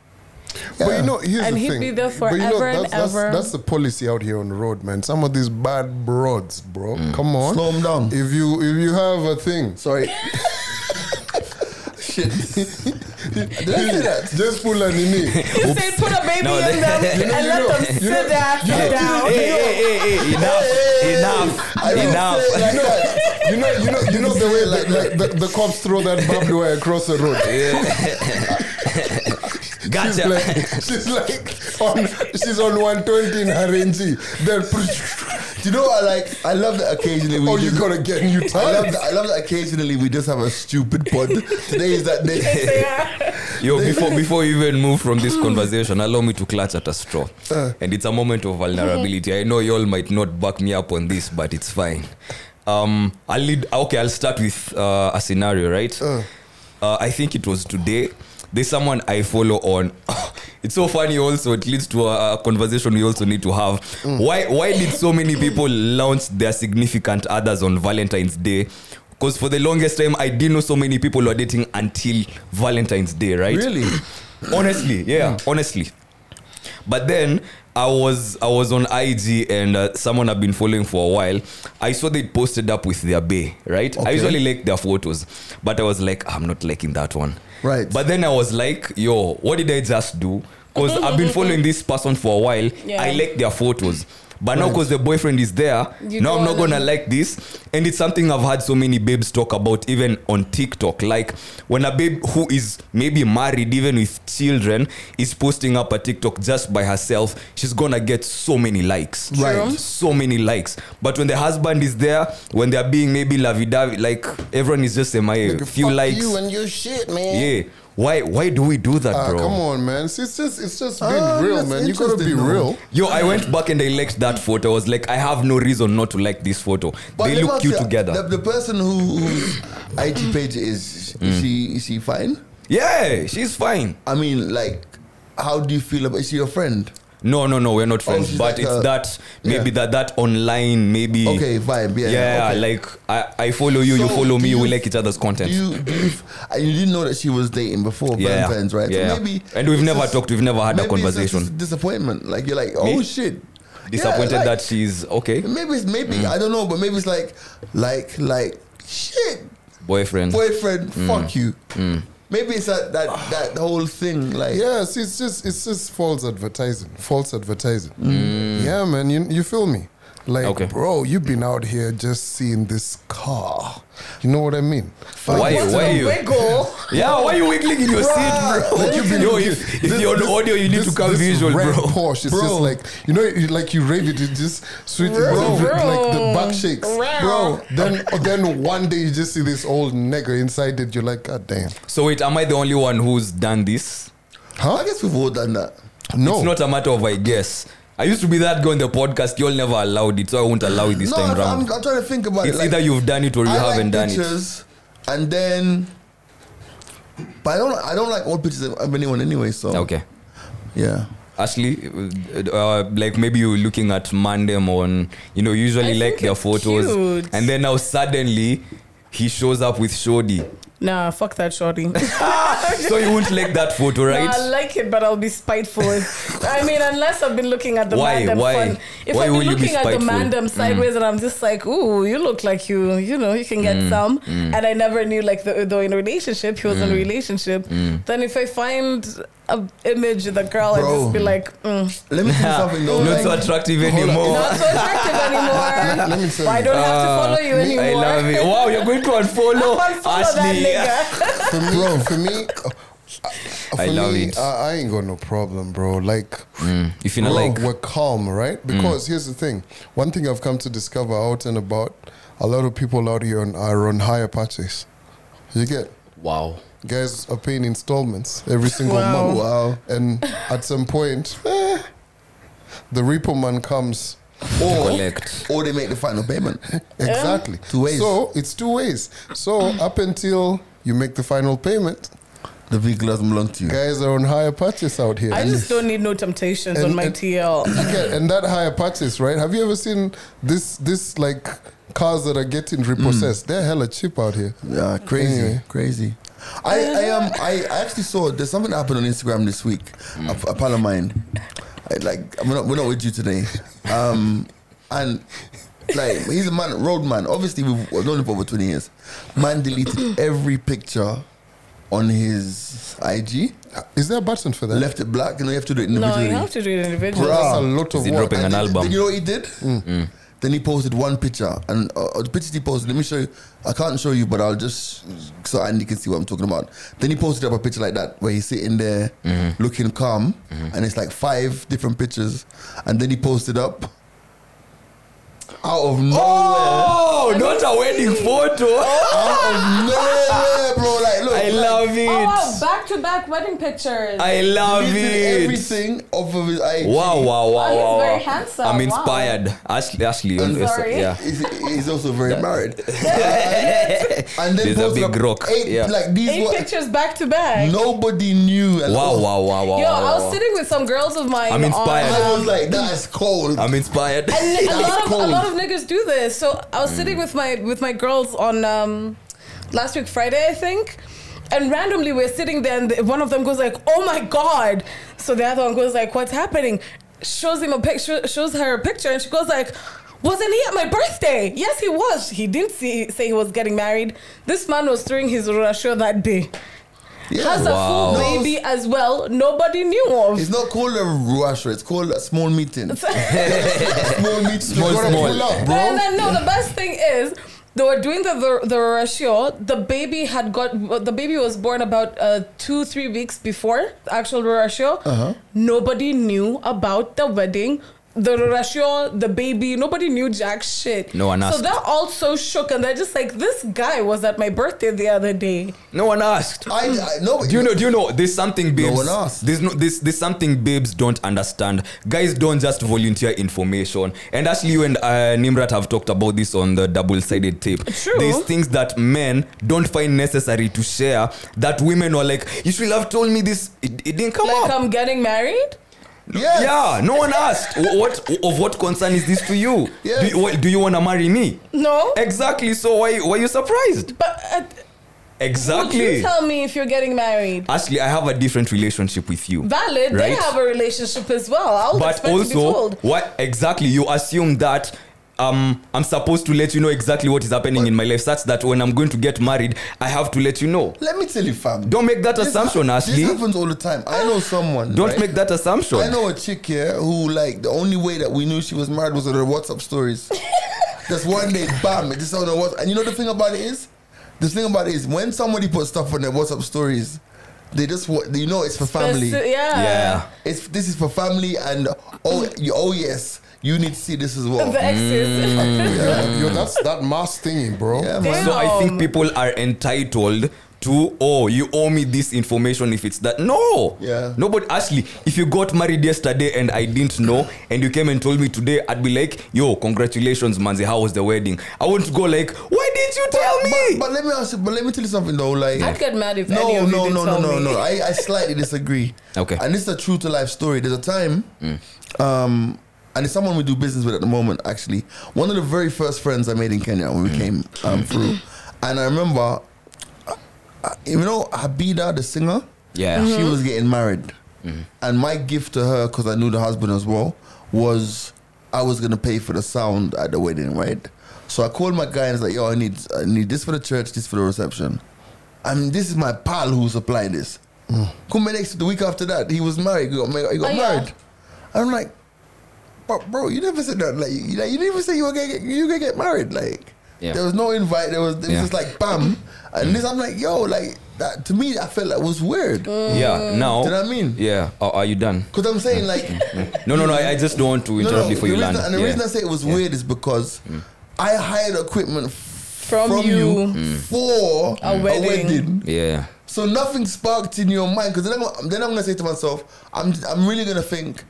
Speaker 3: But you know, here's
Speaker 4: And
Speaker 3: the
Speaker 4: he'd
Speaker 3: thing.
Speaker 4: be there
Speaker 3: But you know,
Speaker 4: forever and
Speaker 3: that's, that's,
Speaker 4: ever.
Speaker 3: That's the policy out here on the road, man. Some of these bad broads, bro. Come on,
Speaker 1: Mm. Slow 'em down.
Speaker 3: If you if you have a thing,
Speaker 1: Sorry. Shit. Did I say that?
Speaker 3: just pull an in
Speaker 4: He said put a baby
Speaker 2: No,
Speaker 4: in
Speaker 2: they-
Speaker 4: them
Speaker 2: You
Speaker 3: know,
Speaker 4: and
Speaker 3: you
Speaker 4: let
Speaker 3: know,
Speaker 4: them
Speaker 3: you know,
Speaker 4: sit there,
Speaker 3: you
Speaker 4: sit
Speaker 3: know,
Speaker 4: down.
Speaker 2: Hey, hey, hey, hey, enough, enough,
Speaker 1: I don't
Speaker 2: enough.
Speaker 1: say it like that.
Speaker 3: You know, you know, you know the way like, like the, the cops throw that barbed wire across the road. She's
Speaker 2: Gotcha.
Speaker 3: like, she's like on, she's on 120 in her range. Then,
Speaker 1: Do you know what I like? I love that occasionally we
Speaker 3: oh, you
Speaker 1: just,
Speaker 3: gotta get new
Speaker 1: I love
Speaker 3: tires.
Speaker 1: that I love that occasionally we just have a stupid pod. Today is that
Speaker 4: Yes,
Speaker 1: day.
Speaker 4: they are.
Speaker 2: Yo, before before you even move from this conversation, allow me to clutch at a straw. and it's a moment of vulnerability. I know y'all might not back me up on this, but it's fine. Um, I'll lead. Okay, I'll start with uh, a scenario, right? Uh, I think it was today. There's someone I follow on it's so funny also it leads to a, a conversation we also need to have why why did so many people launch their significant others on valentine's day because for the longest time i didn't know so many people were dating until valentine's day right
Speaker 1: Really? Hmm.
Speaker 2: honestly yeah honestly but then i was i was on ig and uh, someone i've been following for a while i saw they posted up with their bay right i
Speaker 1: Okay.
Speaker 2: usually like their photos but i was like "Ah, i'm not liking that one
Speaker 1: Right.
Speaker 2: but then i was like yo what did i just do because i've been following this person for a while
Speaker 4: Yeah.
Speaker 2: i like their photos but now because the boyfriend is there
Speaker 4: You
Speaker 2: now i'm
Speaker 4: don't
Speaker 2: not gonna
Speaker 4: wanna-
Speaker 2: like this and it's something i've had so many babes talk about even on tiktok like when a babe who is maybe married even with children is posting up a tiktok just by herself she's gonna get so many likes
Speaker 1: Right. True.
Speaker 2: so many likes but when the husband is there when they're being maybe lovey-dovey like everyone is just a few
Speaker 3: Fuck
Speaker 2: likes
Speaker 3: You and your shit, man.
Speaker 2: yeah why why do we do that
Speaker 3: Ah,
Speaker 2: bro
Speaker 3: come on, man. It's it's just it's just being
Speaker 1: Ah,
Speaker 3: real,
Speaker 1: that's
Speaker 3: man. You gotta be
Speaker 1: interesting, though.
Speaker 3: real.
Speaker 2: Yo, I went back and I liked that photo. I was like, I have no reason not to like this photo.
Speaker 1: let
Speaker 2: they
Speaker 1: me
Speaker 2: look
Speaker 1: ask
Speaker 2: cute
Speaker 1: you,
Speaker 2: together.
Speaker 1: The, the person who, whose IG page is, is she is she fine?
Speaker 2: yeah, she's fine.
Speaker 1: I mean, like, how do you feel about? Is she your friend?
Speaker 2: No, no, no, we're not friends.
Speaker 1: Oh, she's
Speaker 2: but
Speaker 1: like
Speaker 2: it's
Speaker 1: a-
Speaker 2: that maybe
Speaker 1: yeah.
Speaker 2: that that online maybe.
Speaker 1: Okay, vibe. Yeah,
Speaker 2: Yeah,
Speaker 1: okay.
Speaker 2: like I, I follow you,
Speaker 1: So,
Speaker 2: you
Speaker 1: do
Speaker 2: follow me,
Speaker 1: you-
Speaker 2: we like each other's
Speaker 1: do
Speaker 2: content.
Speaker 1: you do you, and you didn't know that she was dating before
Speaker 2: yeah,
Speaker 1: Valentine's, right? So
Speaker 2: Yeah,
Speaker 1: maybe
Speaker 2: and we've
Speaker 1: it's
Speaker 2: never
Speaker 1: just-
Speaker 2: talked. We've never had a
Speaker 1: maybe it's just
Speaker 2: conversation.
Speaker 1: dis- disappointment. Like you're like, oh
Speaker 2: Me?
Speaker 1: shit.
Speaker 2: Disappointed
Speaker 1: Yeah, like,
Speaker 2: that Mm. she's okay,
Speaker 1: maybe it's maybe I don't know, but maybe it's like like like shit,
Speaker 2: boyfriend.
Speaker 1: boyfriend,
Speaker 2: Mm.
Speaker 1: fuck you. Maybe it's that that that whole thing like
Speaker 3: Yes, it's just it's just false advertising. False advertising.
Speaker 1: Mm.
Speaker 3: Yeah, man, you you feel me? Like,
Speaker 2: Okay.
Speaker 3: bro, you've been out here just seeing this car. You know what I mean?
Speaker 2: Why?
Speaker 4: What's
Speaker 2: Why
Speaker 4: the
Speaker 2: you?
Speaker 4: wiggle?
Speaker 2: Yeah, why you wiggling in your seat, bro? Yo, if, if you're on audio, you need to come visual,
Speaker 3: red
Speaker 2: bro.
Speaker 3: Porsche, it's just
Speaker 1: Bro.
Speaker 3: like you know, you- like you rave it, it just sweet, it
Speaker 4: Bro.
Speaker 3: rave it, like the back shakes,
Speaker 4: Bro.
Speaker 3: bro. Then, then one day you just see this old nigger inside it. You're like, God damn,
Speaker 2: So wait, am I the only one who's done this?
Speaker 1: I
Speaker 3: huh?
Speaker 1: guess we've all done that.
Speaker 3: No,
Speaker 2: It's not a matter of I guess. I used to be that guy on the podcast. Y'all never allowed it, so I won't allow it this
Speaker 1: no,
Speaker 2: time
Speaker 1: I'm,
Speaker 2: round.
Speaker 1: I'm, I'm trying to think about
Speaker 2: it's
Speaker 1: it. like,
Speaker 2: either you've done it or you
Speaker 1: I
Speaker 2: haven't
Speaker 1: like
Speaker 2: done it.
Speaker 1: pictures, and then. But I don't. I don't like old pictures of anyone anyway. So
Speaker 2: Okay.
Speaker 1: yeah.
Speaker 2: Ashley, uh, like maybe you're looking at Mandem on, you know, usually
Speaker 4: I
Speaker 2: like
Speaker 4: think
Speaker 2: their
Speaker 4: it's
Speaker 2: photos.
Speaker 4: cute.
Speaker 2: And then now suddenly he shows up with Shodi.
Speaker 4: Nah, fuck that shorty.
Speaker 2: so you won't like that photo, right?
Speaker 4: Nah, I like it, but I'll be spiteful. If- I mean, unless I've been looking at the
Speaker 2: Why?
Speaker 4: mandem
Speaker 2: Why?
Speaker 4: fun. If
Speaker 2: Why
Speaker 4: I've
Speaker 2: will
Speaker 4: been
Speaker 2: you be
Speaker 4: looking at the
Speaker 2: spiteful? Mm.
Speaker 4: mandem sideways and I'm just like, ooh, you look like you, you know, you can get
Speaker 2: Mm,
Speaker 4: some. And I never knew like the though in a relationship, he was in a
Speaker 2: Mm.
Speaker 4: relationship. Then if I find a image of the girl, I
Speaker 1: Bro.
Speaker 4: just be like, mm,
Speaker 1: Let me tell you something though. like,
Speaker 2: Not so attractive
Speaker 3: Hold on.
Speaker 2: anymore.
Speaker 4: not so attractive anymore.
Speaker 3: Let me tell
Speaker 4: I
Speaker 3: you.
Speaker 4: don't have to follow you
Speaker 3: me-
Speaker 4: anymore.
Speaker 2: Ah, I love it. Wow, you're going to unfollow
Speaker 4: Unfollow that
Speaker 2: Ashley.
Speaker 4: nigga.
Speaker 3: for me, bro. For me, uh, for
Speaker 2: I love
Speaker 3: me,
Speaker 2: it. Mm.
Speaker 3: I, I ain't got no problem, bro. Like.
Speaker 2: You feel
Speaker 3: Bro,
Speaker 2: like Mm.
Speaker 3: we're calm, right? Because here's the thing. One thing I've come to discover out and about, a lot of people out here on, are on higher purchase. You get
Speaker 2: wow.
Speaker 3: guys are paying installments every single
Speaker 4: Wow.
Speaker 3: month.
Speaker 1: Wow.
Speaker 3: And at some point, eh, the repo man comes.
Speaker 2: To
Speaker 1: or,
Speaker 2: collect.
Speaker 1: or they make the final payment.
Speaker 4: Eh?
Speaker 3: Exactly.
Speaker 1: Two ways.
Speaker 3: So it's two ways. So up until you make the final payment,
Speaker 1: The vehicle doesn't belong to you.
Speaker 3: guys are on higher purchase out here.
Speaker 4: I just don't need no temptations
Speaker 3: And-
Speaker 4: on my
Speaker 3: and-
Speaker 4: TL.
Speaker 3: Yeah, and that higher purchase, right? Have you ever seen this this like cars that are getting
Speaker 1: Mm.
Speaker 3: repossessed? They're hella cheap out here.
Speaker 1: Yeah, crazy,
Speaker 3: Anyway.
Speaker 1: crazy. I, I um I, I actually saw there's something that happened on Instagram this week. A, a pal of mine, I, like we're not, we're not with you today, um, and like he's a man, road man. Obviously, we've known him for over 20 years. Man deleted every picture on his IG,
Speaker 3: Is there a button for that?
Speaker 1: left it black, and we have to do it
Speaker 4: No,
Speaker 1: individually.
Speaker 4: you have to do it individually.
Speaker 1: Bruh.
Speaker 3: That's a lot
Speaker 2: Is
Speaker 3: of
Speaker 2: it
Speaker 3: work.
Speaker 2: dropping an
Speaker 1: And then-
Speaker 2: album? Mm.
Speaker 1: Then you know what he did? Then he posted one picture, and uh, uh, the pictures he posted. Let me show you. I can't show you, but I'll just so Andy can see what I'm talking about. Then he posted up a picture like that, where he's sitting there
Speaker 2: Mm-hmm.
Speaker 1: looking calm, and it's like five different pictures, and then he posted up out of nowhere,
Speaker 2: Oh, not a wedding photo.
Speaker 1: out of nowhere, bro. Like, look,
Speaker 2: I
Speaker 1: like,
Speaker 2: love love it.
Speaker 4: Oh wow, back to back wedding pictures.
Speaker 2: I love
Speaker 1: He did
Speaker 2: it.
Speaker 1: everything off of his IG.
Speaker 2: Wow, wow, wow,
Speaker 4: he's
Speaker 2: wow,
Speaker 4: very
Speaker 2: wow.
Speaker 4: handsome.
Speaker 2: I'm
Speaker 4: Wow.
Speaker 2: inspired. Ashley, Ashley,
Speaker 1: I'm
Speaker 2: yes,
Speaker 4: sorry.
Speaker 2: yeah.
Speaker 1: He's, he's also very married. and then
Speaker 2: There's a
Speaker 1: posted
Speaker 2: big
Speaker 1: up
Speaker 2: rock.
Speaker 1: Eight,
Speaker 2: Yeah.
Speaker 1: Like these
Speaker 4: Eight
Speaker 1: were
Speaker 4: pictures back to back.
Speaker 1: nobody knew. And
Speaker 2: Wow, wow, wow, wow.
Speaker 4: Yo,
Speaker 2: wow,
Speaker 4: I was
Speaker 2: wow.
Speaker 4: sitting with some girls of mine.
Speaker 2: I'm inspired.
Speaker 4: On,
Speaker 1: I was like, that's cold.
Speaker 2: I'm inspired.
Speaker 4: and a
Speaker 1: That's
Speaker 4: lot of a
Speaker 1: cold.
Speaker 4: lot of niggas do this. So I was sitting with my with my girls on um, last week Friday, I think. And randomly we're sitting there, and the- one of them goes like, "Oh my god!" So the other one goes like, "What's happening?" Shows him a picture, shows her a picture, and she goes like. Wasn't he at my birthday? Yes, he was. He didn't see, say he was getting married. This man was throwing his rasho that day.
Speaker 1: yeah.
Speaker 4: Has a
Speaker 1: No,
Speaker 4: full baby as well. Nobody knew of.
Speaker 1: It's not called a ruasha. It's called a small meeting. small meeting.
Speaker 2: Small,
Speaker 1: You gotta
Speaker 2: small.
Speaker 1: pull up,
Speaker 4: And
Speaker 1: bro.
Speaker 4: then no, the best thing is they were doing the the, the ratio. The baby had got the baby was born about uh, two three weeks before the actual ratio.
Speaker 1: Uh-huh.
Speaker 4: Nobody knew about the wedding. The ratio, the baby, nobody knew jack shit.
Speaker 2: No one
Speaker 4: So
Speaker 2: asked.
Speaker 4: they're all so shook, and they're just like, "This guy was at my birthday the other day."
Speaker 2: no one asked.
Speaker 1: I, I no.
Speaker 2: Do you know? Do you know? There's something babes.
Speaker 1: one asked.
Speaker 2: There's no. There's, there's something babes don't understand. Guys don't just volunteer information. And actually, you and uh, Nimrat have talked about this on the double-sided tape.
Speaker 4: True.
Speaker 2: There's things that men don't find necessary to share that women are like, you should have told me this. It, it didn't come
Speaker 4: Like, um,
Speaker 2: up.
Speaker 4: I'm getting married.
Speaker 1: Yes.
Speaker 2: Yeah. No one asked. Wh- what of what concern is this to you?
Speaker 1: Yes.
Speaker 2: Do you, wh- do you want to marry me?
Speaker 4: No,
Speaker 2: Exactly. So why why you surprised?
Speaker 4: but uh, would
Speaker 2: Exactly.
Speaker 4: you tell me if you're getting married?
Speaker 2: Ashley, I have a different relationship with you.
Speaker 4: Valid. They
Speaker 2: Right.
Speaker 4: have a relationship as well. I would
Speaker 2: but
Speaker 4: expect to be
Speaker 2: also
Speaker 4: told.
Speaker 2: what exactly you assume that um, I'm supposed to let you know exactly what is happening in my life such that when I'm going to get married, I have to let you know.
Speaker 1: Let me tell you, fam.
Speaker 2: Don't make that assumption,
Speaker 1: hap-
Speaker 2: Ashley.
Speaker 1: This happens all the time. I know someone.
Speaker 2: Don't
Speaker 1: right?
Speaker 2: make that assumption.
Speaker 1: I know a chick here who, like, the only way that we knew she was married was with her WhatsApp stories. Just one day, bam, it just on her WhatsApp. And you know the thing about it is, the thing about it is, when somebody puts stuff on their WhatsApp stories, they just want you know it's for family.
Speaker 4: Speci- yeah.
Speaker 2: Yeah.
Speaker 1: It's this is for family, and oh, you, oh yes, you need to see this as well.
Speaker 4: The exes.
Speaker 1: Mm.
Speaker 3: Yeah, yo, that's that mask thingy, bro.
Speaker 1: Yeah,
Speaker 4: Damn.
Speaker 1: man.
Speaker 2: So I think people are entitled to oh you owe me this information if it's that no
Speaker 1: Yeah.
Speaker 2: nobody actually if you got married yesterday and I didn't know and you came and told me today I'd be like yo congratulations Manzi how was the wedding I wouldn't go like why didn't you tell me
Speaker 1: But, but let me ask you, but let me tell you something though. Like,
Speaker 4: I'd get mad if any
Speaker 1: no,
Speaker 4: of you
Speaker 1: no,
Speaker 4: did
Speaker 1: no, no,
Speaker 4: tell
Speaker 1: no,
Speaker 4: me.
Speaker 1: no. I, I slightly disagree.
Speaker 2: Okay.
Speaker 1: And it's a true to life story. There's a time, um, and it's someone we do business with at the moment. Actually, one of the very first friends I made in Kenya when we came um, through,
Speaker 4: Mm.
Speaker 1: and I remember, uh, uh, you know, Habida the singer.
Speaker 2: Yeah.
Speaker 4: Mm-hmm.
Speaker 2: Mm-hmm.
Speaker 1: She was getting married, and my gift to her because I knew the husband as well was I was gonna pay for the sound at the wedding, right? So I called my guy and was like, "Yo, I need I need this for the church, this for the reception." I mean, this is my pal who supplied this.
Speaker 2: Mm.
Speaker 1: Come next the week after that, he was married. He got, ma- he got
Speaker 4: Oh, yeah.
Speaker 1: married. I'm like, but bro, you never said that. Like, you, like, you didn't even say you were gonna get, you were gonna get married. Like,
Speaker 2: Yeah.
Speaker 1: there was no invite. There was it was
Speaker 2: Yeah. Mm.
Speaker 1: just like bam, and this I'm like, yo, like that to me, I felt like was weird.
Speaker 2: yeah now
Speaker 1: Do you know what I mean?
Speaker 2: yeah are, are you done
Speaker 1: Because I'm saying like,
Speaker 2: no no no I, I just don't want to
Speaker 1: no, no.
Speaker 2: interrupt before
Speaker 1: the
Speaker 2: you
Speaker 1: reason,
Speaker 2: land
Speaker 1: and the
Speaker 2: yeah. Mm.
Speaker 1: reason I say it was weird is because I hired equipment from,
Speaker 4: From you.
Speaker 2: Mm.
Speaker 1: for
Speaker 4: A wedding.
Speaker 2: yeah
Speaker 1: So nothing sparked in your mind because then, I'm- then I'm gonna say to myself, I'm I'm really gonna think.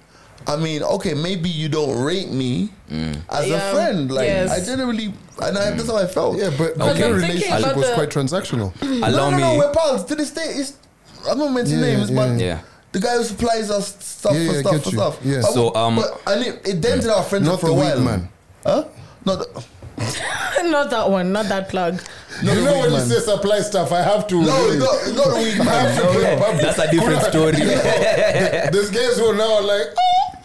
Speaker 1: I mean, okay, maybe you don't rate me
Speaker 2: Mm.
Speaker 1: as a
Speaker 4: Yeah.
Speaker 1: friend. Like
Speaker 4: Yes.
Speaker 1: I generally, and I, that's how I felt.
Speaker 3: Yeah, but
Speaker 4: But
Speaker 3: your
Speaker 2: I'm
Speaker 4: thinking
Speaker 3: relationship
Speaker 4: about
Speaker 3: was
Speaker 4: the-
Speaker 3: quite transactional.
Speaker 2: Mm. allow
Speaker 1: no, no, no,
Speaker 2: me
Speaker 1: we're pals to this day. It's I'm not mentioning
Speaker 3: Yeah,
Speaker 1: names,
Speaker 3: yeah,
Speaker 1: but
Speaker 2: yeah.
Speaker 1: the guy who supplies us stuff
Speaker 3: Yeah,
Speaker 1: for
Speaker 3: yeah, I
Speaker 1: stuff
Speaker 3: get
Speaker 1: for
Speaker 3: you.
Speaker 1: stuff.
Speaker 3: Yeah.
Speaker 1: But-
Speaker 2: So, um,
Speaker 1: but, and it, it dented our friendship
Speaker 3: Not
Speaker 1: for a
Speaker 3: the weak
Speaker 1: while,
Speaker 3: man.
Speaker 1: Huh? Not the,
Speaker 4: not that one, not that plug.
Speaker 1: not the weak man.
Speaker 3: supply stuff, I have to.
Speaker 1: no, it's not, it's not the weak man. no, no.
Speaker 2: that's a different story yeah
Speaker 3: There's guys who are now like,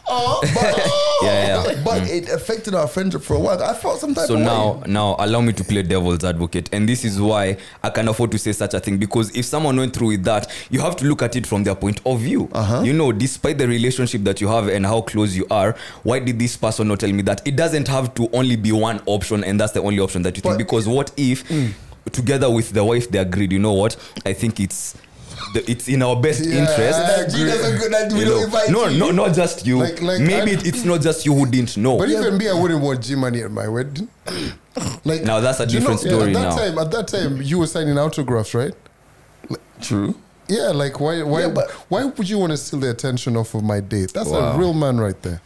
Speaker 1: Oh, but, uh,
Speaker 2: yeah, yeah.
Speaker 1: but it affected our friendship for a while. I felt some type
Speaker 2: so
Speaker 1: of
Speaker 2: now
Speaker 1: way.
Speaker 2: now allow me to play devil's advocate and this is why i can afford to say such a thing because if someone went through with that you have to look at it from their point of view
Speaker 1: Uh-huh.
Speaker 2: you know despite the relationship that you have and how close you are why did this person not tell me that it doesn't have to only be one option and that's the only option that you think
Speaker 1: But- Mm.
Speaker 2: because what if together with the wife they agreed you know what i think it's the, it's in our best
Speaker 3: Yeah,
Speaker 2: interest
Speaker 3: I
Speaker 1: That G doesn't good. That we
Speaker 2: you
Speaker 1: don't
Speaker 2: know,
Speaker 1: invite
Speaker 2: no,
Speaker 1: you.
Speaker 2: no, not just you.
Speaker 3: Like- like
Speaker 2: Maybe
Speaker 3: I'm-
Speaker 2: it- it's not just you who didn't know.
Speaker 3: But even me, I wouldn't want G money at my wedding. like
Speaker 2: Now that's a
Speaker 3: do you
Speaker 2: different story
Speaker 3: At that
Speaker 2: now.
Speaker 3: time, at that time, you were signing autographs, right? Like,
Speaker 1: True.
Speaker 3: Yeah, like why why
Speaker 1: Yeah, but-
Speaker 3: why would you want to steal the attention off of my date? That's
Speaker 2: Wow.
Speaker 3: a real man right there.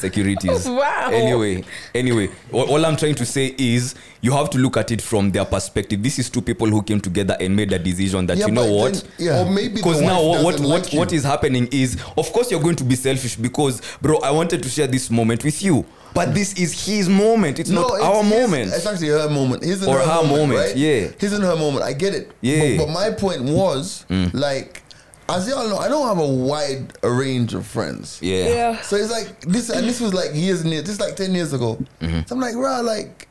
Speaker 2: securities.
Speaker 4: Wow.
Speaker 2: Anyway, anyway, all, all I'm trying to say is you have to look at it from their perspective. This is two people who came together and made a decision that
Speaker 1: Yeah,
Speaker 2: you know
Speaker 1: but
Speaker 2: what.
Speaker 1: then- Yeah.
Speaker 3: Or maybe the
Speaker 2: because
Speaker 3: wife
Speaker 2: now what what,
Speaker 3: doesn't
Speaker 2: what,
Speaker 3: like you.
Speaker 2: what is happening is of course you're going to be selfish because bro i wanted to share this moment with you but this is his moment it's not
Speaker 1: it's
Speaker 2: our
Speaker 1: his-
Speaker 2: moment
Speaker 1: It's actually her moment. His and
Speaker 2: Or her moment,
Speaker 1: right?
Speaker 2: yeah.
Speaker 1: His and her moment. I get it.
Speaker 2: Yeah. Mm.
Speaker 1: But, but my point was, like, as y'all know, I don't have a wide range of friends.
Speaker 2: yeah
Speaker 4: Yeah.
Speaker 1: So it's like this, and this was like years and years, this is like ten years ago.
Speaker 2: Mm-hmm.
Speaker 1: So I'm like, rah, like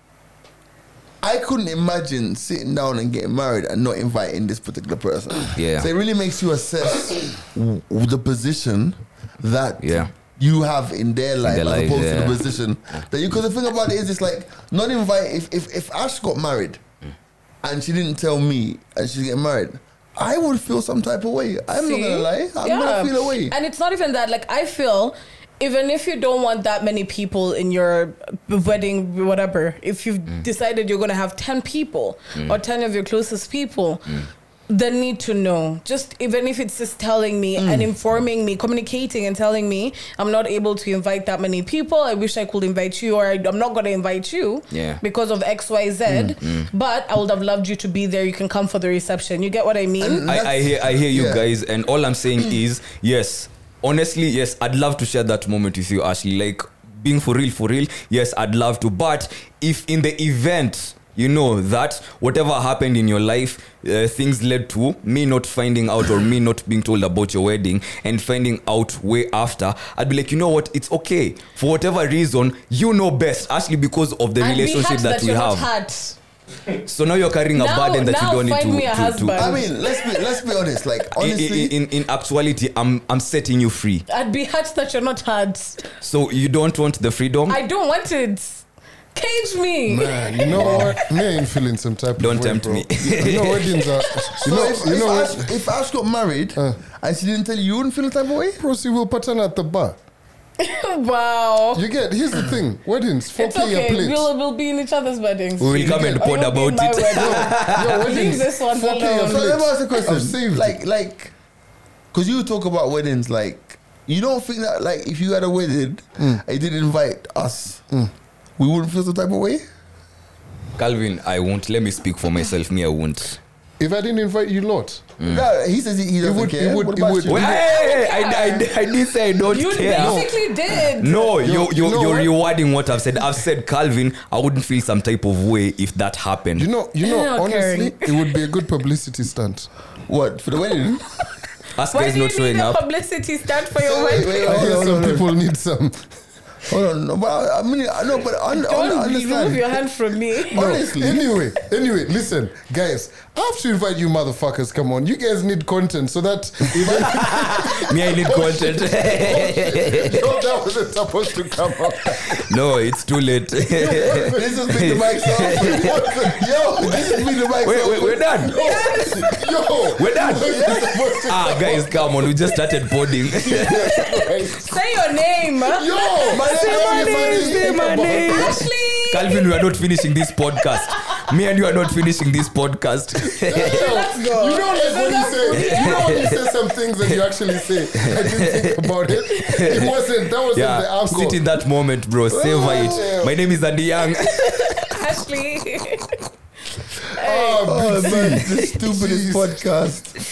Speaker 1: I couldn't imagine sitting down and getting married and not inviting this particular person.
Speaker 2: Yeah.
Speaker 1: So it really makes you assess w- the position that
Speaker 2: Yeah.
Speaker 1: you have in their life
Speaker 2: their
Speaker 1: as
Speaker 2: life,
Speaker 1: opposed to
Speaker 2: yeah.
Speaker 1: the position that you. Because the thing about it is, it's like not invite. If if, if Ash got married
Speaker 2: Mm.
Speaker 1: and she didn't tell me and she's getting married. I would feel some type of way. I'm
Speaker 4: See?
Speaker 1: not gonna lie. I'm
Speaker 4: Yeah.
Speaker 1: gonna feel a way.
Speaker 4: And it's not even that. Like I feel, even if you don't want that many people in your wedding, whatever, if you've
Speaker 1: Mm.
Speaker 4: decided you're gonna have ten people or ten of your closest people.
Speaker 1: Mm.
Speaker 4: The need to know, just even if it's just telling me and
Speaker 1: Mm.
Speaker 4: informing me, communicating and telling me I'm not able to invite that many people. I wish I could invite you, or I, I'm not going to invite you
Speaker 2: Yeah.
Speaker 4: because of X, Y, Z.
Speaker 1: Mm.
Speaker 4: But I would have loved you to be there. You can come for the reception. You get what I mean?
Speaker 2: I, I hear I hear you
Speaker 1: Yeah.
Speaker 2: guys, and all I'm saying
Speaker 4: Mm.
Speaker 2: is yes. Honestly, yes, I'd love to share that moment with you, Ashley. Like being for real, for real. Yes, I'd love to. But if in the event you know that whatever happened in your life, uh, things led to me not finding out or me not being told about your wedding and finding out way after, I'd be like, you know what? It's okay for whatever reason. You know best, Ashley, because of the
Speaker 4: I'd be
Speaker 2: relationship
Speaker 4: hurt
Speaker 2: that, we
Speaker 4: you're not
Speaker 2: have.
Speaker 4: hurt.
Speaker 2: So now you're carrying a
Speaker 4: Now-
Speaker 2: burden that you
Speaker 4: now
Speaker 2: don't need
Speaker 4: find
Speaker 2: to-
Speaker 4: me a
Speaker 2: to, to,
Speaker 4: husband.
Speaker 1: I mean, let's be let's be honest. Like
Speaker 2: I-
Speaker 1: honestly,
Speaker 2: I- in, in, actuality i'm i'm setting you free
Speaker 4: I'd be hurt that you're not hurt.
Speaker 2: so you don't want the freedom
Speaker 4: I don't want it. Cage me.
Speaker 3: Man, you know what? Me, I ain't feeling some type
Speaker 2: Don't
Speaker 3: of way,
Speaker 2: tempt
Speaker 3: bro.
Speaker 2: me.
Speaker 3: You know, weddings are. You
Speaker 1: so
Speaker 3: know,
Speaker 1: if,
Speaker 3: you
Speaker 1: if,
Speaker 3: know what?
Speaker 1: Ash, if Ash got married
Speaker 3: Uh.
Speaker 1: and she didn't tell you, you wouldn't feel the type of way.
Speaker 3: Bros, you will pattern at the bar.
Speaker 4: wow.
Speaker 3: You get. Here's the thing. Weddings, four
Speaker 4: It's
Speaker 3: k a
Speaker 4: okay.
Speaker 3: plate.
Speaker 4: We'll, we'll be in each other's weddings.
Speaker 2: we will come and
Speaker 4: Or
Speaker 2: pod
Speaker 4: you'll be in
Speaker 2: about
Speaker 4: my
Speaker 2: it
Speaker 4: wedding.
Speaker 3: Your
Speaker 4: Leave
Speaker 3: weddings,
Speaker 4: this one
Speaker 3: 4K a
Speaker 1: So
Speaker 4: alone.
Speaker 3: plate.
Speaker 1: let me ask you a
Speaker 3: I've
Speaker 1: question.
Speaker 3: saved
Speaker 1: Like like, because you talk about weddings, like you don't think that like if you had a wedding,
Speaker 3: Mm.
Speaker 1: and you didn't invite us, we wouldn't feel the type of way.
Speaker 2: calvin i won't let me speak for myself me i won't
Speaker 3: If I didn't invite you, lot,
Speaker 1: No, he says he, he doesn't
Speaker 3: would-
Speaker 1: care.
Speaker 3: Mm. it would-
Speaker 1: what
Speaker 3: it
Speaker 1: about
Speaker 3: would-
Speaker 1: you?
Speaker 2: well, hey, I, I, I did say i don't
Speaker 4: You
Speaker 2: care
Speaker 4: basically did.
Speaker 2: no
Speaker 3: You-
Speaker 2: you're,
Speaker 3: you
Speaker 2: you're,
Speaker 3: know
Speaker 2: you're
Speaker 3: what?
Speaker 2: rewarding what i've said i've said calvin i wouldn't feel some type of way if that happened
Speaker 3: you know, you know.
Speaker 4: Not
Speaker 3: honestly, it would be a good publicity stunt.
Speaker 1: What for the wedding?
Speaker 2: us
Speaker 4: Why
Speaker 2: guys
Speaker 4: do you
Speaker 2: not
Speaker 4: need
Speaker 2: showing
Speaker 4: a
Speaker 2: up
Speaker 4: publicity stunt for your
Speaker 1: Wait,
Speaker 4: wedding?
Speaker 1: wait,
Speaker 3: I
Speaker 1: hold
Speaker 3: hear
Speaker 1: on,
Speaker 3: some
Speaker 1: hold on.
Speaker 3: people need some.
Speaker 1: Hold on, no, but I, I mean, I know, but I, un-
Speaker 4: Don't
Speaker 1: I
Speaker 4: remove your
Speaker 1: understand.
Speaker 4: hand from me.
Speaker 3: No,
Speaker 1: Honestly.
Speaker 3: Anyway, anyway, listen, guys. I have to invite you, motherfuckers. Come on, you guys need content so that if I
Speaker 2: me i need content
Speaker 3: know that wasn't supposed to come out.
Speaker 2: no it's too late wait,
Speaker 1: This has been the mic's off. Yo, this has been the mic's off.
Speaker 2: wait, we're done
Speaker 3: Yo,
Speaker 2: we're done
Speaker 3: you're supposed to
Speaker 2: ah guys come on we just started boarding
Speaker 4: Say your name.
Speaker 3: Yo, my
Speaker 2: my name,
Speaker 3: name,
Speaker 2: say my name.
Speaker 4: Ashley.
Speaker 2: Calvin, we are not finishing this podcast. Me and you are not finishing this podcast.
Speaker 3: Let's
Speaker 4: go.
Speaker 3: You know, like when you say, you know, when you say some things that you actually say. I didn't think about it. It wasn't. That wasn't the
Speaker 2: yeah,
Speaker 3: angle.
Speaker 2: sit in that moment, bro. Savor it. My name is Andy Young.
Speaker 4: Ashley.
Speaker 1: Oh,
Speaker 3: Ah, big C. Ah,
Speaker 1: man, this is the stupidest
Speaker 3: Jeez.
Speaker 1: podcast.